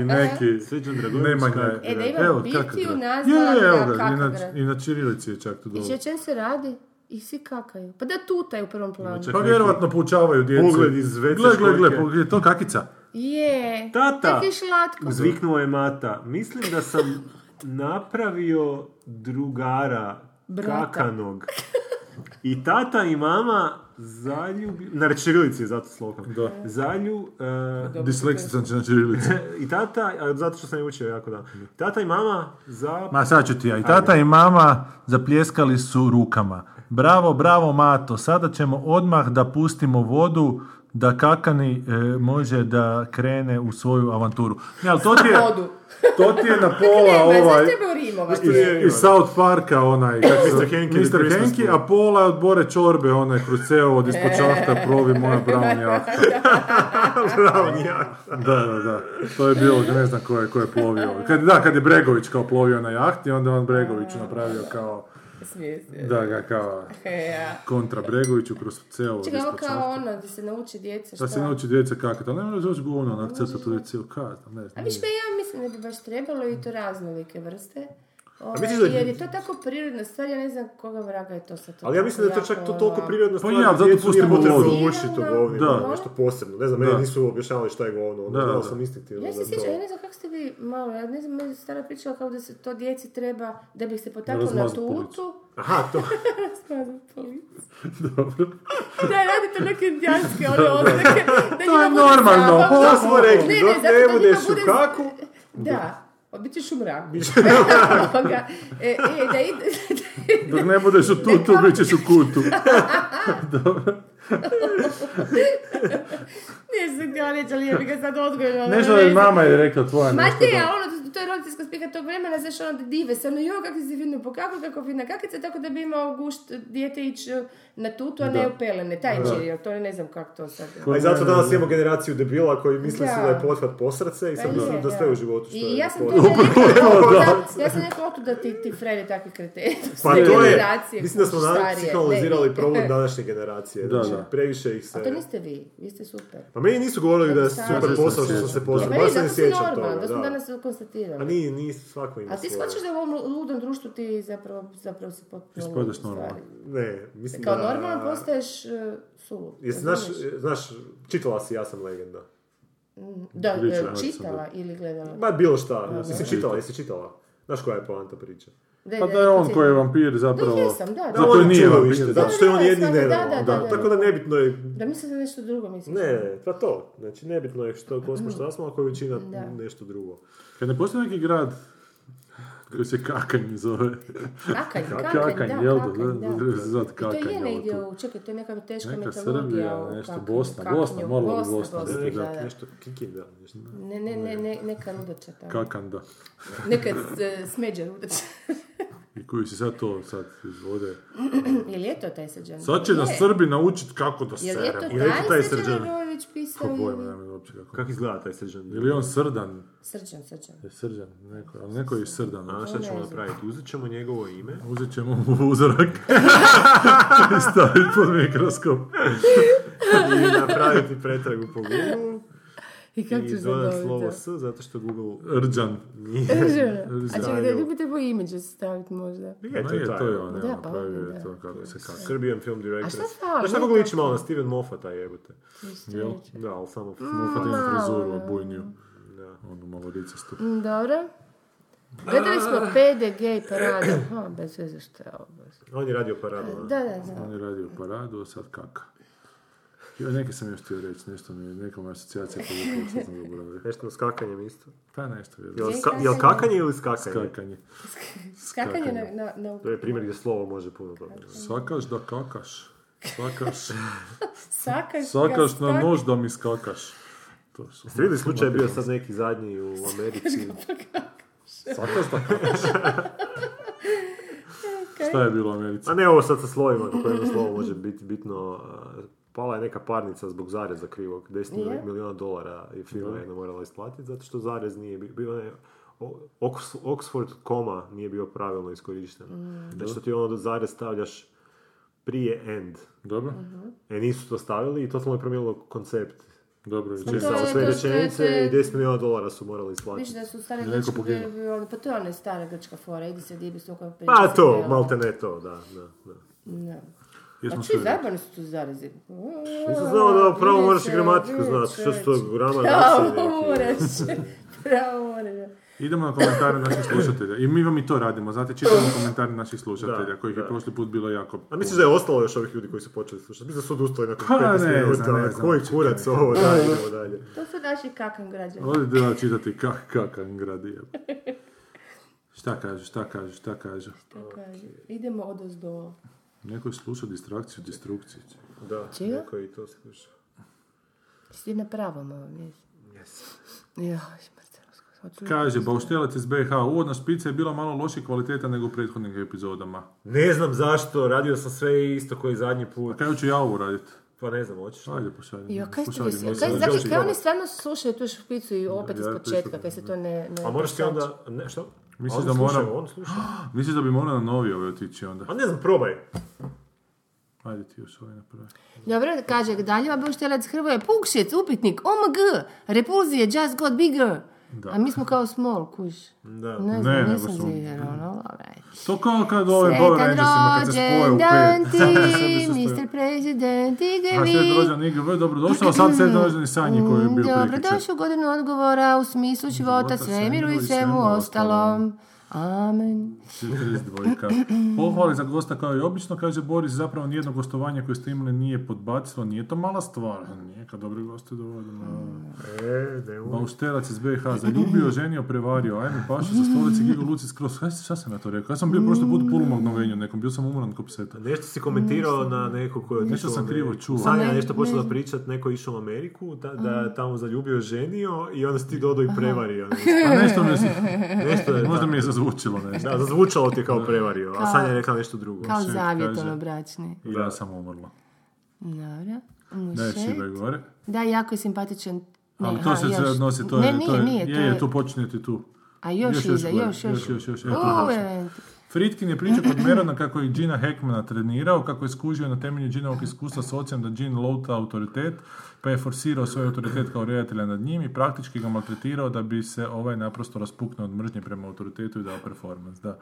S6: I neki
S2: Srđan Dragojević
S6: Nemanja.
S2: Kakagrad.
S8: E, da ima bitiju nazad,
S6: Je,
S8: da,
S6: evo ga, i na,
S8: Kakagrad.
S6: i na Čirilici je čak to
S8: I
S6: dobro.
S8: o čem se radi? I svi kakaju. Pa da tutaj u prvom planu.
S6: Pa vjerovatno poučavaju djecu.
S7: Pogled iz
S6: Gle,
S7: WC
S6: gle, gle,
S7: školjke.
S6: pogled, je to kakica.
S8: Je.
S7: Tata.
S8: Tako je šlatko.
S7: Zviknuo je mata. Mislim da sam napravio drugara
S8: Brata.
S7: kakanog. I tata i mama zaljubi... Na rečerilici je zato slogan.
S6: Da.
S7: Zalju... e,
S6: Disleksik sam će na Čirilici.
S7: I tata, a zato što sam je učio jako da. Tata i mama za...
S2: Ma sad ću ti ja. I tata i mama zapljeskali su rukama. Bravo, bravo Mato, sada ćemo odmah da pustimo vodu da kakani e, može da krene u svoju avanturu. Ne, ali to ti je,
S8: Vodu.
S6: To ti je na
S8: Ne,
S6: pola
S8: ovaj...
S6: ovaj...
S8: znaš treba urimovati.
S6: Iz, iz South Parka onaj, kako se
S7: Mr. Henke, The
S6: Mr.
S7: Christmas
S6: Henke,
S7: movie.
S6: a pola je od Bore Čorbe, onaj Hruceo od
S8: E.
S6: ispod čahta, provi moja brown jahta.
S7: Brown jahta.
S6: Da, da, da. To je bilo, ne znam ko je, ko je plovio. Kad, da, kad je Bregović kao plovio na jahti, onda je on Bregoviću napravio kao,
S8: Smije se.
S6: da ga kao
S8: Ja.
S6: kontra Bregoviću kroz ceo od
S8: Čekaj, ovo
S6: ispod
S8: kao
S6: čahta.
S8: ono, gdje se nauči djeca šta.
S6: Da se nauči djece kakati, ali ne mora zvuči govno, onak crta tu djece, kaj, znam, ne
S8: A
S6: znam.
S8: viš me, ja mislim da bi baš trebalo i to raznolike vrste. Ovaj,
S7: misliš da je-
S8: Jer je to tako prirodna stvar, ja ne znam koga vraga je to ono- sad.
S7: Ali ja mislim da je to čak to toliko prirodno
S6: Pa ja, zato pustimo
S7: potrebno
S8: vodu.
S7: učiti to govnima,
S6: Da.
S7: ono, nešto posebno. Ne znam, meni
S6: Da.
S7: nisu objašnjavali što je govno, ono,
S6: Da,
S7: znao
S6: da.
S7: sam instinktivno.
S8: Ja
S7: da
S8: se
S7: to-
S8: sjećam, ja ne znam kako ste vi malo, ja ne znam, meni je stara pričala kao da se to djeci treba, da bi se potaklo na
S6: Razmazat
S8: tutu.
S7: Aha, to.
S8: Razmazat policu.
S6: Dobro.
S8: Da, radi to neke indijanske ono, one oznake. Da
S6: To je
S8: njima bude
S6: normalno,
S8: zabavno.
S6: to
S7: smo rekli,
S8: Ne, ne,
S7: dok ne
S8: zato da njima
S7: budeš u
S8: bude-
S7: kaku.
S8: Da, pa bit ćeš u mraku. Ovoga, e, e, da ide,
S6: Dok ne budeš u tutu, bit ćeš u kutu.
S8: Ne znam ga reći, ali ja bi ga sad odgojila.
S6: Nešto je mama je rekla tvoja
S8: Ma
S6: nešto.
S8: te,
S6: da.
S8: a ono, to je roditeljska uspjeha tog vremena, znaš, ono, dive se, ono, jo, kako si fino pokakao, kako fina kakica, tako da bi imao gušt dijete ići eh, na tutu, a ne
S7: Da.
S8: u pelene, taj čir, to ne znam kako to sad.
S7: A Pa i zato danas imamo generaciju debila koji misle
S8: Da.
S7: si da je pothvat posrce i
S8: Pa
S7: sad
S8: je,
S7: mislim da sve u životu što
S8: I
S7: je
S8: ja sam to
S7: pothvat.
S8: da, ja sam rekla otu da ti, ti frere takvi kreteni.
S7: Pa to je,
S8: generacije,
S7: mislim da smo
S8: kužiš,
S7: danas
S8: starije,
S7: psihologizirali
S8: ne.
S7: problem današnje generacije.
S6: Da,
S7: znači,
S6: da.
S7: previše ih
S8: A to
S7: se...
S8: niste vi, vi ste super.
S7: Pa meni nisu govorili da je super
S8: Ja se
S7: posao što
S6: sjećam,
S7: sam se
S8: Ja,
S7: posao,
S8: Pa meni
S7: baš se
S8: zato
S7: ne
S8: se
S7: sjećam
S8: normalno,
S7: toga.
S8: to smo danas
S7: Da. A
S8: konstatirali.
S7: nije, nije svako ima
S8: A ti
S7: svoje.
S8: shvaćaš da u ovom ludom društvu ti zapravo, zapravo si potpuno lud,
S6: Ispadneš
S8: u stvari.
S6: normalan.
S7: Ne, mislim
S8: Kao
S7: da...
S8: normalan postaješ uh, sulud.
S7: Jesi, znaš, e,
S8: razumiješ?
S7: znaš, čitala si Ja sam legenda.
S8: Da, e,
S6: priča, recimo,
S8: čitala ili gledala.
S7: Ba, bilo šta. Mislim, čitala, jesi čitala. Znaš koja je poanta priče?
S8: Da,
S6: Pa da je on
S8: to
S6: koji je
S8: cijenim.
S6: vampir zapravo...
S8: Da, jesam, da, da.
S6: Zato
S7: on
S6: i nije
S7: čudo
S6: vampir,
S7: ište,
S6: da.
S7: Zato što je on
S8: Da, da,
S7: jedini
S8: da,
S7: nenormalan.
S8: da, da, da.
S7: Tako da nebitno je
S8: Da mislim da nešto drugo mislim.
S7: Ne, pa to. Znači, nebitno je što ko smo šta smo, ako je većina nešto drugo.
S6: Kad ne postoji neki grad koji se Kakanj zove.
S8: Kakanj, kakanj, da,
S6: Kakanj,
S8: kakanj,
S6: jel
S8: da.
S6: da, da, da, da, zvati
S8: I to
S6: Kakanj,
S8: je
S6: jel
S8: negdje,
S6: tu.
S8: u, čekaj, to je neka teška
S6: Neka
S8: mitologija.
S6: Srbija,
S8: u
S6: nešto,
S8: Kakanju,
S6: Bosna,
S8: Kakanju,
S6: Bosna, morala bi
S8: Bosna,
S6: Bosna
S8: Bosna,
S6: biti,
S8: da,
S6: da.
S8: da.
S7: Znači, Nešto kikinda, nešto.
S8: Ne, ne, ne, ne, neka rudača tamo.
S6: Kakanda.
S8: Neka e, smeđa rudača.
S6: I koji si sad to sad izvode.
S8: je li je to taj Srđan?
S6: Sad će
S8: Je.
S6: nas Srbi naučit kako da
S8: Je li je to
S6: seremo.
S7: taj
S8: taj Srđan
S7: Srđan?
S8: Arović pisao?
S6: Pojma,
S8: ili-
S6: nemam uopće kako.
S7: Kako izgleda taj srđan?
S6: Je li on srdan?
S8: Srđan, Srđan.
S6: Je srđan, neko, ali neko je i srdan.
S7: A
S6: a?
S7: šta ćemo napraviti? Uzet ćemo njegovo ime.
S6: Uzet ćemo mu uzorak i staviti pod mikroskop.
S7: i napraviti pretragu po Google
S8: I kako
S7: i
S8: ćeš
S7: dodat
S8: zabaviti?
S7: slovo S zato što Google
S6: Rđan.
S7: nije.
S8: A čekaj, da ljubite moje ime će se staviti možda.
S7: Je, ono,
S6: Ma je, to ono, je on,
S8: Da,
S6: ja,
S8: pa
S6: napravio
S8: on,
S6: je
S8: da.
S6: to kako se kako.
S7: Srbijan film
S8: A
S7: director.
S8: šta fali?
S7: Znaš kako liči malo na Steven Moffata jebote?
S6: Jel?
S7: Da, ali
S8: Mm.
S7: samo...
S6: Mufat ima frizuru obujniju.
S7: Da.
S6: Ono malo ricastu.
S8: Mm, Dobro. Gledali smo PDG parada. Ha, bez veze što je ovo.
S7: On je radio paradu. ono.
S8: Da, da, da.
S6: On je radio paradu, a sad kaka. Jo, neke sam još htio reći, nešto mi je, neka mi je asocijacija povukla, sad sam zaboravio.
S7: Nešto na skakanjem isto.
S6: Pa nešto, vjerojatno.
S7: Jel,
S8: Je
S7: ska, jel
S8: skakanje.
S7: kakanje ili skakanje?
S6: Skakanje.
S8: Skakanje na, na, na
S7: To je primjer gdje slovo može puno dobro.
S8: Znači,
S6: Sakaš da kakaš. Sakaš,
S8: sakaš, ga,
S6: sakaš na
S8: skak-
S6: nož da mi skakaš. To su. ono
S7: Sredi slučaj je bio sad neki zadnji u Americi.
S6: Sakaš da kakaš. Šta je bilo u Americi?
S7: A ne ovo sad sa slovima, kako jedno slovo može biti bitno. a, Pala je neka parnica zbog zareza krivog. 10 mili- milijuna dolara je firma jedna morala isplatiti, zato što zarez nije bi- bio... Ne, o- Oks- Oxford koma nije bio pravilno iskorišten.
S8: Mm.
S7: Znači što ti ono zarez stavljaš prije end.
S6: Dobro?
S7: E nisu to stavili i totalno je promijenilo koncept.
S6: Dobro, i
S7: Znači
S6: čekaj.
S7: samo
S8: je-
S7: sve
S8: to je- to je-
S7: rečenice
S8: to je-
S7: i 10 milijuna dolara su morali
S8: Više
S7: isplatiti.
S8: da su stare
S6: Je neko
S8: grčke,
S6: poginuo.
S8: bi- ono, pa to je ona stara grčka fora, idi se dibi stoka priča.
S7: Pa
S8: se
S7: to,
S8: pjeva.
S7: malte ne to, da, da, da.
S8: Da.
S6: Jesmo
S8: Pa
S6: sve
S8: čuj,
S6: rekli.
S8: zabavni su tu zarezi.
S7: Nisam znao da pravo
S8: Vidjet
S7: moraš i
S8: ćeš,
S7: gramatiku
S8: vidjet
S7: znati, što su to
S8: ćeš.
S7: grama
S8: Pravo
S7: naselje.
S8: moraš, pravo moraš.
S6: Idemo na komentare naših slušatelja. I mi vam i to radimo. Znate, čitamo komentare naših slušatelja,
S7: Da,
S6: kojih je
S7: da.
S6: prošli put bilo jako...
S7: A misliš da je ostalo još ovih ljudi koji su počeli slušati? Mislim da su odustali nakon
S6: Pa,
S7: 15
S6: ne znam,
S7: minuta. ono,
S6: ne znam,
S7: Koji
S6: čekaj.
S7: kurac ovo, da, idemo dalje.
S8: To su naši kakan građani.
S6: Ovdje da čitati kak, kakav grad je. Šta kažu, šta kažu, šta kažu.
S8: Šta kaže? Idemo od ozdo.
S6: Neko je slušao distrakciju, destrukciju.
S7: Da,
S8: Čega?
S7: neko je i to sluša.
S8: Jesi na pravom ovom, jesi? Joj, smrtelsko. Hoću
S6: Kaže, Bauštelac iz BiH, uvodna špica je bila malo loših kvaliteta nego u prethodnim epizodama.
S7: Ne znam zašto, radio sam sve isto koji zadnji put.
S6: Kaj ću ja ovo radit?
S7: Pa ne znam, hoćeš li?
S6: Ajde, pošaljem.
S8: Jo, kaj ste vi
S6: pošaljem
S8: svi-
S6: mesaj.
S8: kaj,
S7: Želiš
S8: znači, kaj
S7: probat?
S8: oni stvarno slušaju tu špicu i opet
S6: Ja
S8: iz
S6: to
S8: početka,
S6: isto-
S8: kaj se to ne... ne
S7: A moraš ti
S8: preskače.
S7: onda... Ne, što?
S6: Misliš
S7: on
S6: da
S7: sluša,
S6: moram?
S7: On sluša.
S6: Misliš da bi morao na novi ove otići onda?
S7: A ne znam, probaj.
S6: Ajde ti još ovaj napravi.
S9: Dobro, kaže, Daljeva Buštelec Hrvoje, Pukšec, upitnik, OMG, repulzije, just got bigger. A mi smo kao small, kuš.
S7: Da.
S9: Ne
S6: Ne,
S9: znam,
S6: nego
S9: nisam
S6: su-
S9: zigar, ono, alright.
S6: To kao kad u ovim Power Rangersima kad se spoje u
S9: rođendan
S6: pet.
S9: ti,
S6: Sebi se spoje.
S9: Mr. President,
S6: A
S9: igri.
S6: sve rođen IGV, dobrodošao, a sad sve rođeni Sanji koji je bio
S9: Dobro,
S6: prekjučer.
S9: došao godinu odgovora u smislu života,
S6: Života,
S9: svemiru i svemu ostalom.
S8: Amen.
S6: 42. Pohvale za gosta kao i obično, kaže Boris, zapravo nijedno gostovanje koje ste imali nije podbacilo, nije to mala stvar. Nije kad dobri goste dovodimo.
S8: Mm.
S7: E, nemoj.
S6: Baušterac iz BiH, zaljubio, ženio, prevario, ajme pašu sa stolici Gigo Lucic kroz, kaj, šta sam ja to rekao? Ja
S8: Mm.
S6: sam bio prošli put polumagnovenju nekom, bio sam umoran ko pseta.
S7: Nešto si komentirao na neko ko je otišao
S6: Nešto sam
S7: u Ameriku.
S6: krivo čuo.
S7: Sanja
S8: Ne,
S7: je nešto
S8: ne
S7: počela
S8: znam.
S7: pričat, neko je išao u Ameriku, da, da je tamo zaljubio, ženio i onda si ti dodao i prevario.
S6: A Pa nešto mi je,
S7: Nešto je,
S6: možda
S7: da,
S6: mi je zazvučilo nešto.
S7: da, zazvučalo ti je kao prevario, a Sanja je rekla nešto drugo.
S8: Kao
S6: Šef
S8: zavjet,
S6: kaže.
S8: ono, bračni.
S6: I ja sam umrla.
S8: Dobro.
S6: Da je
S8: Mušek.
S6: šibe gore.
S8: Da, jako je simpatičan. Ne,
S6: Ali to
S8: aha,
S6: se
S8: još.
S6: sve odnosi, to je,
S8: Ne,
S6: to
S8: nije,
S6: je,
S8: nije, to
S6: je, je,
S8: je...
S6: to počinjeti tu.
S8: A još, iza,
S6: gore,
S8: još, još.
S6: još, još,
S8: U,
S6: e, to znači.
S8: evo ti.
S6: Fritkin je pričao kod Merona kako je Gina Hackmana trenirao, kako je skužio na temelju Ginovog iskustva s ocem da Gin louta autoritet, pa je forsirao svoj autoritet kao redatelja nad njim i praktički ga maltretirao da bi se ovaj naprosto raspuknuo od mržnje prema autoritetu i dao performans. Da.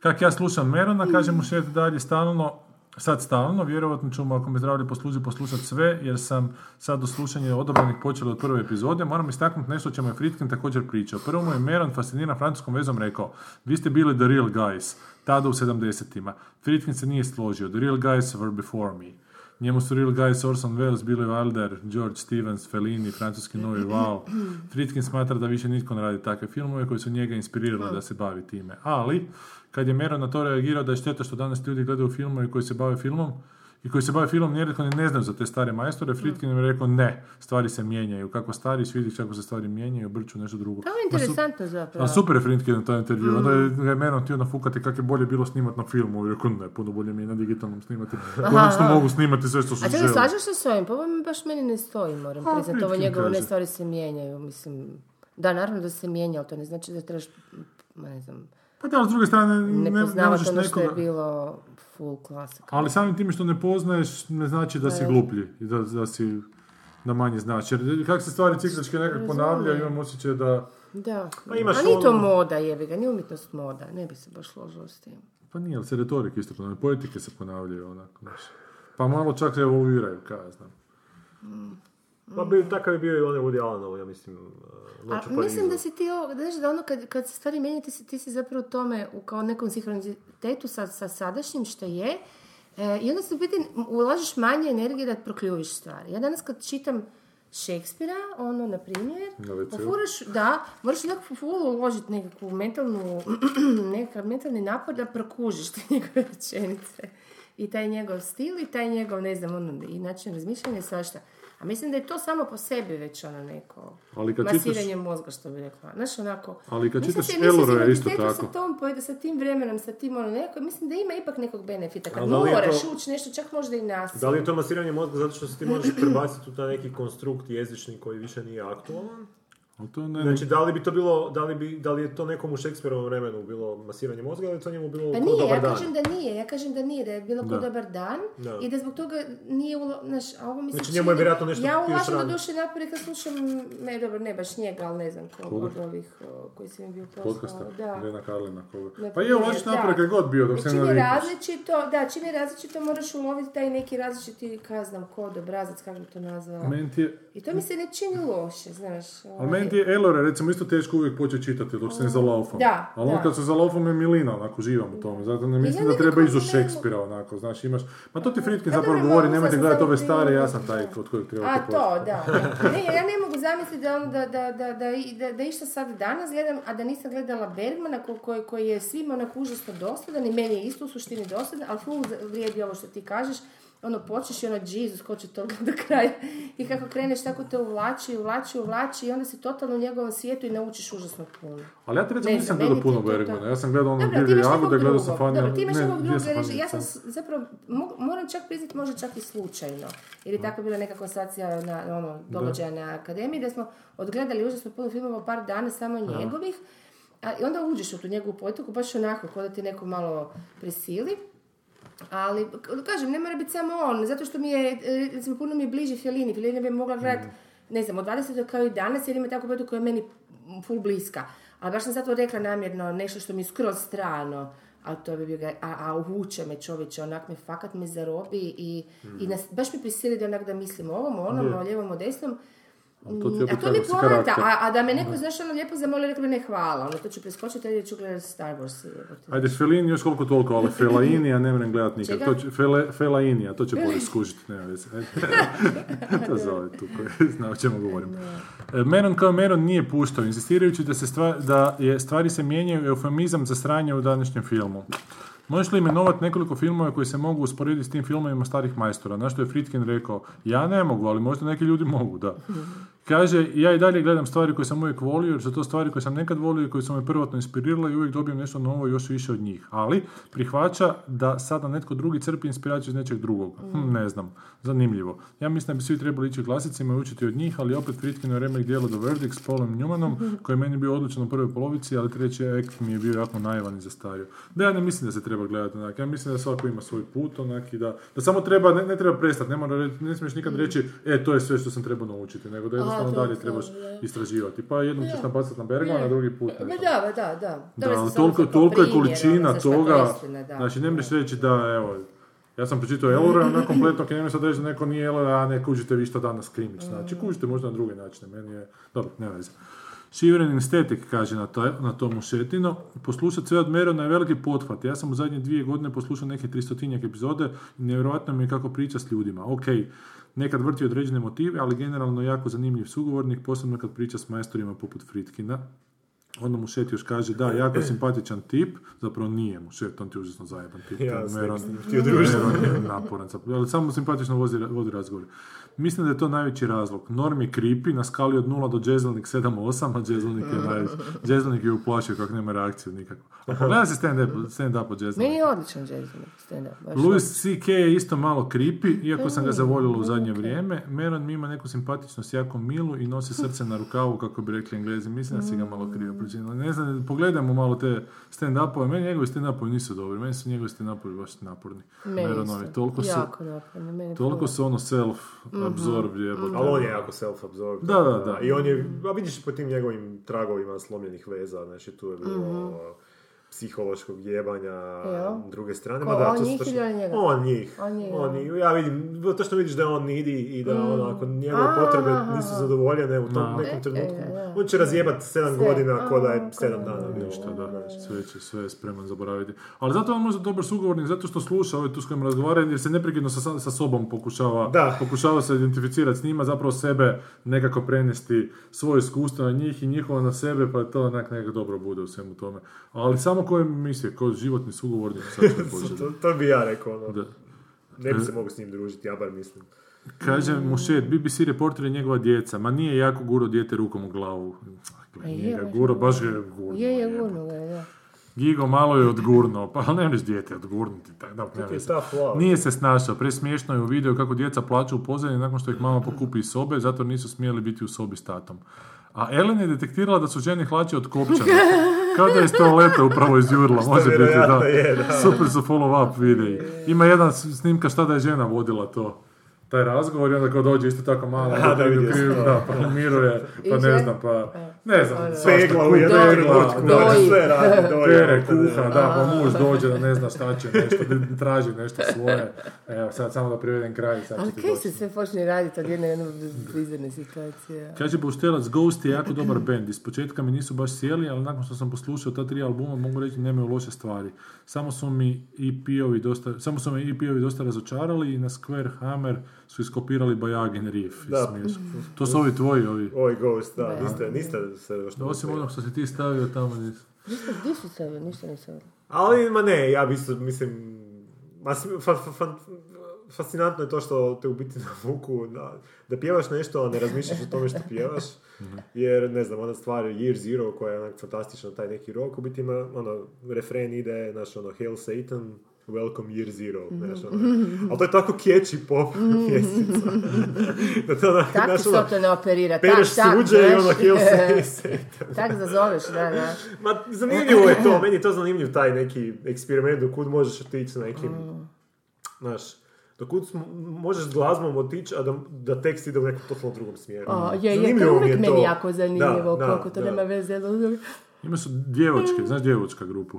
S6: Kak ja slušam Merona, kaže mu šef dalje stalno, sad stalno, vjerovatno ću mu ako me zdravlje posluži poslušati sve, jer sam sad do slušanja odobranih počelo od prve epizode. Moram istaknuti nešto o čemu je Fritkin također pričao. Prvo mu je Meron fasciniran francuskom vezom rekao, vi ste bili the real guys, tada u 70-ima. Fritkin se nije složio, the real guys were before me. Njemu su Real Guys, Orson Welles, Billy Wilder, George Stevens, Fellini, francuski novi wow. Fritkin smatra da više nitko ne radi takve filmove koji su njega inspirirali da se bavi time. Ali, kad je Meron na to reagirao da je šteta što danas ljudi gledaju filmove koji se bave filmom, i koji se bave filmom nerijetko ni ne znaju za te stare majstore, Fritkin im je rekao ne, stvari se mijenjaju, kako stari vidiš kako se stvari mijenjaju, obrću nešto drugo.
S8: To je
S6: Ma su-
S8: interesantno Mm. zapravo.
S6: a super je Fritkin na taj intervju, onda je ga je Meron htio nafukati kako je bolje bilo snimat na filmu, i rekao ne, puno bolje mi je na digitalnom snimati, konačno
S8: aha.
S6: mogu snimati sve što su
S8: A čekaj,
S6: želi.
S8: slažeš se s ovim? Pa ovo mi baš meni ne stoji, moram
S6: A,
S8: priznati. Ovo
S6: Fritkin
S8: njegove ne
S6: kaže.
S8: stvari se mijenjaju, mislim... Da, naravno da se mijenja, ali to ne znači da trebaš, ma ne znam,
S6: Pa da, ali s druge strane, ne,
S8: ne,
S6: ne,
S8: poznavaš
S6: možeš
S8: ono što je
S6: nekoga...
S8: bilo full klasika.
S6: Ali samim time što ne poznaješ ne znači da si gluplji i da, da si da manje znaš. Jer kako se stvari ciklički nekako ponavljaju, imam osjećaj da...
S8: Da,
S7: Pa imaš
S8: a nije to
S7: ono-
S8: moda, jebi ga, nije umjetnost moda, ne bi se baš složila s tim.
S6: Pa nije, ali se retorik isto ponavljaju, poetike se ponavljaju onako, znaš. Pa malo čak evoluiraju, kaj ja znam.
S7: Pa bio, takav je bio i onaj Woody Allenov, ja mislim, uh,
S8: A
S7: Noć u
S8: mislim
S7: Parizu.
S8: da si ti ovo, znaš da ono kad, kad se stvari mijenja, ti si, ti si zapravo u tome u kao nekom sinhronitetu sa, sa sadašnjim što je, e, i onda se u biti ulažeš manje energije da prokljuviš stvari. Ja danas kad čitam Šekspira, ono, na primjer,
S6: Na WC-u.
S8: pofuraš, da, moraš nekako full uložiti nekakvu mentalnu, nekakav mentalni napor da prokužiš te njegove rečenice. I taj njegov stil i taj njegov, ne znam, ono, i način razmišljanja i svašta. A mislim da je to samo po sebi već ono neko
S6: Ali kad čitaš-
S8: masiranje mozga, što bi rekla. Znaš, onako...
S6: Ali kad
S8: nisam
S6: čitaš
S8: se- nisam
S6: Elora je isto
S8: sinhronitetu
S6: tako.
S8: Sa, tom, poed- sa tim vremenom, sa tim ono neko, mislim da ima ipak nekog benefita. Kad
S7: Ali da li je
S8: moraš
S7: to-
S8: ući nešto, čak možda i nasilje.
S7: Da li je to masiranje mozga zato što se ti možeš prebaciti u taj neki konstrukt jezični koji više nije aktualan?
S6: Ali to ne...
S7: Znači, da li bi to bilo, da li, bi, da li je to nekom u Šekspirovom vremenu bilo masiranje mozga, ili je to njemu bilo
S8: Pa
S7: ko
S8: nije,
S7: dobar
S8: ja
S7: dan?
S8: kažem da nije, ja kažem da nije, da je bilo ko
S6: Da.
S8: dobar dan
S7: Da.
S8: i da zbog toga nije ulo... Znaš, a ovo mi se
S7: Znači,
S8: čini-
S7: njemu je vjerojatno nešto
S8: Ja
S7: bio
S8: ulažem do
S7: sram.
S8: duše napore kad slušam, ne dobro, ne baš njega, ali ne znam kog
S6: Koga?
S8: od ovih o, koji sam im bio poslao.
S6: Podcasta,
S8: Da.
S6: Lena Karlina, koga.
S8: Na
S6: Pa je,
S8: primjer,
S6: ulaziš
S8: da.
S6: napore kad god bio, dok
S8: I
S6: se ne
S8: čim je
S6: navikneš.
S8: različito, da, čim je različito moraš uloviti taj neki različiti, kaj znam, kod, obrazac, kako bi to nazvala.
S6: Meni ti je,
S8: I to mi se ne čini loše, znaš.
S6: Ali
S8: ovaj.
S6: meni ti je Elore, recimo, isto teško uvijek početi čitati dok se ne zalaufam.
S8: Da,
S6: Ali ono
S8: da.
S6: kad se zalaufam je milina, onako živam u tome. Zato ne mislim da
S8: nekako
S6: treba ići do
S8: ne mogu-
S6: Šekspira, onako, znaš, imaš... Ma to ti Fritkin
S8: Pa
S6: zapravo
S8: dobro,
S6: govori,
S8: mogu,
S6: nemojte
S8: sad sam
S6: gledati
S8: samo
S6: ove stare, ja sam taj
S8: primjer.
S6: od kojeg treba
S8: A to, da. Ne, ja ne mogu zamisliti da, ono, da, da, da, da, i- da, da išta sad danas gledam, a da nisam gledala Bergmana ko- koji, koji je svima onako užasno dosadan i meni je isto u suštini dosadan, ali ful za- vrijedi ovo što ti kažeš, ono počneš i ono Jesus, ko će to gledat do kraja i kako kreneš tako te uvlači, uvlači, uvlači i onda si totalno u njegovom svijetu i naučiš užasno puno.
S6: Ali ja ti recimo
S8: Ne
S6: nisam
S8: znam,
S6: gledao
S8: meni
S6: puno
S8: ti to-
S6: Bergmana. Ja sam gledao ono
S8: Dobro, ti
S6: Divlje
S8: imaš nekog
S6: jagode, gledao
S8: drugog.
S6: sam Fanja...
S8: Dobro, ti imaš
S6: ne,
S8: ovog
S6: gdje
S8: drugog,
S6: sam
S8: reži-
S6: Fanja-
S8: ja sam s- zapravo, mo- moram čak priznati, možda čak i slučajno, jer je tako bila neka konstacija na na ono, događaja na akademiji, da smo odgledali užasno puno filmova par dana samo njegovih, a, i onda uđeš u tu njegovu potoku, baš onako, kao da ti neko malo prisili. Ali, k- kažem, ne mora biti samo on, zato što mi je, e, recimo, puno mi je bliži Fellini. Fellini bi mogla gledati,
S6: Mm.
S8: ne znam, od 20. kao i danas, jer ima tako bedu koja je meni mm, full bliska. Ali baš sam zato rekla namjerno nešto što mi je skroz strano. A to bi bio, ga- a, a uvuče me čovječe, onak me fakat
S6: Mm.
S8: me zarobi i, i nas, baš me prisili da onak da mislim o ovom, o onom, o lijevom, o desnom.
S6: Ali to ti opet
S8: A to mi
S6: kako si
S8: poanta,
S6: karakter.
S8: a, a da me neko, znaš, ono lijepo zamoli, rekla bi ne hvala, ono to ću preskočiti, ajde ću gledati Star Wars. jebote.
S6: Ajde, Felini još koliko toliko, ali Felainija ne mrem gledat nikad.
S8: Čega?
S6: To će, fele, felainija, to će bolje skužiti, nema veze. Ajde. to zove tu koji zna o čemu govorim. E, Meron kao Meron nije puštao, insistirajući da, se stva- da je stvari se mijenjaju eufemizam za sranje u današnjem filmu. Možeš li imenovati nekoliko filmova koji se mogu usporediti s tim filmovima starih majstora? Na što je Fritkin rekao, ja ne mogu, ali možda neki ljudi mogu, da. Kaže, ja i dalje gledam stvari koje sam uvijek volio, jer su to stvari koje sam nekad volio i koje su me prvotno inspirirale i uvijek dobijem nešto novo i još više od njih. Ali prihvaća da sada netko drugi crpi inspiraciju iz nečeg drugog. Hm, ne znam, zanimljivo. Ja mislim da bi svi trebali ići klasicima i učiti od njih, ali opet Fritkino remek djelo do Verdict s Paulom Newmanom, koji je meni bio odličan u prvoj polovici, ali treći akt mi je bio jako naivan i zastario. Da, ja ne mislim da se treba gledati onak. Ja mislim da svako ima svoj put onak i da, da samo treba, ne, ne treba prestati, ne, mora, re- ne smiješ nikad reći, e, to je sve što sam trebao naučiti, nego da jednostavno
S8: to
S6: dalje
S8: to,
S6: trebaš
S8: da.
S6: istraživati. Pa jednom ćeš nabacati na Bergman, a drugi put. ne
S8: Ma
S6: znam.
S9: pa
S8: da, ma da,
S6: Pa
S8: da.
S6: Da,
S8: Dobro, sam
S6: ali
S8: samo
S6: toliko,
S8: za
S6: toliko je
S8: primjer, ono,
S6: količina
S8: za šta to
S6: toga.
S8: istina, da.
S6: Znači, ne možeš reći da, evo, ja sam pročitao Elora, ona kompletno, ok, ne možeš sad reći da neko nije Elora, a ne kužite vi šta danas
S8: Mm.
S6: krimić. Znači, kužite možda na druge načine, meni je, dobro, ne veze. Shivering Aesthetic kaže na, to, na tomu šetino, poslušat sve od Merona je veliki pothvat. Ja sam u zadnje dvije godine poslušao neke tristotinjak epizode i nevjerojatno mi je kako priča s ljudima. Ok, nekad vrti određene motive, ali generalno jako zanimljiv sugovornik, posebno kad priča s majstorima poput Fritkina. Onda mu Šet još kaže, da, jako je simpatičan tip, zapravo nije mu Šet, on ti je užasno zajeban tip.
S7: Ja
S6: Ten
S7: s
S6: Meron,
S7: nekim sam htio družiti.
S6: Meron je naporan, zapravo, ali samo simpatično vozi, vodi razgovor. Mislim da je to najveći razlog. Norm je creepy, na skali od 0 do Jezelnik 7-8, a Jezelnik je najveći. Jezelnik je uplašio kako nema reakciju nikako. A pogledaj se stand-up stand od Jezelnika.
S9: Meni je odličan Jason stand-up. baš ono,
S6: Louis C.K. je isto malo creepy, iako
S9: Mm,
S6: sam ga zavoljela u zadnje vrijeme. Meron mi ima neku simpatičnost, jako milu i nosi srce na rukavu, kako bi rekli englezi. Mislim da si ga malo krivo
S9: Mm.
S6: pročinila. Ne znam, pogledajmo malo te stand-upove. Meni njegovi stand-upovi nisu dobri. Meni su njegovi stand-upovi baš naporni.
S9: Meni
S6: Meronovi.
S9: isto.
S6: Toliko su,
S9: Jako Mhm. naporno, meni
S6: toliko
S9: puno.
S6: su ono self-absorb jebote.
S7: Ali on je jako self-absorbed.
S6: Da, da, da.
S7: I on je, a vidiš po tim njegovim tragovima slomljenih veza, znači tu je
S9: Mhm.
S7: bilo psihološkog jebanja
S9: Jo.
S7: s druge strane.
S9: Ko,
S7: Ma da,
S9: on
S7: to su
S9: njih
S7: točno-
S9: ili on njega?
S7: On njih.
S9: On
S7: On
S9: njih, Mm.
S7: njih.
S9: da.
S7: Ja vidim, to što vidiš da je on nidi i da ono, ako njegove potrebe nisu zadovoljene u tom
S9: E,
S7: nekom trenutku, on će razjebat sedam godina ko da je sedam dana. bilo. ono,
S6: Ništa, da, sve, će, sve je spreman zaboraviti. Ali zato je on možda dobar sugovornik, zato što sluša ove tu s kojim razgovara, jer se neprekidno sa, sa sobom pokušava,
S7: Da.
S6: pokušava se identificirati s njima, zapravo sebe nekako prenesti svoje iskustvo na njih i njihova na sebe, pa to onak nekako dobro bude u svemu tome. Ali samo koje misije, kao životni sugovornik, sad ću početi.
S7: To, to bi ja rekao, ono.
S6: Da.
S7: Ne bi se mogu s njim družiti, ja bar mislim.
S6: Kaže mu šet, BBC reporter je njegova djeca, ma nije jako guro dijete rukom u glavu. Gle, Nije ga
S9: baš
S6: guro, baš ga je gurno.
S9: Je, je, gurno ga, je, da.
S6: Gigo malo je odgurnuo, pa ali ne možeš dijete odgurnuti. Tak, da, ne
S7: To je
S6: veze.
S7: tough love.
S6: Nije se snašao, presmiješno je u video kako djeca plaću u pozadini nakon što ih mama pokupi iz sobe, zato nisu smjeli biti u sobi s tatom. A Ellen je detektirala da su žene hlače od kopčana. Kao da je iz toaleta upravo izjurila, može biti, da.
S7: vjerojatno je, da.
S6: Super su follow up videi. Ima jedan s- snimka šta da je žena vodila to taj razgovor i onda kao dođe isto tako mala,
S7: da,
S6: da,
S7: vidio sam to.
S6: da, pa miruje, pa
S9: I
S6: ne
S9: žena- E.
S6: znam, pa ne znam, svašta
S7: Pegla u
S6: kuha,
S7: jednom
S9: Doji.
S7: trenutku, ono,
S6: da,
S9: Doji.
S7: sve radi, ono, doji.
S6: pere, kuha, da, pa muž dođe da ne zna šta će, nešto, da traži nešto svoje. Evo, sad samo da privedem kraj, sad
S9: Ali
S6: ću ti
S9: kaj
S6: doći.
S9: se sve počne raditi od jedne jedne bizarne situacije?
S6: Kaže Boštelac, Ghost je jako dobar bend. Iz početka mi nisu baš sjeli, ali nakon što sam poslušao ta tri albuma mogu reći nemaju loše stvari. Samo su mi EP-ovi dosta, samo su me EP-ovi dosta razočarali i na Square Hammer su iskopirali Bajagin riff. i
S7: Da.
S6: smiješ. To su ovi tvoji, ovi.
S7: Oj, Ghost, da, niste, niste se još...
S6: Osim ono onog što si ti stavio tamo. nis-
S9: Ništa, gdje su sebe, ništa nisam.
S7: Ali, ma ne, ja bi isto, mislim, ma, sm- fa- fa- fan- fascinantno je to što te u biti navuku da, da pjevaš nešto, a ne razmišljaš o tome što pjevaš, jer, ne znam, ona stvar Year Zero koja je onak fantastična, taj neki rok, u biti ima, ono, refren ide, znaš, ono, Hail Satan, Welcome Year Zero,
S9: Mhm.
S7: znaš, ono, ali to je tako catchy pop pjesmica, da to onak,
S9: Tako
S7: znaš,
S9: se
S7: ono,
S9: to ne operira. Tak,
S7: pereš
S9: tak,
S7: suđe i
S9: znaš.
S7: ono, Hail Satan.
S9: Tak zazoveš, da, da.
S7: Ma, zanimljivo je to, meni je to zanimljiv taj neki eksperiment do kud možeš otići s nekim,
S9: Mm.
S7: znaš, do kud smo- možeš s glazbom otići, a da, da tekst ide u nekom totalno drugom smjeru.
S9: O, je, je, to
S7: Zanimljivo
S9: je
S7: mi
S9: uvijek
S7: je
S9: meni
S7: to.
S9: jako zanimljivo,
S7: Da, da,
S9: koliko to
S7: da.
S9: nema veze.
S11: Mm.
S6: Ima su djevočke, znaš djevočka grupu.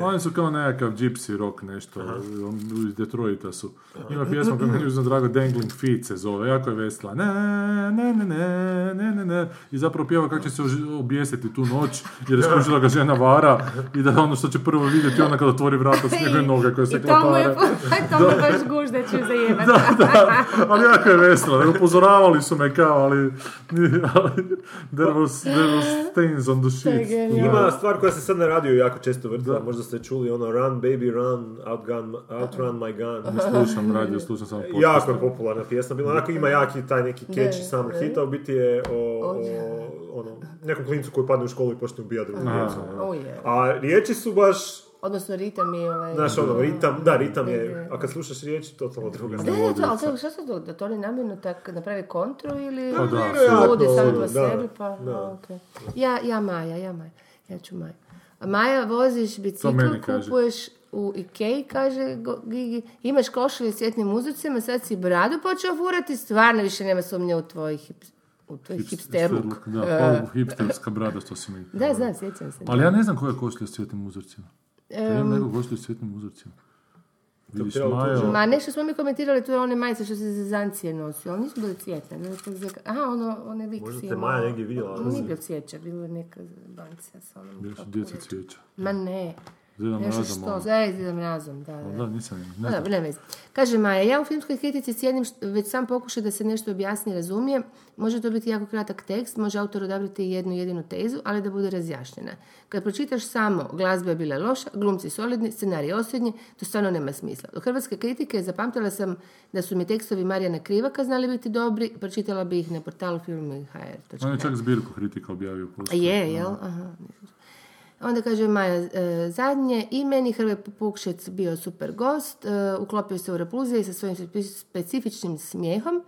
S6: Oni su kao nekakav gypsy rock nešto, on- iz Detroita su. Ima pjesma koja je meni uzem drago, Dangling Feet se zove, jako je vesela. Ne, ne, ne, ne, ne, ne, ne. I zapravo pjeva kako će se ož- objesiti tu noć, jer je skužila ga žena vara i da ono što će prvo vidjeti ona kad otvori vrata s njegove noge koje se
S11: I to mu je, to
S6: klapara.
S11: mu baš guž da ću zajebati.
S6: Ali jako je vesela, upozoravali su me kao, ali...
S11: Pa-
S6: ali there, was, there was stains on the sheets.
S7: Ima stvar koja se sad na radiju jako često vrtila, možda ste čuli ono Run baby run, outgun, outrun my gun.
S6: Slušam radio, slušam samo podcast.
S7: Jako je popularna pjesma bila, onako ima jaki taj neki catchy summer hit, a u biti je o, o ono, nekom klincu koji padne u školu i počne ubijati ono. drugu djecu.
S8: Oh, je.
S7: A riječi su baš,
S8: Odnosno ritam i ovaj...
S7: znaš ono, ritam, da, ritam je,
S8: Mhm.
S7: a kad slušaš riječi, totalno druga
S8: Da,
S7: stvar.
S8: da, to, ali to, šta se događa? Da to oni namjerno tak naprave kontru ili
S6: Pa da,
S8: ludi
S7: sigurno.
S8: sami po
S7: Da,
S8: sebi, pa
S7: da.
S8: a, okej. ja, ja Maja, ja Maja, ja ću Maja. A Maja, voziš bicikl,
S6: meni kaže.
S8: kupuješ u Ikeji, kaže go- Gigi, imaš košulje s cvjetnim uzorcima, sad si bradu počeo furati, stvarno više nema sumnje u tvoj, hip, u tvoj hipsterluk. Eh,
S6: Da, pa hipsterska brada što si mi.
S8: Da, znam, sjećam se.
S6: Ali ja ne znam koja je košulja s cvjetnim uzorcima. Ja imam neku košulju s cvjetnim uzorcima. Vidiš,
S7: trebalo
S6: Majo,
S8: Ma nešto smo mi komentirali, tu je one majice što se za zancije nosio, ali nisu bile cvjetne. bile su za- Aha, ono, one lik
S7: Možda
S8: si
S7: te
S8: imao-
S7: Maja negdje vidjela, ali-
S8: Nije bio cvijeća, bilo je neka bancija sa onom.
S6: bili su djeca cvijeća.
S8: Ma ne,
S6: Zedam
S8: nešto
S6: razam
S8: što,
S6: ovo.
S8: zajedno idem razom, da, da.
S6: ono. Da, nisam imam. Ne
S8: No,
S6: znam.
S8: dobro, nema veze. Kaže Maja, ja u filmskoj kritici cijenim št- već sam pokušaj da se nešto objasni i razumije. Može to biti jako kratak tekst, može autor odabrati jednu jedinu tezu, ali da bude razjašnjena. Kad pročitaš samo glazba je bila loša, glumci solidni, scenarij osrednji, to stvarno nema smisla. Od hrvatske kritike zapamtila sam da su mi tekstovi Marijana Krivaka znali biti dobri, pročitala bi ih na portalu filmi.hr.
S6: On je čak zbirku kritika objavio
S8: A
S6: poslije.
S8: Je, ja. jel? Aha. nisam čula. Onda kaže Maja e, zadnje, i meni Hrve Pukšec bio super gost, e, uklopio se u repulzije sa svojim spe- specifičnim smijehom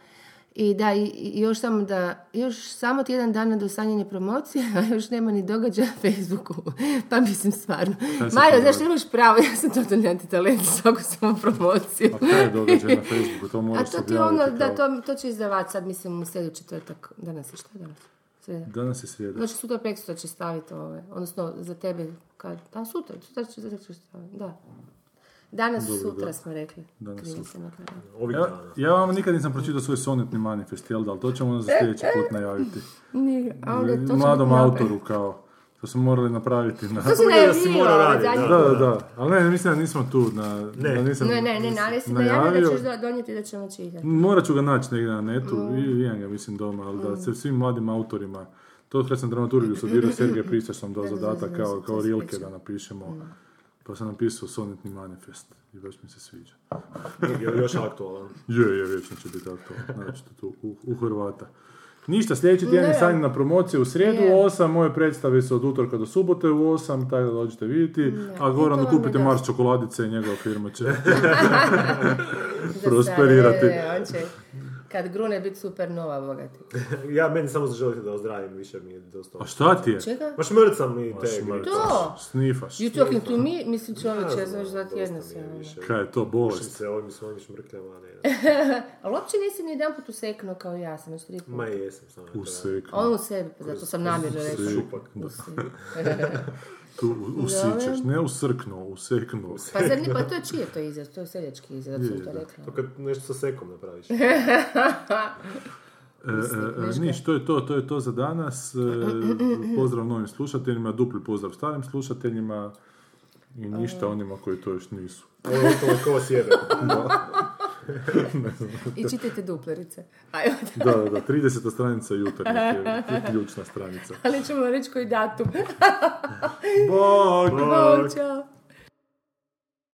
S8: i da, i, i još samo da, još samo tjedan dana do sanjanja promocije, a još nema ni događaja na Facebooku. Pa mislim stvarno.
S6: se
S8: Maja,
S6: to
S8: znaš,
S6: radi?
S8: imaš pravo, ja sam totalni antitalent, svako samo promociju.
S6: A kaj Pa je događaj na Facebooku, to
S8: A
S6: moraš
S8: to ti
S6: objaviti.
S8: ono, da,
S6: kao-
S8: to, to će izdavač sad, mislim, u sljedeći četvrtak, danas je šta je danas? Srijeda.
S6: Danas je srijeda.
S8: Znači sutra preksutra će staviti ove, odnosno za tebe kad, a sutra, sutra će, sutra će staviti, da. Danas, sutra smo rekli.
S6: Danas,
S8: Krivo
S6: sutra.
S8: sam napravila.
S7: Ovih
S6: Ja,
S7: dana.
S6: ja vam nikad nisam pročitao svoj sonetni manifest, jel da, ali to ćemo onda za sljedeći put najaviti.
S8: Nije, E, a onda to će
S6: Mladom
S8: biti napravljeno.
S6: autoru kao, to smo morali napraviti na...
S8: To se
S7: Uvijek da si
S8: najavljivalo,
S7: mora
S8: ovaj
S7: radit,
S8: zadnji
S6: Da, da, da, ali ne, mislim da nismo tu, na, da nisam
S8: Ne, ne, ne, navija si najavio da ćeš Mm. do- donijeti da ćemo čitati.
S6: Morat ću ga naći negdje na netu, i imam ga mislim doma, ali
S8: Mm.
S6: da se svim mladim autorima, to kad sam dramaturgiju studirao, Sergej Pristaš sam dao zadatak kao, kao Rilke da napišemo, pa sam napisao sonetni manifest i baš mi se sviđa.
S7: Je li još aktualan?
S6: Je, je, vječno će biti aktualno, naročito tu u, u Hrvata. Ništa, sljedeći tjedan je
S8: Ne.
S6: sanjena promocija u srijedu
S8: Je.
S6: u 8, moje predstave su od utorka do subote u 8, tako da dođete vidjeti, a
S8: I
S6: Goranu
S8: to vam je
S6: kupite
S8: dosta.
S6: Mars čokoladice i njegova firma će
S8: Za
S6: prosperirati.
S8: stare, e, on će, kad grune biti super nova bogati.
S7: Ja, meni samo želite da ozdravim, više mi je dosta.
S6: A šta ti je?
S8: Čega?
S7: Ma šmrcam i te gripe.
S8: To!
S6: Snifaš.
S8: You talking to me? Mislim čovječe, ja
S7: Ne
S8: znam
S7: znam,
S8: još dva
S7: dosta
S8: tjedna
S7: mi
S8: sam.
S7: je
S8: ono.
S7: više.
S6: Kaj je to,
S7: Pušim
S6: bolest?
S7: se ovim svojim šmrkljama, ne.
S8: Ali uopće nisi ni jedan put useknuo kao ja sam, još tri puta.
S7: Ma jesam sam.
S6: Usekno.
S8: On u sebi, pa zato sam namjerno rekla.
S7: Šupak.
S8: U sebi.
S6: Tu u- usičeš, ne usrkno, usekno.
S8: Pa zar ni, pa to je čije to je izraz? To je seljački izraz, zato sam to rekla.
S7: To kad nešto sa sekom napraviš.
S6: E, e, e, niš, to je to, to je to za danas. E, pozdrav novim slušateljima, dupli pozdrav starim slušateljima i
S8: E.
S6: ništa onima koji to još nisu.
S7: Ovo je ostalo ko sjebe.
S8: I čitajte duplerice. Ajde,
S6: Da, da, da, 30. stranica jutarnjeg je ključna stranica.
S8: ali ćemo reći koji datum.
S6: Bog!
S8: Bog, čao.